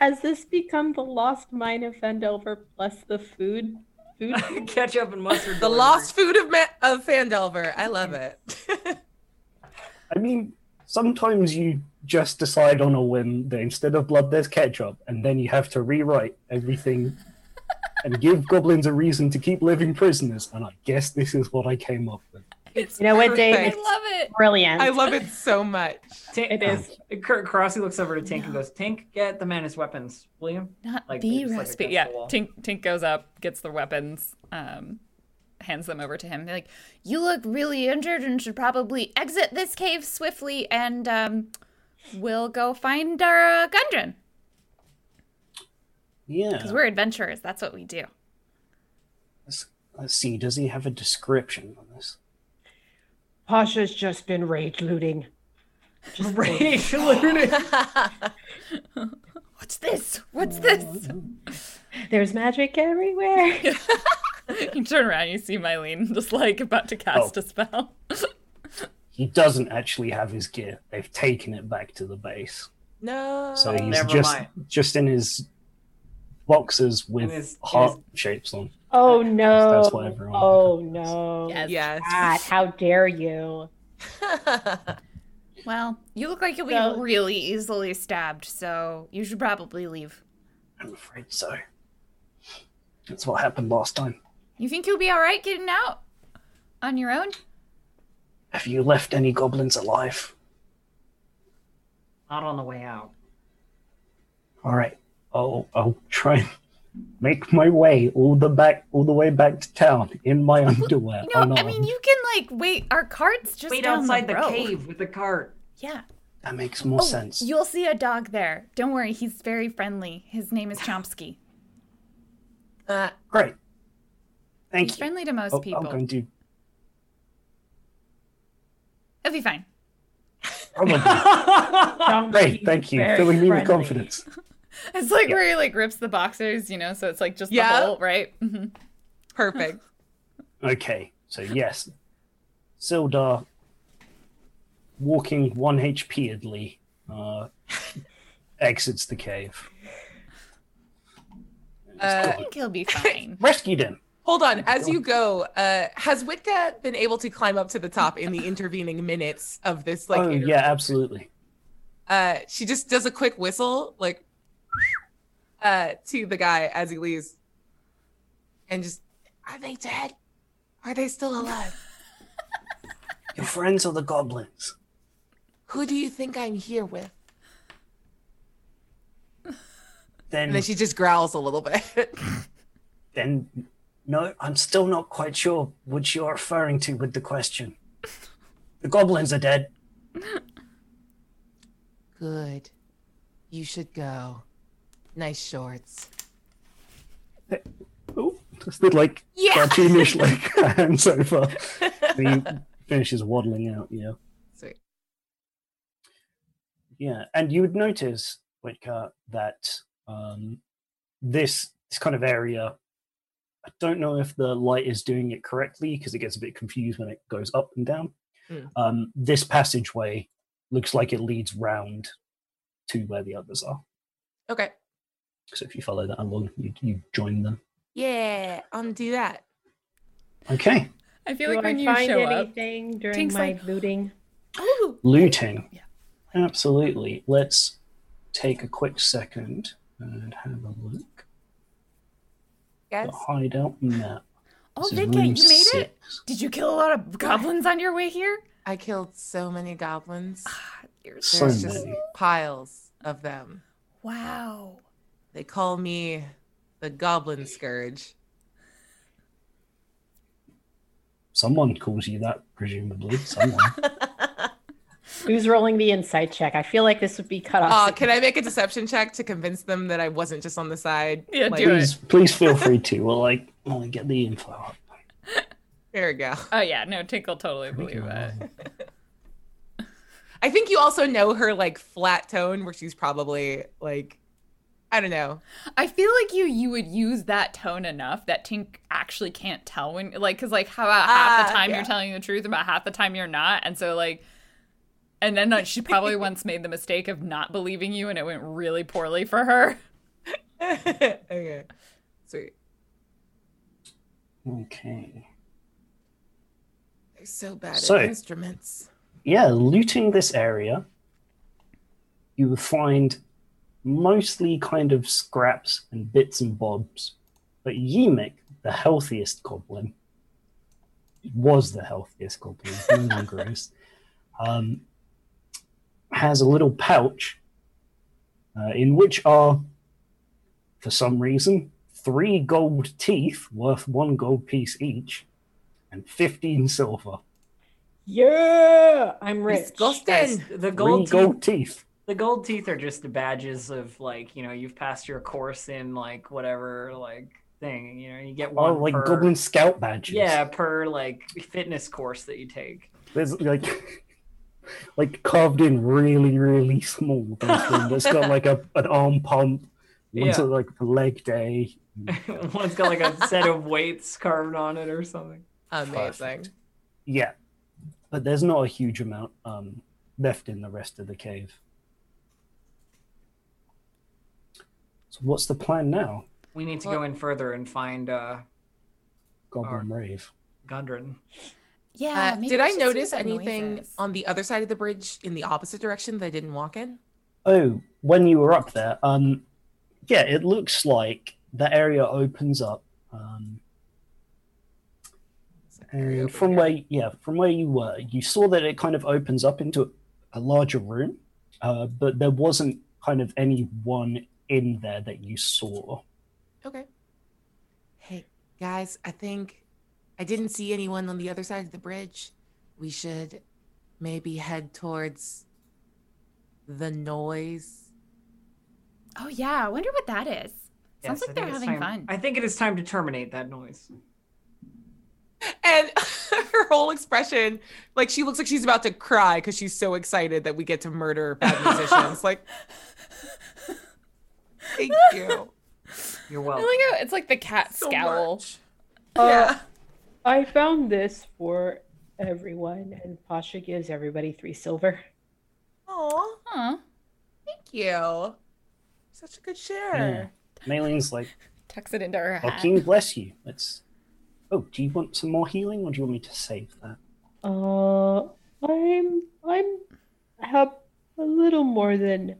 Has this become the lost mine of Fendelver plus the food? Food? Ketchup and mustard. The delivery. lost food of, Ma- of Fandelver. I love it. I mean, sometimes you just decide on a whim that instead of blood, there's ketchup, and then you have to rewrite everything and give goblins a reason to keep living prisoners. And I guess this is what I came up with. you know what, Dave? I It's Love it. brilliant. I love it so much. Tink, It is. Kar- Karasi looks over to Tink and goes, "Tink, get the menace weapons, will you?" Not Like, they the just, like, recipe. Against But yeah, the wall. Tink Tink goes up, gets the weapons, um, hands them over to him. They're like, you look really injured and should probably exit this cave swiftly, and um, we'll go find our uh, Gundren Yeah. because we're adventurers. That's what we do. Let's, let's see, does he have a description on this? Pasha's just been rage looting. Just Rage learning. What's this? What's this? There's magic everywhere. you turn around, you see Mylene just like about to Oh. cast a spell. He doesn't actually have his gear. They've taken it back to the base. No. So he's never just mind. just in his boxes with his- in heart shapes on. Oh no. That's why everyone- Oh no. Yes. yes. God, how dare you? Well, you look like you'll be So- really easily stabbed, so you should probably leave. I'm afraid so. That's what happened last time. You think you'll be all right getting out? On your own? Have you left any goblins alive? Not on the way out. All right. I'll I'll try and make my way all the back all the way back to town in my underwear. Oh, You know, I unarmed. mean, you can like wait. Our cart's just Wait down outside the, road. cave with the cart. Yeah. that makes more Oh, sense. You'll see a dog there. Don't worry, he's very friendly. His name is Chomsky. Uh, Great. Thank He's you. friendly to most Oh, I'm people. going to It'll be fine. probably. Great. Thank you. Very Filling me with friendly. confidence. It's like where he like rips the boxers, you know, so it's like just Yeah. the hole, right? Mhm. perfect. Okay, so yes, Sildar walking one HP idly uh, exits the cave. I Uh, think he'll be fine. Rescued him. Hold on, as you go, uh, has Witka been able to climb up to the top in the intervening minutes of this? Like, oh inter- yeah, absolutely. uh, she just does a quick whistle, like, uh, to the guy as he leaves, and just, are they dead? Are they still alive? Your friends are the goblins. Who do you think I'm here with? Then, And then she just growls a little bit. then, no, I'm still not quite sure what you're referring to with the question. The goblins are dead. Good. You should go. Nice shorts. Oh, just did like cartoonish like hand so far. he finishes waddling out. Yeah. Sweet. Yeah, and you would notice, Witka, that um, this this kind of area. I don't know if the light is doing it correctly because it gets a bit confused when it goes up and down. Mm. Um, this passageway looks like it leads round to where the others are. Okay. So if you follow that along, you, you join them. Yeah, um, do that. Okay, I feel Do like when I you find show up, anything during Tink's my like- looting? Ooh. looting. Yeah. Absolutely. Let's take a quick second and have a look. Yes. The hideout map. Oh, This is Vicka, room you made it? six. Did you kill a lot of goblins on your way here? I killed so many goblins. So There's just many. piles of them. Wow. They call me the Goblin Scourge. Someone calls you that, presumably. Someone. Who's rolling the insight check? I feel like this would be cut off. Uh, can I make a deception check to convince them that I wasn't just on the side? Yeah, Like, do it. please, please feel free to. Well, like, well, get the info up. There we go. oh yeah, no, Tink will totally believe it. I think you also know her like flat tone, where she's probably like, I don't know. I feel like you you would use that tone enough that Tink actually can't tell when like because like how about half the Ah, time yeah. you're telling the truth, about half the time you're not, and so like. And then like, she probably once made the mistake of not believing you, and it went really poorly for her. okay, sweet. Okay. They're so bad So- at instruments. Yeah, looting this area, you will find mostly kind of scraps and bits and bobs. But Yemek, the healthiest goblin, was the healthiest goblin, no longer is, um, has a little pouch uh, in which are, for some reason, three gold teeth worth one gold piece each and 15 silver. yeah, I'm rich. That's- Disgusting. The Three gold, teeth, gold teeth. the gold teeth are just the badges of like you know you've passed your course in like whatever like thing you know you get one Oh, like per, goblin scout badges. yeah per like fitness course that you take. there's like, like carved in really, really small. There's one that's got like a an arm pump. One's Yeah. got like a leg day. One's got like a set of weights carved on it or something. Amazing. Yeah, but there's not a huge amount um, left in the rest of the cave. So what's the plan now, We need to Well- go in further and find uh Goblin Alright. Rave? Gundren. Yeah. Uh, maybe did we I should see notice about anything noises. on the other side of the bridge in the opposite direction that I didn't walk in? Oh, when you were up there, um, yeah, it looks like that area opens up. Um, Over and from here. where, yeah, from where you were, you saw that it kind of opens up into a larger room, uh, but there wasn't kind of anyone in there that you saw. Okay. Hey, guys, I think I didn't see anyone on the other side of the bridge. We should maybe head towards the noise. Oh yeah, I wonder what that is. Yes, Sounds like I think they're it's time- having fun. I think it is time to terminate that noise. And her whole expression, like she looks like she's about to cry because she's so excited that we get to murder bad musicians. like, thank you. You're I welcome. like how it's like the cat so scowl. much. Oh, yeah. I found this for everyone, and Pasha gives everybody three silver. Aw, Huh. thank you. Such a good share. Mailing's like, Tucks it into her oh, hat. King bless you. Let's. Oh, do you want some more healing, or do you want me to save that? Uh, I'm I'm have a little more than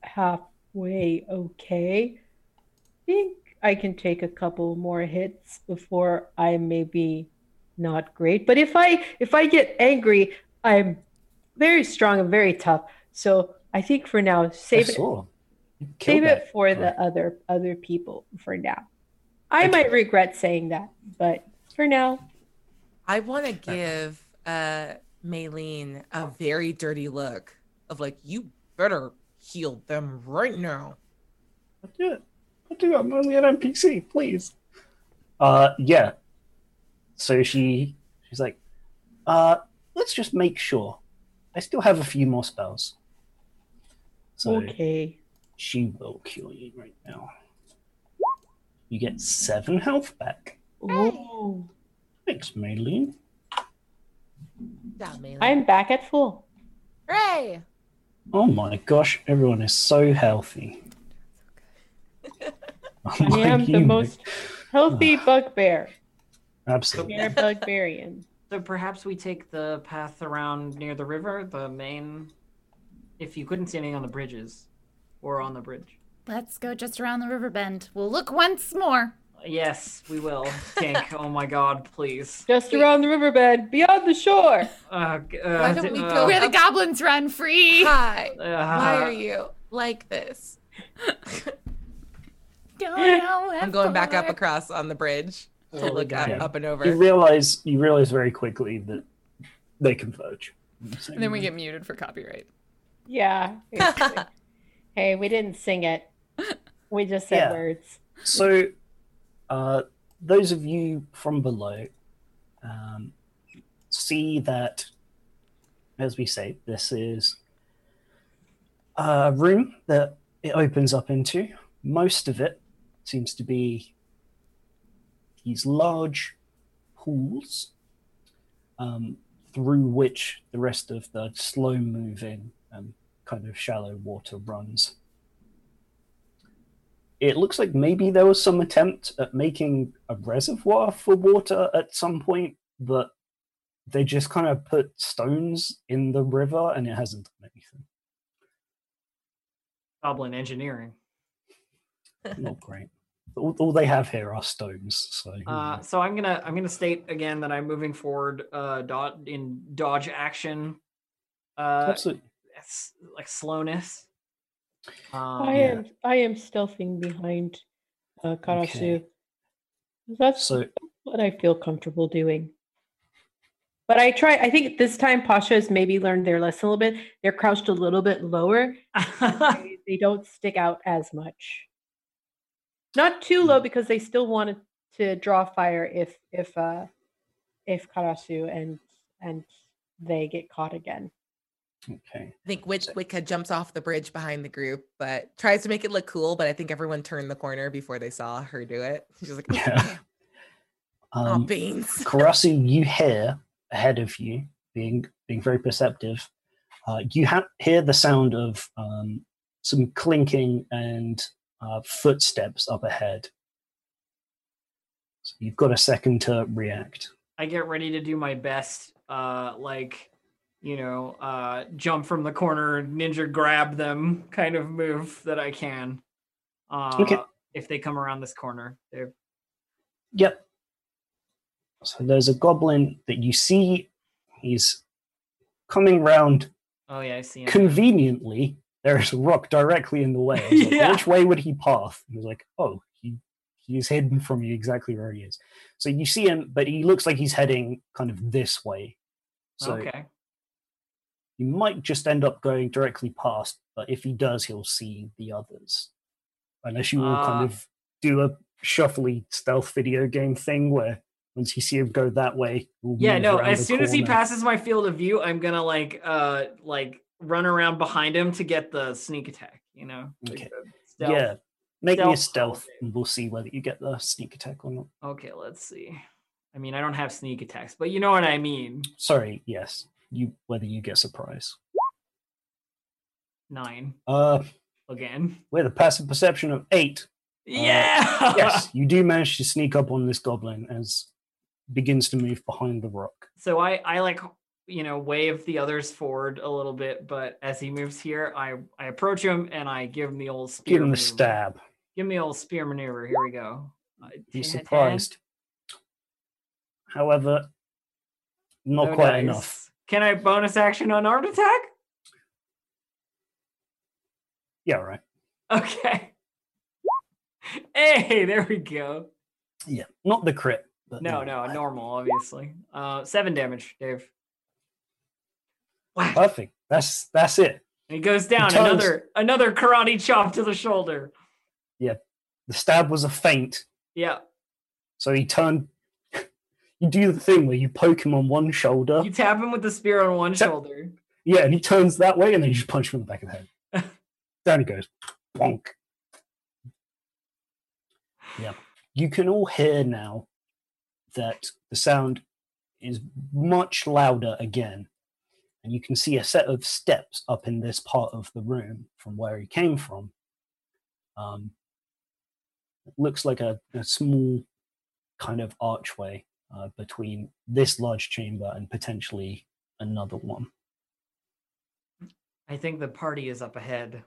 halfway okay. Think I can take a couple more hits before I may be not great. But if I if I get angry, I'm very strong and very tough. So I think for now, save I it saw. You killed save that it for guy. the other other people for now. I might regret saying that, but for now, I want to give uh Maylene a very dirty look of like, you better heal them right now. I'll do it. I'll do it. I'm only an NPC, please. Uh, yeah. So she she's like, uh, let's just make sure. I still have a few more spells. So okay. she will kill you right now. You get seven health back. Ooh. Thanks, Maylene. Yeah, Maylene. I'm back at full. Hooray! Oh my gosh, everyone is so healthy. I am the most healthy bugbear. absolutely. Bear bugbearian. So perhaps we take the path around near the river, the main. If you couldn't see anything on the bridges, or on the bridge. Let's go just around the river bend. We'll look once more. Yes, we will. Tank. oh my God, please. Just around the riverbed, beyond the shore. Uh, g- uh, Why don't d- we uh, go uh, with- Where the goblins run free. Hi. Why uh, are you like this? Don't know. I'm going back up across on the bridge to Totally look up, Oh, got it. up and You over. realize you realize very quickly that they converge. And then we get muted for copyright. Yeah. hey, we didn't sing it. We just said Yeah. words. So, uh, those of you from below um, see that, as we say, this is a room that it opens up into. Most of it seems to be these large pools um, through which the rest of the slow moving and kind of shallow water runs it looks like maybe there was some attempt at making a reservoir for water at some point, but they just kind of put stones in the river and it hasn't done anything. Goblin engineering. Not great. All, all they have here are stones. So you Uh, know. so I'm gonna I'm gonna state again that I'm moving forward uh, dot in dodge action, uh, absolutely. s- like slowness. Um, I yeah. am I am stealthing behind uh, Karasu. Okay. That's So what I feel comfortable doing. But I try. I think this time Pasha has maybe learned their lesson a little bit. They're crouched a little bit lower. They- they don't stick out as much. Not too low because they still wanted to draw fire if if uh if Karasu and and they get caught again. okay. I think Witch Wicca jumps off the bridge behind the group, but tries to make it look cool. But I think everyone turned the corner before they saw her do it. She's like, oh, Yeah. damn, oh, Um, beans. Karasu, you hear ahead of you, being being very perceptive. Uh, you ha- hear the sound of um, some clinking and uh, footsteps up ahead. So you've got a second to react. I get ready to do my best, uh, like, you know, uh, jump from the corner, ninja grab them kind of move that I can. Uh, Okay. If they come around this corner, they're Yep. So there's a goblin that you see. He's coming round oh yeah, I see. 'em. conveniently. There's a rock directly in the way. I was like, Yeah. Which way would he path? And he's like, oh, he, he's hidden from you exactly where he is. So you see him, but he looks like he's heading kind of this way. So okay. you might just end up going directly past, but if he does, he'll see the others. Unless you all Ah. kind of do a shuffly stealth video game thing where once you see him go that way, you'll Yeah, move no. around As the soon as he corner. passes my field of view, I'm gonna like, uh, like run around behind him to get the sneak attack. You know. like Okay. the stealth. yeah, make me a stealth stealth, save. and we'll see whether you get the sneak attack or not. Okay, let's see. I mean, I don't have sneak attacks, but you know what I mean. Sorry, yes, you whether you get surprise. Nine Uh, again. with a passive perception of eight, Yeah. Uh, yes, you do manage to sneak up on this goblin as begins to move behind the rock. So I I like you know wave the others forward a little bit, but as he moves here, I I approach him and I give him the old spear. Give him the maneuver. stab. Give me old spear maneuver. Here we go. Uh, Be 10, surprised. However, not no Oh, quite dice. enough. Can I bonus action unarmed attack? Yeah, right. Okay. Hey, there we go. Yeah, not the crit. But No, the- no, normal, obviously. Uh, seven damage, Dave. Wow. Perfect. That's that's it. And he goes down. Toast. Another another karate chop to the shoulder. The stab was a feint, Yeah. so he turned. you do the thing where you poke him on one shoulder. You tap him with the spear on one Tap- shoulder. Yeah, and he turns that way, and then you just punch him in the back of the head. Down he goes. Bonk. Yeah. You can all hear now that the sound is much louder again. And you can see a set of steps up in this part of the room from where he came from. Um, it looks like a, a small kind of archway uh, between this large chamber and potentially another one. I think the party is up ahead.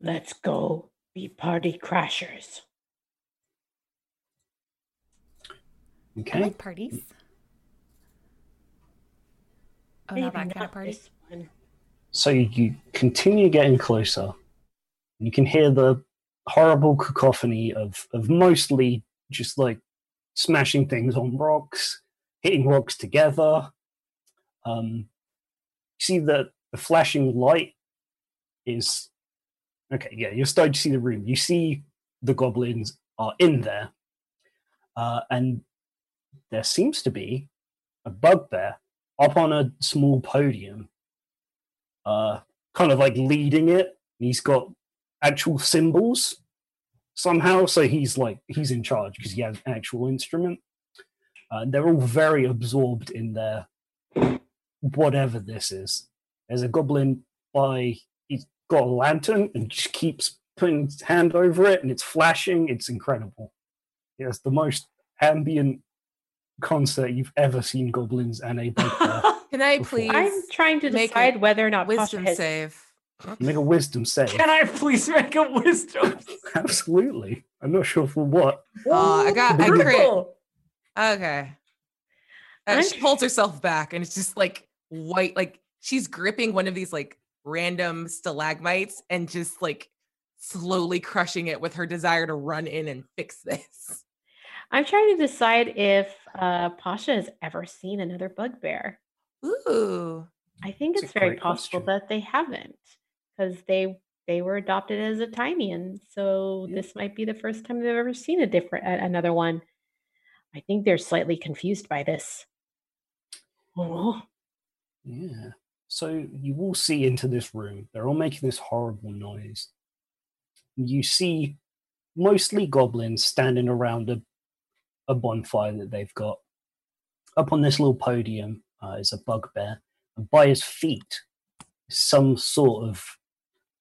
Let's go be party crashers. Okay. I like parties. Oh, not that kind of party. this one. So you continue getting closer. You can hear the horrible cacophony of, of mostly just like smashing things on rocks, hitting rocks together. Um, you see that the flashing light is okay. Yeah, you're starting to see the room. You see the goblins are in there, uh, and there seems to be a bugbear up on a small podium uh, kind of like leading it. and He's got actual symbols somehow, so he's like he's in charge because he has an actual instrument. Uh, they're all very absorbed in their whatever this is. There's a goblin by he's got a lantern and just keeps putting his hand over it, and it's flashing. It's incredible. It has the most ambient concert you've ever seen goblins and a uh, bugbear. Can I Before- please I'm trying to make a decide whether or not wisdom Pasha has save? Make a wisdom save. Can I please make a wisdom? Absolutely. I'm not sure for what. Aw, I got- I crit. Brutal. Okay. Uh, she I'm- pulls herself back and it's just like white, like she's gripping one of these like random stalagmites and just like slowly crushing it with her desire to run in and fix this. I'm trying to decide if uh, Pasha has ever seen another bugbear. Ooh. I think That's it's a very great possible question. that they haven't because they they were adopted as a tiny and so Yeah. this might be the first time they've ever seen a different a- another one. I think they're slightly confused by this. Oh, Yeah. So you all see into this room. They're all making this horrible noise. You see mostly goblins standing around a, a bonfire that they've got. Up on this little podium uh, is a bugbear, and by his feet, is some sort of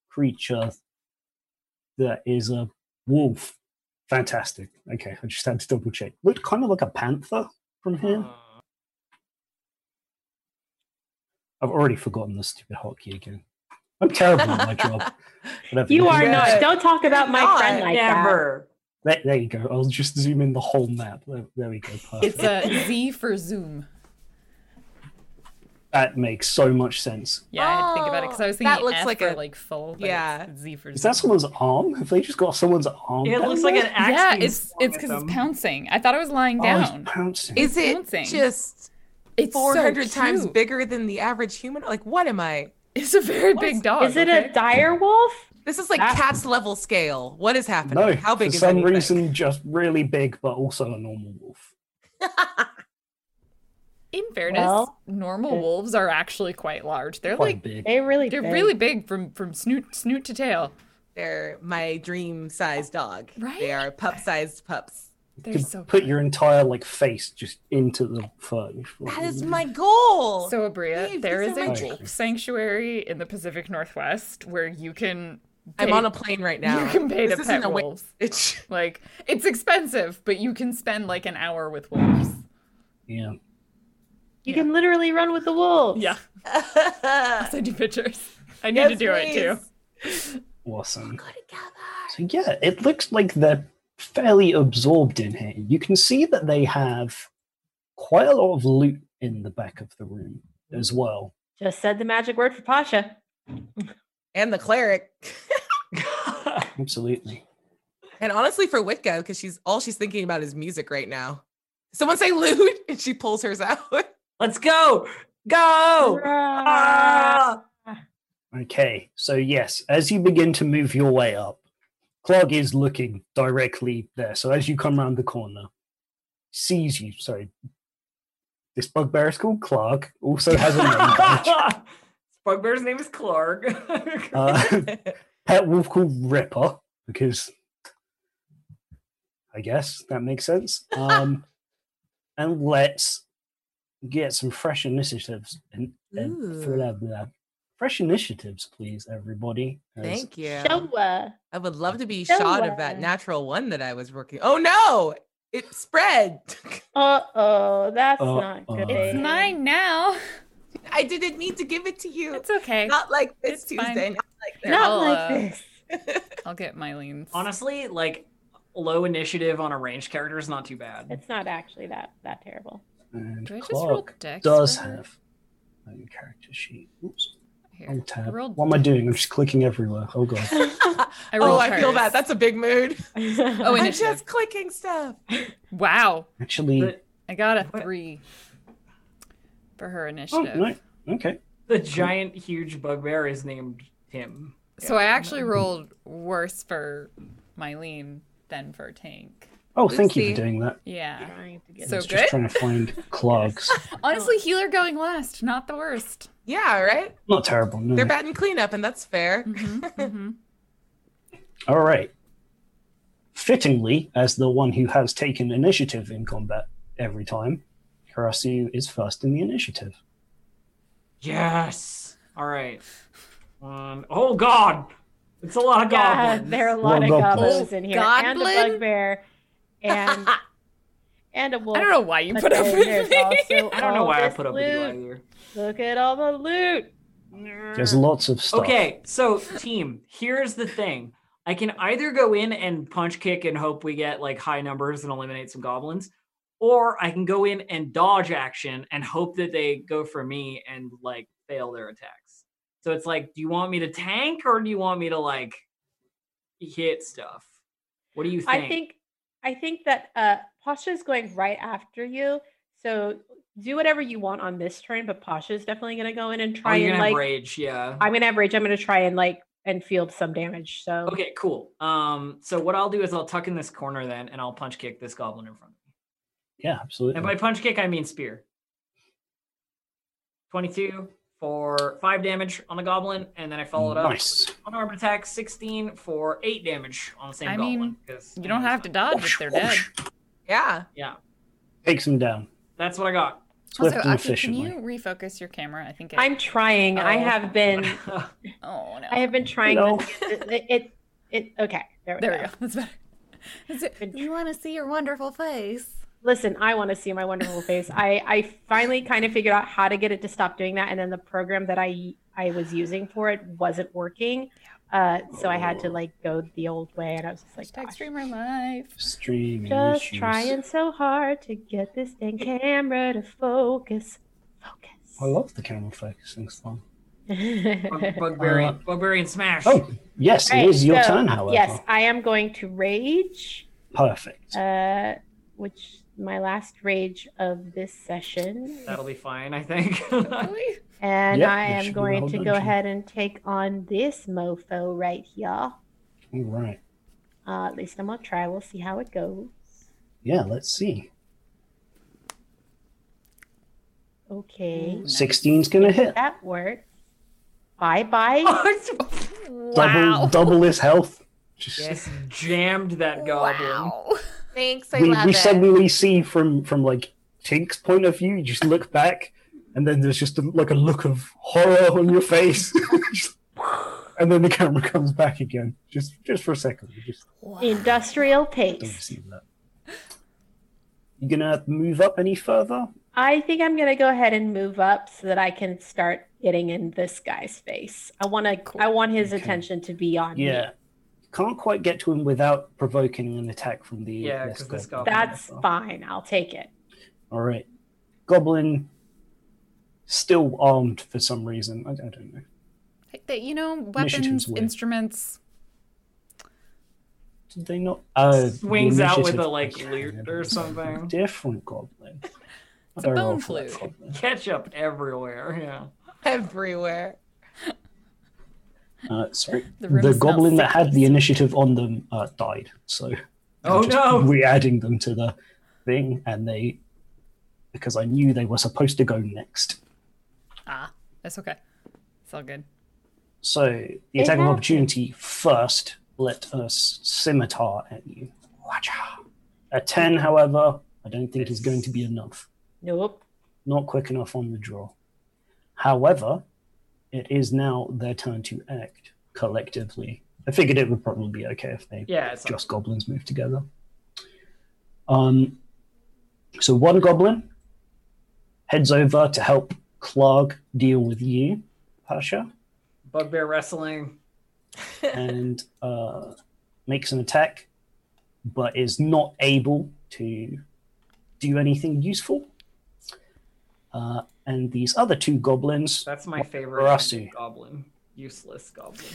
creature that is a wolf. Fantastic. Okay, I just had to double check. Looked kind of like a panther, from here? I've already forgotten the stupid hotkey again. I'm terrible at my job. but I've- You are Yeah. not. Don't talk about my Not friend like Never. There, there you go. I'll just zoom in the whole map. There, there we go. It's Perfect. a Z for Zoom. that makes so much sense. Yeah, I had to think about it because I was Oh, thinking that looks F like for a- like full. But yeah. yeah, it's Z for Is Zoom. that someone's arm? Have they just got someone's arm? It down looks like an there? axe. yeah, being it's flung it's at because it's them. pouncing. I thought it was lying Oh, he's down. pouncing. Is it Bouncing. just It's so 400 times cute. bigger than the average human? Like, what am I? It's a very big that. dog. Is it okay? a dire wolf? This is like That- cat's level scale. What is happening? No, How big for is some anything? reason, just really big, but also a normal wolf. In fairness, Well, normal it- wolves are actually quite large. They're Quite like big. They really. they're big. really big from from snoot snoot to tail. They're my dream sized dog. Right? They are pup sized pups. They're could so put your entire like face just into the fur. That is my goal. So Abria, Dave, there these is are a my wolf dreams. sanctuary in the Pacific Northwest where you can I'm pay- on a plane right now. you can pay This to isn't pet a wa- wolves. It's- Like it's expensive, but you can spend like an hour with wolves. Yeah. You can literally run with the wolves. Yeah, I'll send you pictures. I need Yes, to do it too. please. Awesome. So yeah, it looks like they're fairly absorbed in here. You can see that they have quite a lot of loot in the back of the room as well. Just said the magic word for Pasha. And the cleric. Absolutely. and honestly, for Witka, because she's all she's thinking about is music right now. Someone say loot, and she pulls hers out. Let's go. Oh, Go. Ah! Okay, so yes, as you begin to move your way up, Clog is looking directly there. So as you come round the corner, sees you. Sorry, this bugbear is called Clark. Also has a name badge. Bugbear's name is Clark. Uh, pet wolf called Ripper because I guess that makes sense. Um, and let's get some fresh initiatives. And, and Ooh. blah, blah. Fresh initiatives, please, everybody. as Thank you. Showa. I would love to be Show shot of that us. natural one that I was working. Oh no! It spread. Uh oh, that's Uh, not uh. good. It's It's mine now. I didn't mean to give it to you. It's okay. Not like this It's fine. Tuesday. Not like that. Not all, like uh, this. I'll get Mylene's. Honestly, like low initiative on a ranged character is not too bad. It's not actually that that terrible. And Do I just roll Clark dex? does for her? have a new character sheet. Oops. Here. Wrong tab. Roll What am I doing? I'm just clicking everywhere. Oh god. I oh, rolled I feel hers. bad. That's a big mood. Oh, I'm initiative. just clicking stuff. Wow. Actually, The, I got a What? three for her oh initiative. no. Okay. the giant, huge bugbear is named Tim. So I actually rolled worse for Mylene than for Tank. Oh, thank you Oopsie. for doing that. Yeah. Trying to get I So was good. just trying to find clogs. Honestly, healer going last, not the worst. Yeah, right. Not terrible. No. They're batting cleanup, and that's fair. Mm-hmm. All right. Fittingly, as the one who has taken initiative in combat every time, Karasu is first in the initiative. Yes. All right. One. Oh God, it's a lot of Yeah, goblins. there are a lot of Well, goblins. goblins in here, and a Goblin? bugbear, and and a wolf. I don't know why you But put up then with there's me. also I don't know all why I this put up with you loot. either. Look at all the loot. There's lots of stuff. Mm. Okay, so team, here's the thing. I can either go in and punch kick and hope we get like high numbers and eliminate some goblins, or I can go in and dodge action and hope that they go for me and like fail their attacks. So it's like, do you want me to tank or do you want me to like hit stuff? What do you think? I think I think that uh, Pasha is going right after you, so do whatever you want on this turn. But Pasha is definitely going to go in and oh, try you're and gonna have like rage, yeah. I'm going to have rage. I'm going to try and like and field some damage. So Okay, cool. Um, so what I'll do is I'll tuck in this corner then, and I'll punch kick this goblin in front of me. Yeah, absolutely. And by punch kick, I mean spear. Twenty-two for five damage on the goblin, and then I followed nice. up on arm attack sixteen for eight damage on the same I goblin. mean, 'cause You I don't know have to it's dodge if they're dead. Yeah. Takes him down. not- That's what I got. Swift also, and Aki, can efficiently. you refocus your camera? I think it, I'm trying. I Oh. have been Oh no. I have been trying. No. to it, it it okay. There we there we go. go. That's better. That's it. Been You want to see your wonderful face. Listen, I want to see my wonderful face. I, I finally kind of figured out how to get it to stop doing that, and then the program that I I was using for it wasn't working, uh, so I had Oh. to like go the old way, and I was just like, Hashtag "Gosh, streamer life. Streaming just issues. trying so hard to get this dang camera to focus, I focus." love the camera focusing thing. Bug- Bugberry, Uh, Bugberry, and Smash. Oh, yes, Right, it is your so, turn, however. Yes, I am going to rage. Perfect. uh, which my last rage of this session, That'll be fine, I think. Really? and Yep, I that am should be going well to done, go Jim. ahead and take on this mofo right here. All right. Uh, at least I'm gonna try. We'll see how it goes. Yeah, let's see. Hmm. Okay, 16's going to hit. that worked. Bye bye. yes, Double, double his health. Just, jammed that goblin. Wow. Thanks, I we, love we it. suddenly see from from like Tink's point of view, you just look back, and then there's just a, like a look of horror on your face, Just- and then the camera comes back again, just just for a second. You just Industrial don't pace. see that. You gonna move up any further? I think I'm gonna go ahead and move up so that I can start getting in this guy's face. I wanna. I want his Okay. attention to be on me. Yeah, can't quite get to him without provoking an attack from the Yeah, this 'cause this goblin. goblin- That's Oh. fine. I'll take it. All right. Goblin still armed for some reason. I, I don't know. That you know, Initiative's weapons, weird. instruments. Did they not? Uh, the Swings out with initiative- a like Okay, loot there or was a something. Different goblin. It's a They're all bone for that flute. goblin. Ketchup everywhere. Yeah. everywhere. Uh, sorry. The The, room smells goblin that had sickly. the initiative on them uh, died. So Oh just no! re-adding them to the thing, and they because I knew they were supposed to go next. Ah, that's okay. It's all good. So the attack It of happened. opportunity first. Let us scimitar at you. Wacha. A ten, however, I don't think is going to be enough. Nope. not quick enough on the draw. However, it is now their turn to act collectively. I figured it would probably be okay if they Yeah, it's just goblins move together. Um, so one goblin heads over to help Clark deal with you, Pasha, bugbear wrestling. and uh, makes an attack, but is not able to do anything useful. Uh, and these other two goblins That's my favorite kind Rossi. of goblin. Useless goblin.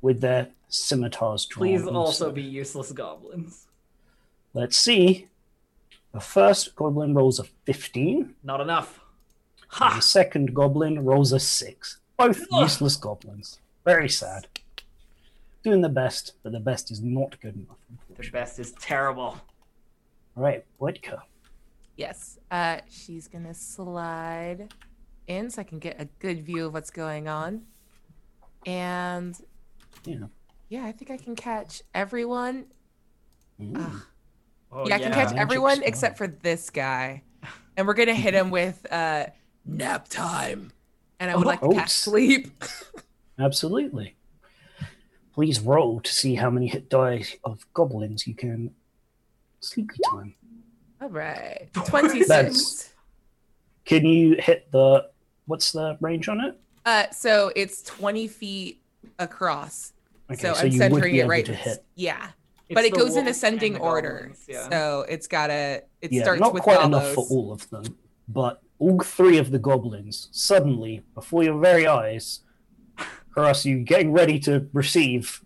with their scimitars drawn. Please and also stuff. be useless goblins. Let's see. The first goblin rolls a 15. Not enough. and The Ha! second goblin rolls a 6. Both Ugh. useless goblins. Very sad. Doing the best, but the best is not good enough. The best is terrible. All right, Wojtka. Yes. Uh, she's gonna slide in so I can get a good view of what's going on. And Yeah. yeah, I think I can catch everyone. Mm. Ugh. Oh, yeah, I can catch Magic everyone spell. except for this guy. And we're gonna hit him with uh, nap time. And I would like to Oops. pass sleep. Absolutely. Please roll to see how many hit die of goblins you can sleepy time. All right, twenty That's- six. Can you hit the what's the range on it? Uh, so it's twenty feet across. so, I'm you would centering be it able right. to hit. Yeah, It's but it the goes in wolves ascending and the order. goblins, yeah. So it's gotta. It yeah, starts not with quite Davos. enough for all of them, but all three of the goblins suddenly, before your very eyes, Karasu getting ready to receive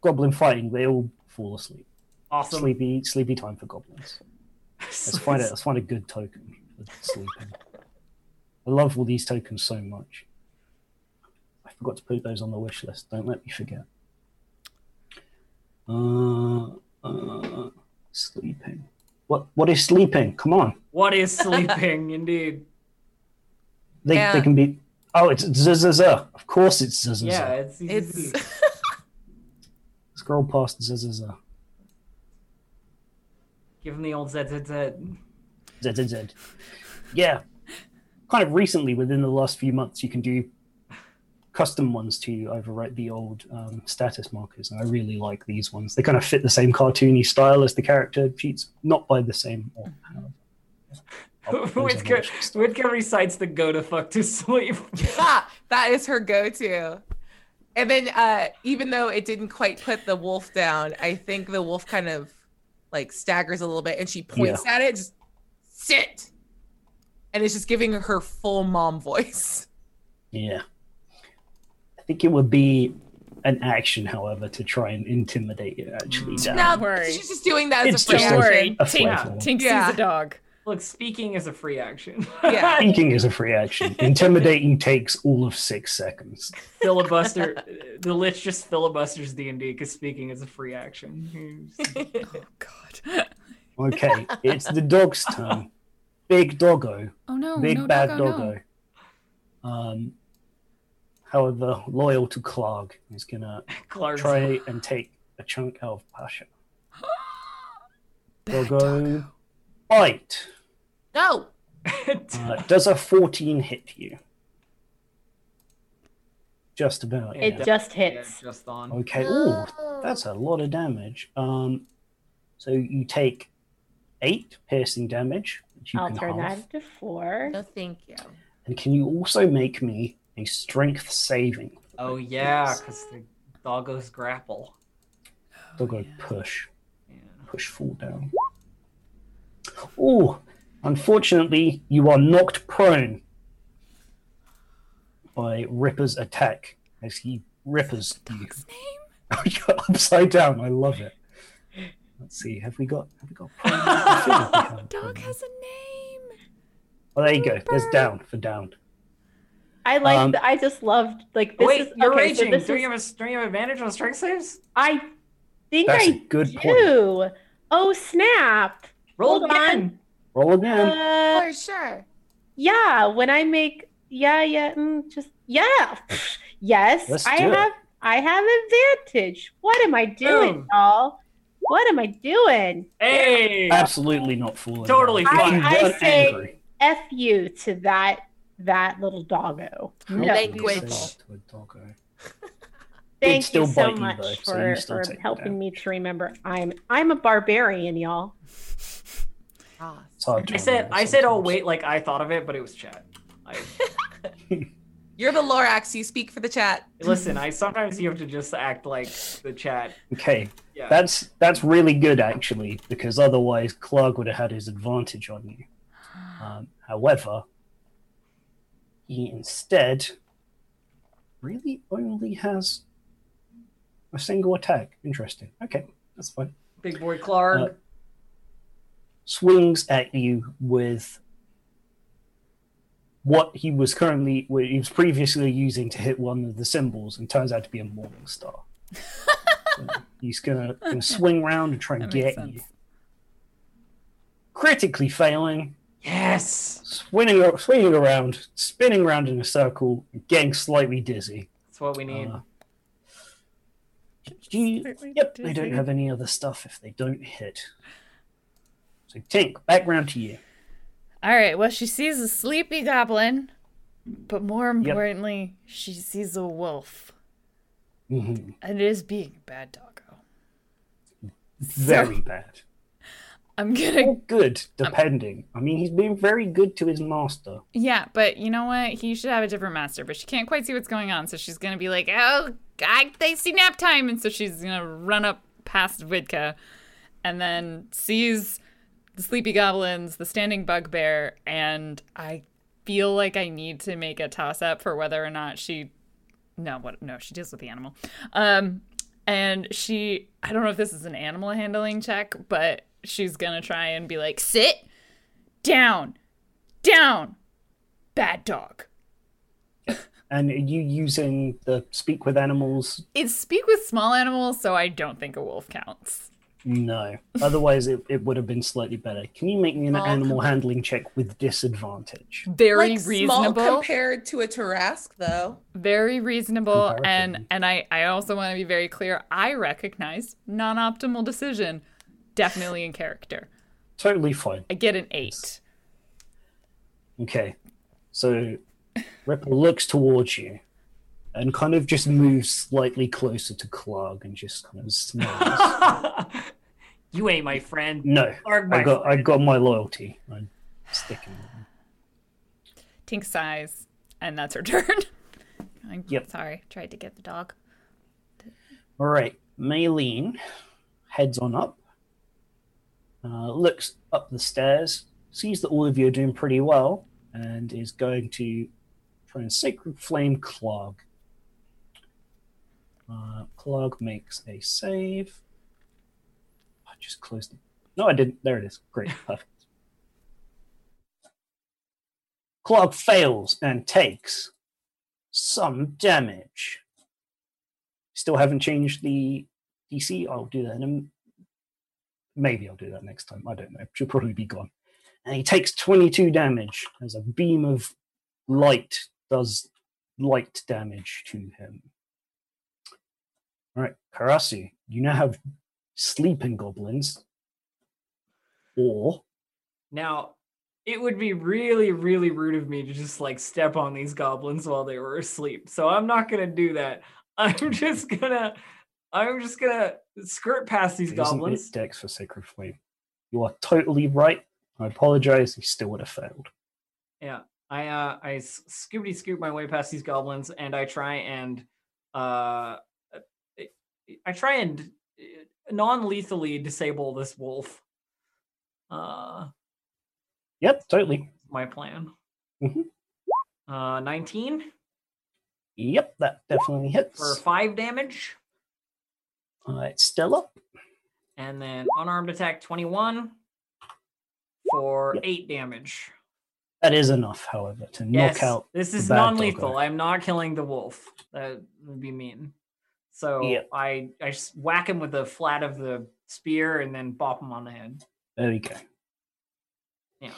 goblin fighting, they all fall asleep. awesome. Sleepy, sleepy time for goblins. Let's find a let's find a good token for sleeping. I love all these tokens so much. I forgot to put those on the wish list. Don't let me forget. Uh, uh, sleeping. What what is sleeping? Come on. What is sleeping, indeed? They Yeah. they can be. Oh, it's Zzzz. Of course, it's Zzzz. Yeah, it's, It's Scroll past Zzzz. give him the old ZZZ. ZZZ. Yeah. Kind of recently, within the last few months, you can do custom ones to overwrite the old um, status markers, and I really like these ones. They kind of fit the same cartoony style as the character sheets, not by the same. Or, Oh, Which Whitker, Whitker recites the go to fuck to sleep. Ha! that is her go-to. And then, uh, even though it didn't quite put the wolf down, I think the wolf kind of like staggers a little bit, and she points at it, just sit, and it's just giving her full mom voice. Yeah. I think it would be an action, however, to try and intimidate it actually down. Mm. Now worry. she's just doing that as It's a free just Don't a- worry. action. A Tink, flavorful. Tink Yeah. sees a dog. Look, speaking is a free action. Yeah. Thinking is a free action. Intimidating takes all of six seconds. Filibuster. the lich just filibusters D and D because speaking is a free action. Oh, God. Okay, it's the dog's turn. Big doggo. Oh, no. Big no bad doggo, no. doggo. Um, however, loyal to Clark is going to Clark's try and take a chunk out of Pasha. Bad Doggo. doggo. Bite. No, Uh, does a 14 hit you? Just about. It It yeah. just Yeah, hits. just on. Okay. Ooh, that's a lot of damage. Um, so you take eight piercing damage. Which you I'll can turn halve. that into four. no, thank you. And can you also make me a strength saving? Oh yeah, because the doggos grapple. Oh, They'll go push, Yeah. push fall down. Ooh, unfortunately, you are knocked prone by Ripper's attack as he rippers you. You're upside down. I love it. Let's see. Have we got? Have we got? Prone? I feel like we have prone. Dog has a name. Oh, there you go. There's down for down. I like. Um, th- I just loved like this. Wait, is, you're okay, so raging. this do, is- you have a, do you have advantage on strength saves? I think That's I a good do. point. Oh snap! Roll Hold again. Roll again. Uh, For sure. yeah, when I make yeah yeah mm, just yeah yes Let's I do it. have I have advantage. What am I doing, Boom. y'all? What am I doing? Hey. Absolutely not fooling. Totally around. fine. You I- I got say- angry. F you to that that little doggo. How No. can you Language. say that to a doggo? Thank still you so bite you, much though, so you for, still for take helping damage. me to remember I'm I'm a barbarian, y'all. Ah, It's hard to I said remember I said oh sometimes. wait like I thought of it, but it was Chad. I, You're the Lorax. You speak for the chat. listen, I sometimes you have to just act like the chat. Okay, Yeah. that's that's really good actually, because otherwise Clark would have had his advantage on you. Um, however, he instead really only has a single attack. Interesting. Okay, that's fine. Big boy Clark. Uh, swings at you with what he was currently what he was previously using to hit one of the symbols and turns out to be a morning star So he's gonna, gonna swing round and try and That makes get sense. you critically failing yes. swinging, ar- swinging around spinning around in a circle getting slightly dizzy That's what we need. Uh, do you, yep they don't have any other stuff if they don't hit so tink back round to you All right. Well, she sees a sleepy goblin, but more importantly, she sees a wolf, Mhm. and it is being a bad doggo. very bad I'm gonna. or good, depending. I mean, he's been very good to his master. Yeah, but you know what? He should have a different master, but she can't quite see what's going on, so she's gonna be like, "Oh, I, they see nap time," and so she's gonna run up past Vidka, and then sees the sleepy goblins, the standing bugbear, and I feel like I need to make a toss up for whether or not she, no, what? No, she deals with the animal, um, and she. I don't know if this is an animal handling check, but she's gonna try and be like, "Sit down." Down, bad dog. And are you using the speak with animals? It's speak with small animals, so I don't think a wolf counts. No. Otherwise, it, it would have been slightly better. Can you make me an animal handling check with disadvantage? Very Like, small reasonable, compared to a Tarask, though. very reasonable, Comparison. and and I I also want to be very clear. I recognize non-optimal decision, definitely in character. Totally fine. I get an eight. Okay. So Ripper looks towards you and kind of just moves slightly closer to Clark and just kind of smiles. uh. you ain't my Mm. friend. no, Clark, my I got I friend. got my loyalty. I'm sticking with them. Tink sighs, and that's her turn. I'm Yep. sorry, tried to get the dog. All right, Maylene heads on up, uh, looks up the stairs, sees that all of you are doing pretty well, and is going to try and sacred flame Clog. Uh, Clog makes a save. I just closed it. No, I didn't. There it is. Great, perfect. Clog fails and takes some damage. Still haven't changed the DC. I'll do that. In a, m- maybe I'll do that next time. I don't know. She'll probably be gone. And he takes 22 damage as a beam of light does light damage to him. All right, Karasu, you now have sleeping goblins. Or Now, it would be really, really rude of me to just like step on these goblins while they were asleep. So I'm not gonna do that. I'm just gonna, I'm just gonna skirt past these isn't goblins. it Dex for Sacred Flame? You are totally right. I apologize. He still would have failed. I uh, I s- scoobity scoop my way past these goblins, and I try and uh, I- I try and non lethally disable this wolf. Uh, Yep, totally. my plan. Mhm. Uh, nineteen Yep, that definitely hits. for five damage, Uh, it's still up. and then unarmed attack twenty-one for Yep. eight damage. That is enough, however, to Yes, knock out. this the is bad dog non-lethal. owner. I'm not killing the wolf. That would be mean. So Yep. I I just whack him with the flat of the spear and then bop him on the head. There we go. Yeah,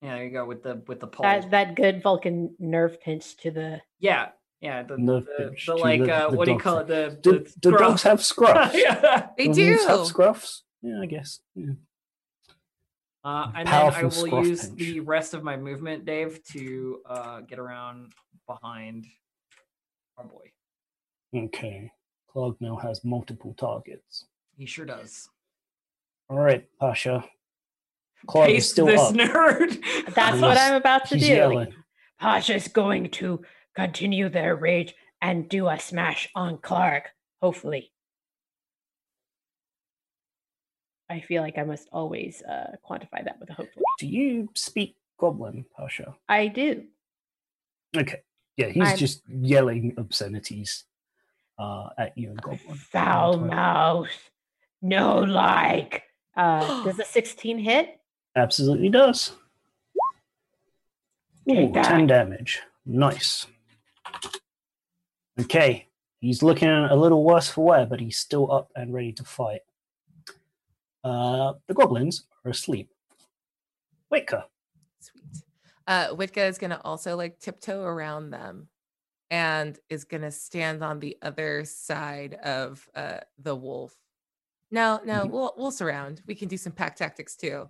there you go with the with the pole. That that good Vulcan nerve pinch to the yeah, yeah. The Nerve the, pinch the to like the- uh, the what do you dog call it? The Do, the do dogs have scruff. scruffs? yeah. They Do do. wolves have Mhm. scruffs? Yeah, I guess. Yeah. Uh, and then I Powerful will scruff use pinch. the rest of my movement, Dave, to uh, get around behind our boy. Okay. Clog now has multiple targets. He sure does. All right, Pasha. Clog is Pace still this up. nerd. That's what I'm about to He's do. Like, yelling. Pasha's going to continue their rage and do a smash on Clark, hopefully. I feel like I must always uh, quantify that with a hopefully. Do you speak Goblin, Pasha? I do. Okay. Yeah, he's I'm- just yelling obscenities uh, at you and Goblin. Foul Entire- mouth. No like. Uh, does a 16 hit? Absolutely does. Take Ooh, that. 10 damage. Nice. Okay. He's looking a little worse for wear, but he's still up and ready to fight. Uh, the goblins are asleep. Waker. Sweet. Uh, Witka is going to also like tiptoe around them and is going to stand on the other side of uh, the wolf. No, no, Mm-hmm. Mhm. we'll, we'll surround. We can do some pack tactics too.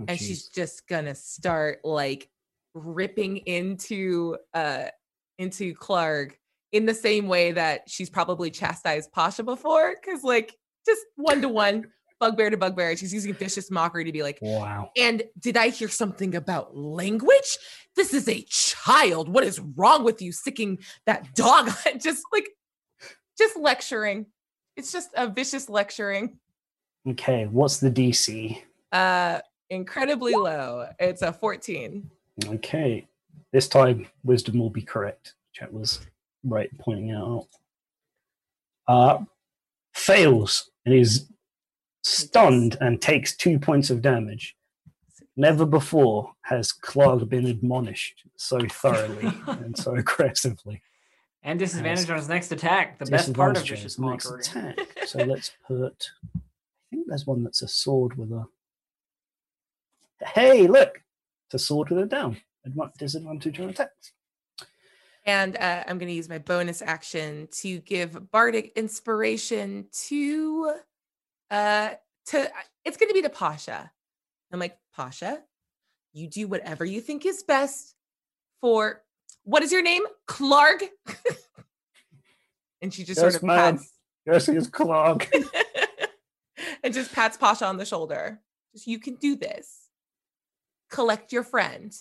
Oh, and jeez. she's just going to start like ripping into uh into Clark in the same way that she's probably chastised Pasha before cuz like just one to one bugbear to bugbear and she's using vicious mockery to be like Wow. and did I hear something about language? This is a child. What is wrong with you? Sicking that dog on just like just lecturing. It's just a vicious lecturing. Okay, what's the DC? Uh incredibly low. It's a 14. Okay. This time, wisdom will be correct. Chat was right pointing out. Uh, fails and is stunned and takes two points of damage. Never before has Clark been admonished so thoroughly and so aggressively. and disadvantage on his next attack. The best Disadvantage part of on vicious his next mockery. attack. So let's put. I think there's one that's a sword with a. Hey, look! It's a sword with a down. Advan- Disadvantage on attacks. And uh, I'm going to use my bonus action to give bardic inspiration to uh to it's going to be to Pasha. I'm like, "Pasha, you do whatever you think is best for what is your name? Clarg. and she just Yes, sort of ma'am. pats Yes, it's Clark. and just pats Pasha on the shoulder. Just you can do this. Collect your friend.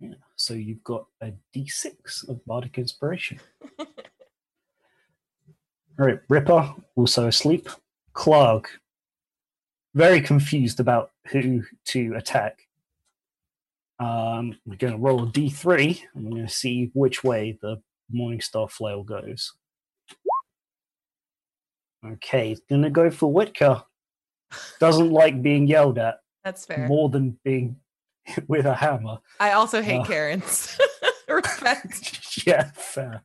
Yeah. So you've got a D6 of Bardic Inspiration. All right, Ripper, also asleep. Clark, very confused about who to attack. Um, we're going to roll a D3 and we're going to see which way the Morningstar flail goes. Okay, it's going to go for Whitaker. Doesn't like being yelled at That's fair. more than being hit with a hammer. I also hate Uh. Karens. Respect. yeah, fair.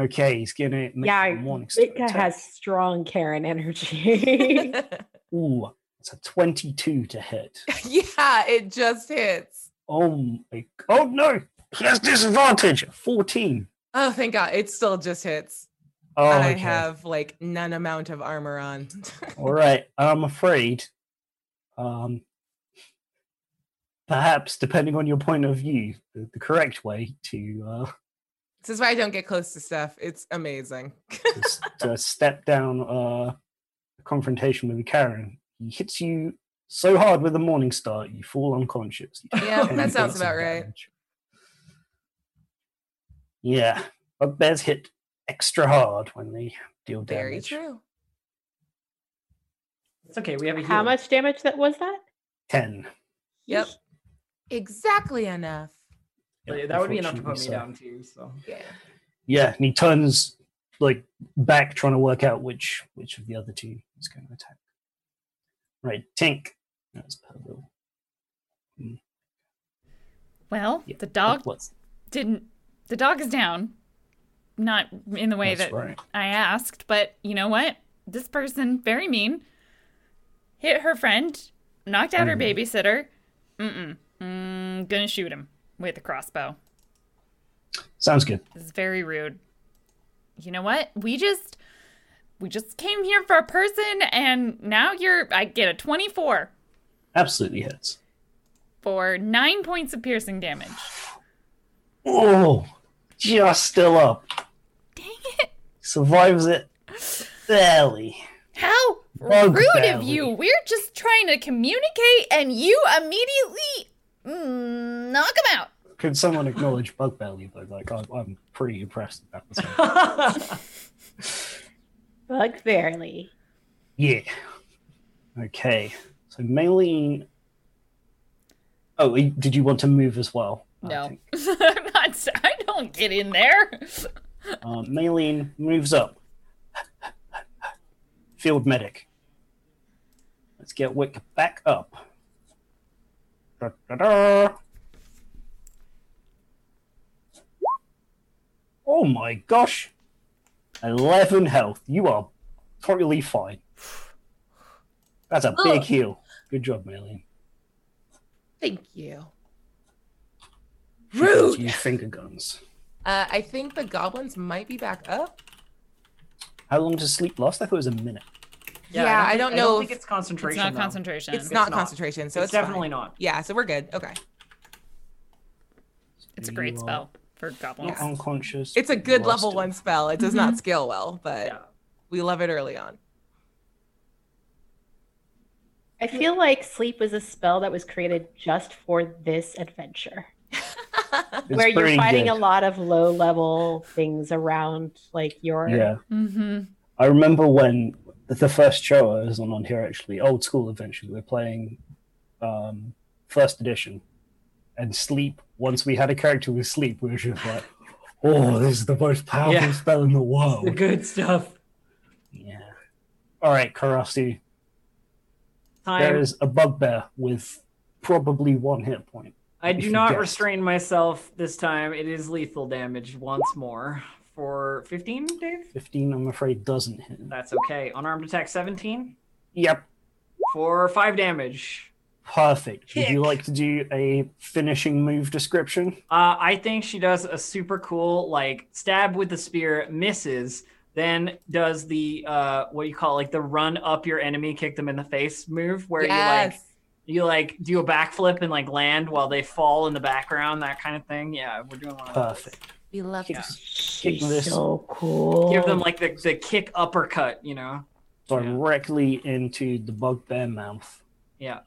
Okay, he's gonna make Yeah, a morning star Vitka attack. has strong Karen energy. Ooh, it's a twenty-two to hit. yeah, it just hits. Oh my! Oh no, he has disadvantage. Fourteen. Oh, thank God. It still just hits. Oh, and I okay. have like none amount of armor on. All right, I'm afraid. Um, perhaps depending on your point of view, the, the correct way to uh, this is why I don't get close to stuff. It's amazing. to s- to step down uh, a confrontation with Karen. He hits you so hard with the morning star, you fall unconscious. You take Yeah, 10 Oh, that sounds points of about right. damage. Yeah, bugbears hit extra hard when they deal Very damage. true. It's okay. We have a healer. How much damage that was that? Ten. Yep. Exactly enough. But That would be enough to put me unfortunately so. down too. So Yeah. Yeah, and he turns like back, trying to work out which which of the other two is going to attack. Right, Tink. That's per will. Well, Yeah, the dog What's didn't. The dog is down. Not in the way that's that right. I asked, but you know what? This person, very mean, hit her friend, knocked out her Mhm. babysitter. Mm-mm. Mm, gonna shoot him with a crossbow. Sounds good. This is very rude. You know what? We just we just came here for a person and now you're I get a 24 Absolutely hits. for 9 points of piercing damage. Oh, just still up. Dang it. Survives it barely. How Bug rude of belly. you. We're just trying to communicate and you immediately mm, knock him out. Could someone acknowledge bug belly though? Like I'm, I'm pretty impressed with that. result. Bug barely. yeah. Okay. So melee. Oh, y- did you want to move as well? I No. think? I'm not I don't get in there. Uh, Maylene moves up. Field medic. Let's get Wick back up. Da, da, da. Oh my gosh! 11 health. You are totally fine. That's a Oh. big heal. Good job, Maylene. Thank you. She gives Rude. You finger guns. Uh, I think the goblins might be back up. How long does sleep last? I thought it was a minute. Yeah, I don't know think if- it's concentration. It's not though. concentration. It's not not. concentration, so it's, it's, fine. definitely not. Yeah, so we're good. Okay. It's a You great are spell for goblins. not Unconscious. It's a good You are level still- one spell. It does not scale well, but Yeah. we love it early on. I feel like sleep was a spell that was created just for this adventure, It's where you're pretty fighting good. a lot of low level things around like your Yeah. Mm-hmm. I remember when the first show I was on on here actually, old school adventures, we were playing um, first edition and sleep. Once we had a character with sleep, we were just like, oh, this is the most powerful Yeah. spell in the The world. good stuff. yeah. All right, Karasi, there Time. is a bugbear with probably one hit point. I if do you not guessed. restrain myself this time. It is lethal damage once more for 15, Dave. 15, I'm afraid, doesn't hit. That's okay. Unarmed attack 17 Yep, for five damage. perfect. Would you Kick. like to do a finishing move description? Uh, I think she does a super cool like stab with the spear, misses, then does the uh, what do you call it, like the run up your enemy, kick them in the face move, where you like you like do a backflip and like land while they fall in the background, that kind of thing. Yeah, we're doing one of those. Perfect. We love Yeah. to. Kick this so cool. Give them like the, the kick uppercut, you know? directly into the bugbear mouth, Yeah.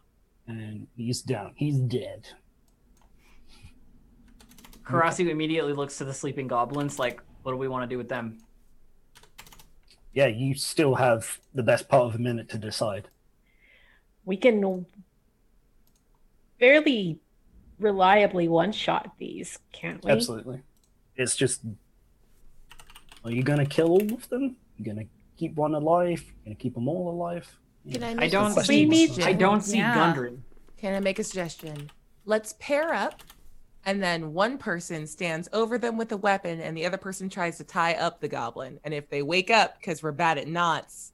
and he's down. He's dead. Karasu immediately looks to the sleeping goblins like, what do we want to do with them? Yeah, you still have the best part of a minute to decide. we can fairly reliably one shot these, can't we? Absolutely. It's just, are you gonna kill all of them? You gonna keep one alive? You gonna keep them all alive? Can I Yeah. make a don't- we suggestion? need- I don't see Yeah. Gundren. Can I make a suggestion? Let's pair up, and then one person stands over them with a weapon, and the other person tries to tie up the goblin. And if they wake up because we're bad at knots,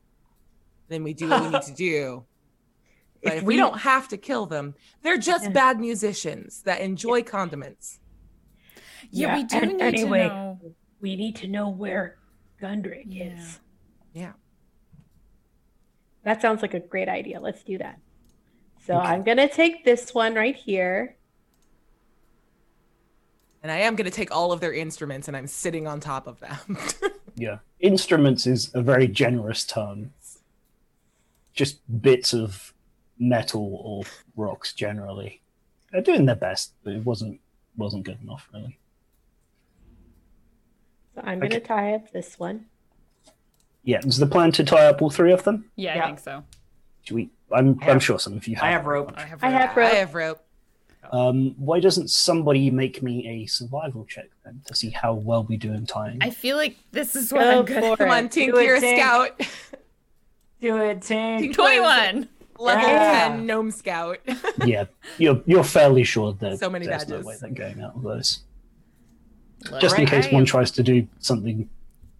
then we do what we need to do. But if, we, don't have to kill them, they're just Yeah. bad musicians that enjoy condiments. Yeah, we do and need anyway, to know. we need to know where Gundrick Yeah. is. Yeah. That sounds like a great idea. Let's do that. So I'm gonna take this one right here. And I am going to take all of their instruments, and I'm sitting on top of them. Yeah. Instruments is a very generous term. Just bits of metal or rocks generally. They're doing their best, but it wasn't wasn't good enough really. So I'm Okay. gonna tie up this one. Yeah, is the plan to tie up all three of them? Yeah, Yeah. I think so. Do we I'm I have- I'm sure some of you have. I have rope. I have. I have I rope. have rope. Um why doesn't somebody make me a survival check then to see how well we do in tying? I feel like this is what Go I'm good. for Come on, it. Tink, Do it, you're a Tink. scout. Do it, Tink. Tink was Twenty-one. Level Yeah. 10 gnome scout. yeah, you're you're fairly sure that So many there's badges. no way they're going out of those. Just in Right, case I one am- tries to do something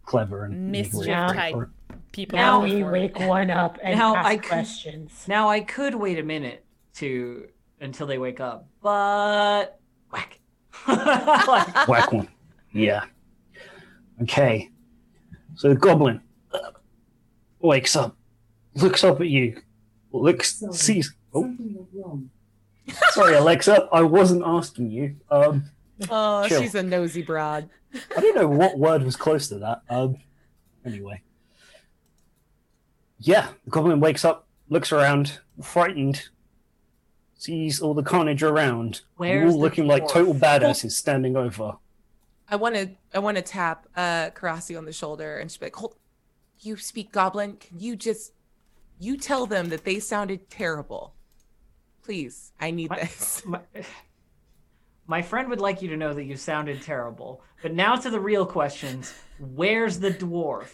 clever and Mischief evil. type. people. Now go we for it. wake one up and Now ask I could- questions. Now I could wait a minute to until they wake up, but whack. Like, Whack one. Yeah. Okay. So the goblin uh, wakes up, looks up at you, looks, sees. Oh, sorry, Alexa. I wasn't asking you. Um, Oh, Chill. she's a nosy broad. I don't know what word was close to that. Um, anyway. Yeah, the goblin wakes up, looks around, frightened, sees all the carnage around. You're Where's all the looking like dwarf? total badasses standing over. I want to I want to tap uh Karasi on the shoulder and she's like, "Hold, you speak Goblin. Can you just you tell them that they sounded terrible, please? I need What? this." my, my friend would like you to know that you sounded terrible. But now to the real questions. Where's the dwarf?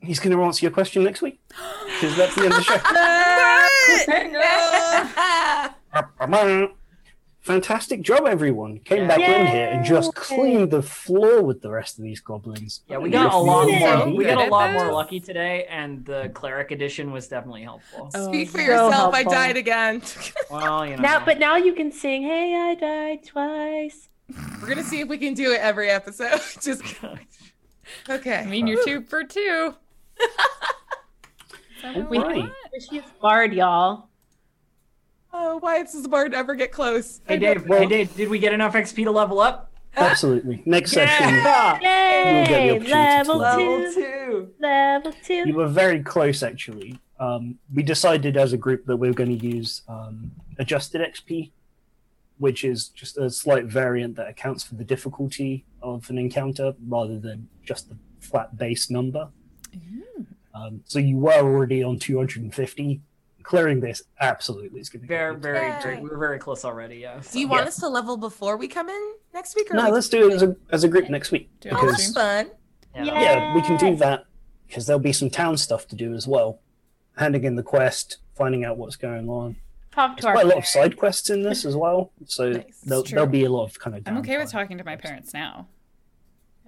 He's going to answer your question next week. Because that's the end of the show. Ba-ba-ba. Fantastic job, everyone. Came Yeah. back in here and just Yay. cleaned the floor with the rest of these goblins. Yeah, we got a You're lot feeling more. lucky. We got a lot more Yes. lucky today, and the cleric edition was definitely helpful. Speak for so yourself. I helpful. died again. Well, you know. Now, but now you can sing, "Hey, I died twice." We're gonna see if we can do it every episode. just I okay. mean, you're two for two. Is that what All we right. want? She's barred, y'all. Oh, why does this bard ever get close? hey I Dave, well- hey Dave, did we get enough XP to level up? Absolutely. Next session, Yeah! get the opportunity Yay! to Level Level two. two. Level you two. were very close, actually. Um, we decided as a group that we were going to use um, adjusted XP, which is just a slight variant that accounts for the difficulty of an encounter rather than just the flat base number. Um, so you were already on 250. Clearing this absolutely is going to Very, very, Yay. very, we're very close already. Yeah. do you want us to level before we come in next week? Or No, we- let's do it as a, as a group next week. Do it Oh, on that's Because, stream? fun. Yeah. yeah, we can do that because there'll be some town stuff to do as well. Handing in the quest, finding out what's going on. Talk There's to our. quite a lot of parents. side quests in this as well, so Nice. there'll, It's true. there'll be a lot of kind of. I'm okay with downtime. talking to my parents now.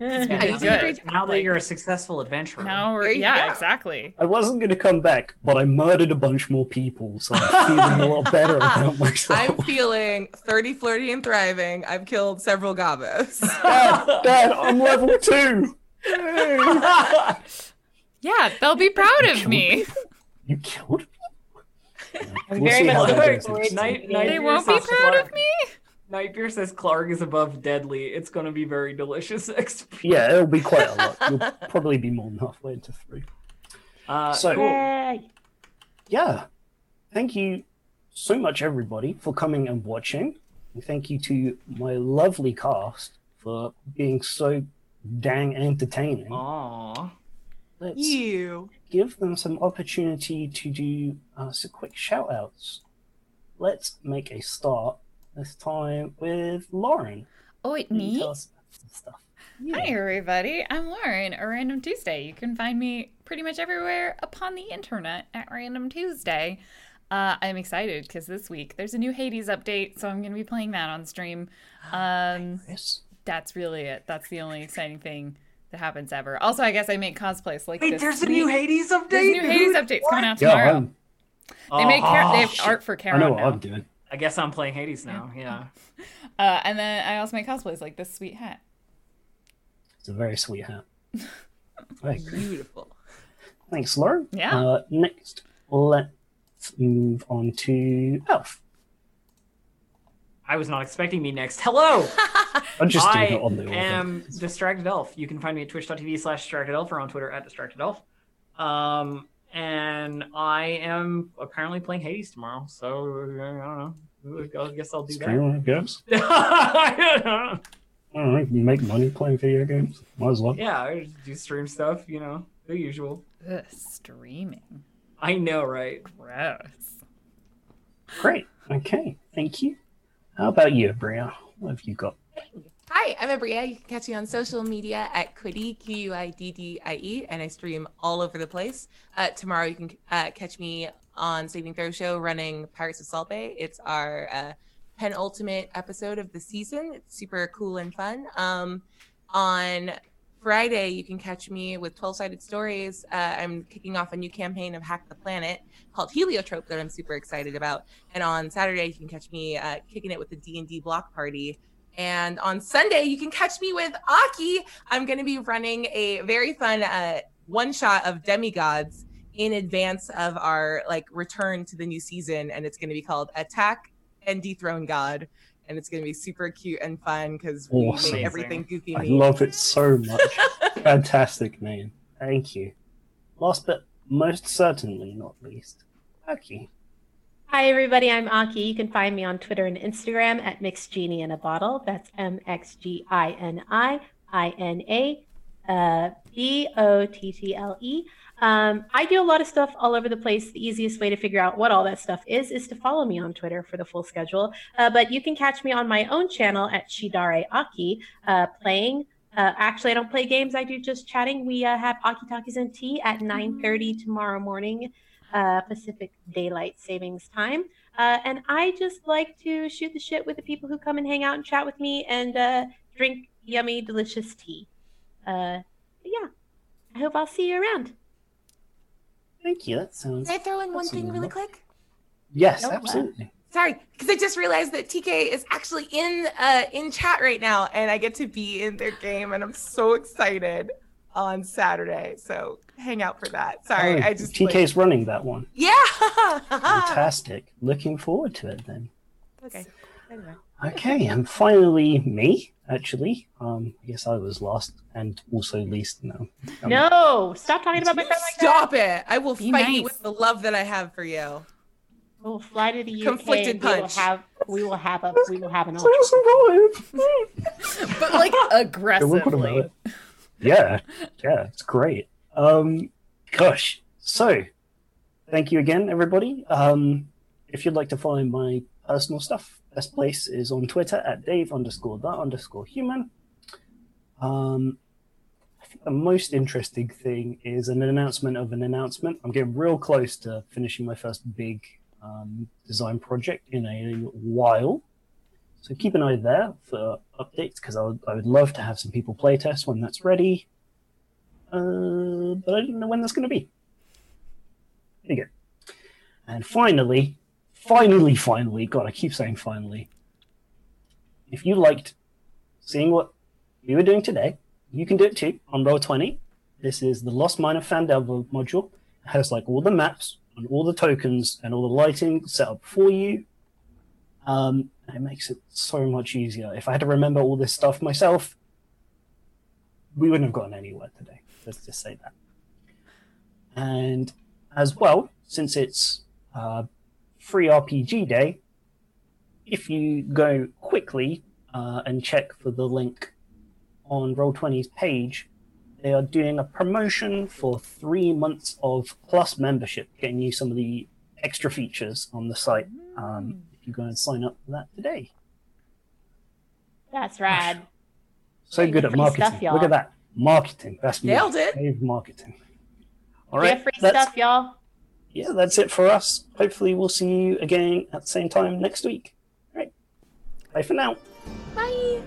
Yeah, I now did that- great. Now that you're a successful adventurer. Now There we're you yeah, go. exactly. I wasn't going to come back, but I murdered a bunch more people, so I'm feeling a lot better about myself. I'm feeling 30, flirty, and thriving. I've killed several gobos. Dad, Dad, I'm level two. Yay. Yeah, they'll be proud of me. You killed me? I'm We'll very see how much that looking goes forward next to time. Night, night it. They won't be proud of me. Nightbeer says Clark is above deadly. It's going to be very delicious XP. Yeah, it'll be quite a lot. You'll probably be more than halfway into three. Uh, So- cool. Yay. yeah thank you so much everybody for coming and watching and thank you to my lovely cast for being so dang entertaining Aw. let's You. give them some opportunity to do uh, some quick shout outs let's make a start this time with lauren Oh, it Can you me? tell us about some stuff Hi, everybody. I'm Lauren, a Random Tuesday. You can find me pretty much everywhere upon the internet at Random Tuesday. Uh, I'm excited because this week there's a new Hades update, so I'm going to be playing that on stream. Oh, Um, yes that's really it. That's the only exciting thing that happens ever. Also, I guess I make cosplays like Wait, this. there's a new Hades update? There's new Hades dude? updates What? Oh, coming out yeah tomorrow. I'm- they make Kara- they have shit. art for i know um, Karen what now. i'm doing I guess I'm playing Hades now. Yeah. Uh, and then I also make cosplays like this sweet hat. it's a very sweet hat Very cool. Beautiful. Thanks, Lauren. Yeah. Uh, next, let's move on to Elf. I was not expecting me next. Hello! I'm just I doing it on the order. am Distracted Elf. You can find me at twitch.tv slash Distracted Elf or on Twitter at Distracted Elf. Um, and I am apparently playing Hades tomorrow, so I don't know. I guess I'll do that. Stream, I guess. I don't know. I don't know, you make money playing video games. Might as well. yeah, I just do stream stuff, you know, the usual. Ugh, streaming. I know, right? Gross. Great. Okay. Thank you. How about you, Bria? What have you got? Hi, I'm Abria. You can catch me on social media at Quiddy, Q U I D D I E, and I stream all over the place. Uh, tomorrow, you can uh, catch me on Saving Throw Show running Pirates of Salt Bay. It's our uh, penultimate episode of the season. It's super cool and fun. Um, on Friday, you can catch me with 12 Sided Stories. Uh, I'm kicking off a new campaign of Hack the Planet called Heliotrope that I'm super excited about. And on Saturday, you can catch me uh, kicking it with the D&D block party. And on Sunday, you can catch me with Aki. I'm going to be running a very fun uh, one shot of demigods in advance of our like return to the new season, and it's going to be called Attack and Dethrone God, and it's going to be super cute and fun because we Awesome. make everything goofy. I mean. love it so much. Fantastic name. Thank you. Last but most certainly not least, Aki. Hi, everybody. I'm Aki. You can find me on Twitter and Instagram at Mixed Genie in a Bottle. That's M X G I N I I N A uh, B O T T L E. Um, I do a lot of stuff all over the place. The easiest way to figure out what all that stuff is is to follow me on Twitter for the full schedule. Uh, but you can catch me on my own channel at Shidare Aki uh, playing. Uh, actually, I don't play games. I do just chatting. We uh, have Aki Talkies and Tea at 9.30 tomorrow morning uh, Pacific Daylight Savings Time. Uh, and I just like to shoot the shit with the people who come and hang out and chat with me and uh, drink yummy, delicious tea. Uh, but yeah, I hope I'll see you around. Thank you. That sounds. Can I throw in one thing really Absolutely. quick? Yes, Nope. absolutely. Sorry, because I just realized that TK is actually in uh, in chat right now, and I get to be in their game, and I'm so excited on Saturday. So hang out for that. Sorry, Oh, I just Ah. like- TK's running that one. yeah. Fantastic. Looking forward to it then. okay. Anyway. Okay, and finally me, actually. Um, I guess I was last and also least now. Um, no, stop talking about my friend like that. Stop it! I will Be fight you nice. with the love that I have for you. We'll fly to the UK. Conflicted and we will punch. have. We will have a. We will have an. I survived. But like Don't look what I'm aggressively. at. Yeah, yeah, it's great. Um, gosh, so thank you again, everybody. Um, if you'd like to follow my personal stuff, best place is on Twitter at Dave underscore that underscore human. Um, I think the most interesting thing is an announcement of an announcement. I'm getting real close to finishing my first big um, design project in a while. So keep an eye there for updates because I would I would love to have some people playtest when that's ready. Uh, but I don't know when that's going to be. There you go. And finally, finally, finally, God, I keep saying finally. If you liked seeing what we were doing today, you can do it too on Roll20. This is the Lost Mine of Fandel module. It has like all the maps on all the tokens and all the lighting set up for you. Um, and it makes it so much easier. If I had to remember all this stuff myself, we wouldn't have gotten anywhere today. Let's just say that. And as well, since it's uh, free RPG day, if you go quickly uh, and check for the link on Roll20's page, they are doing a promotion for three months of plus membership, getting you some of the extra features on the site. Hmm. Um, if you go and sign up for that today. That's rad. So Right, good at free stuff, marketing. Look y'all. at that. Marketing. That's me. Nailed it. Save marketing. All We right. have free that's- stuff, y'all. yeah, that's it for us. Hopefully, we'll see you again at the same time next week. All right. Bye for now. Bye.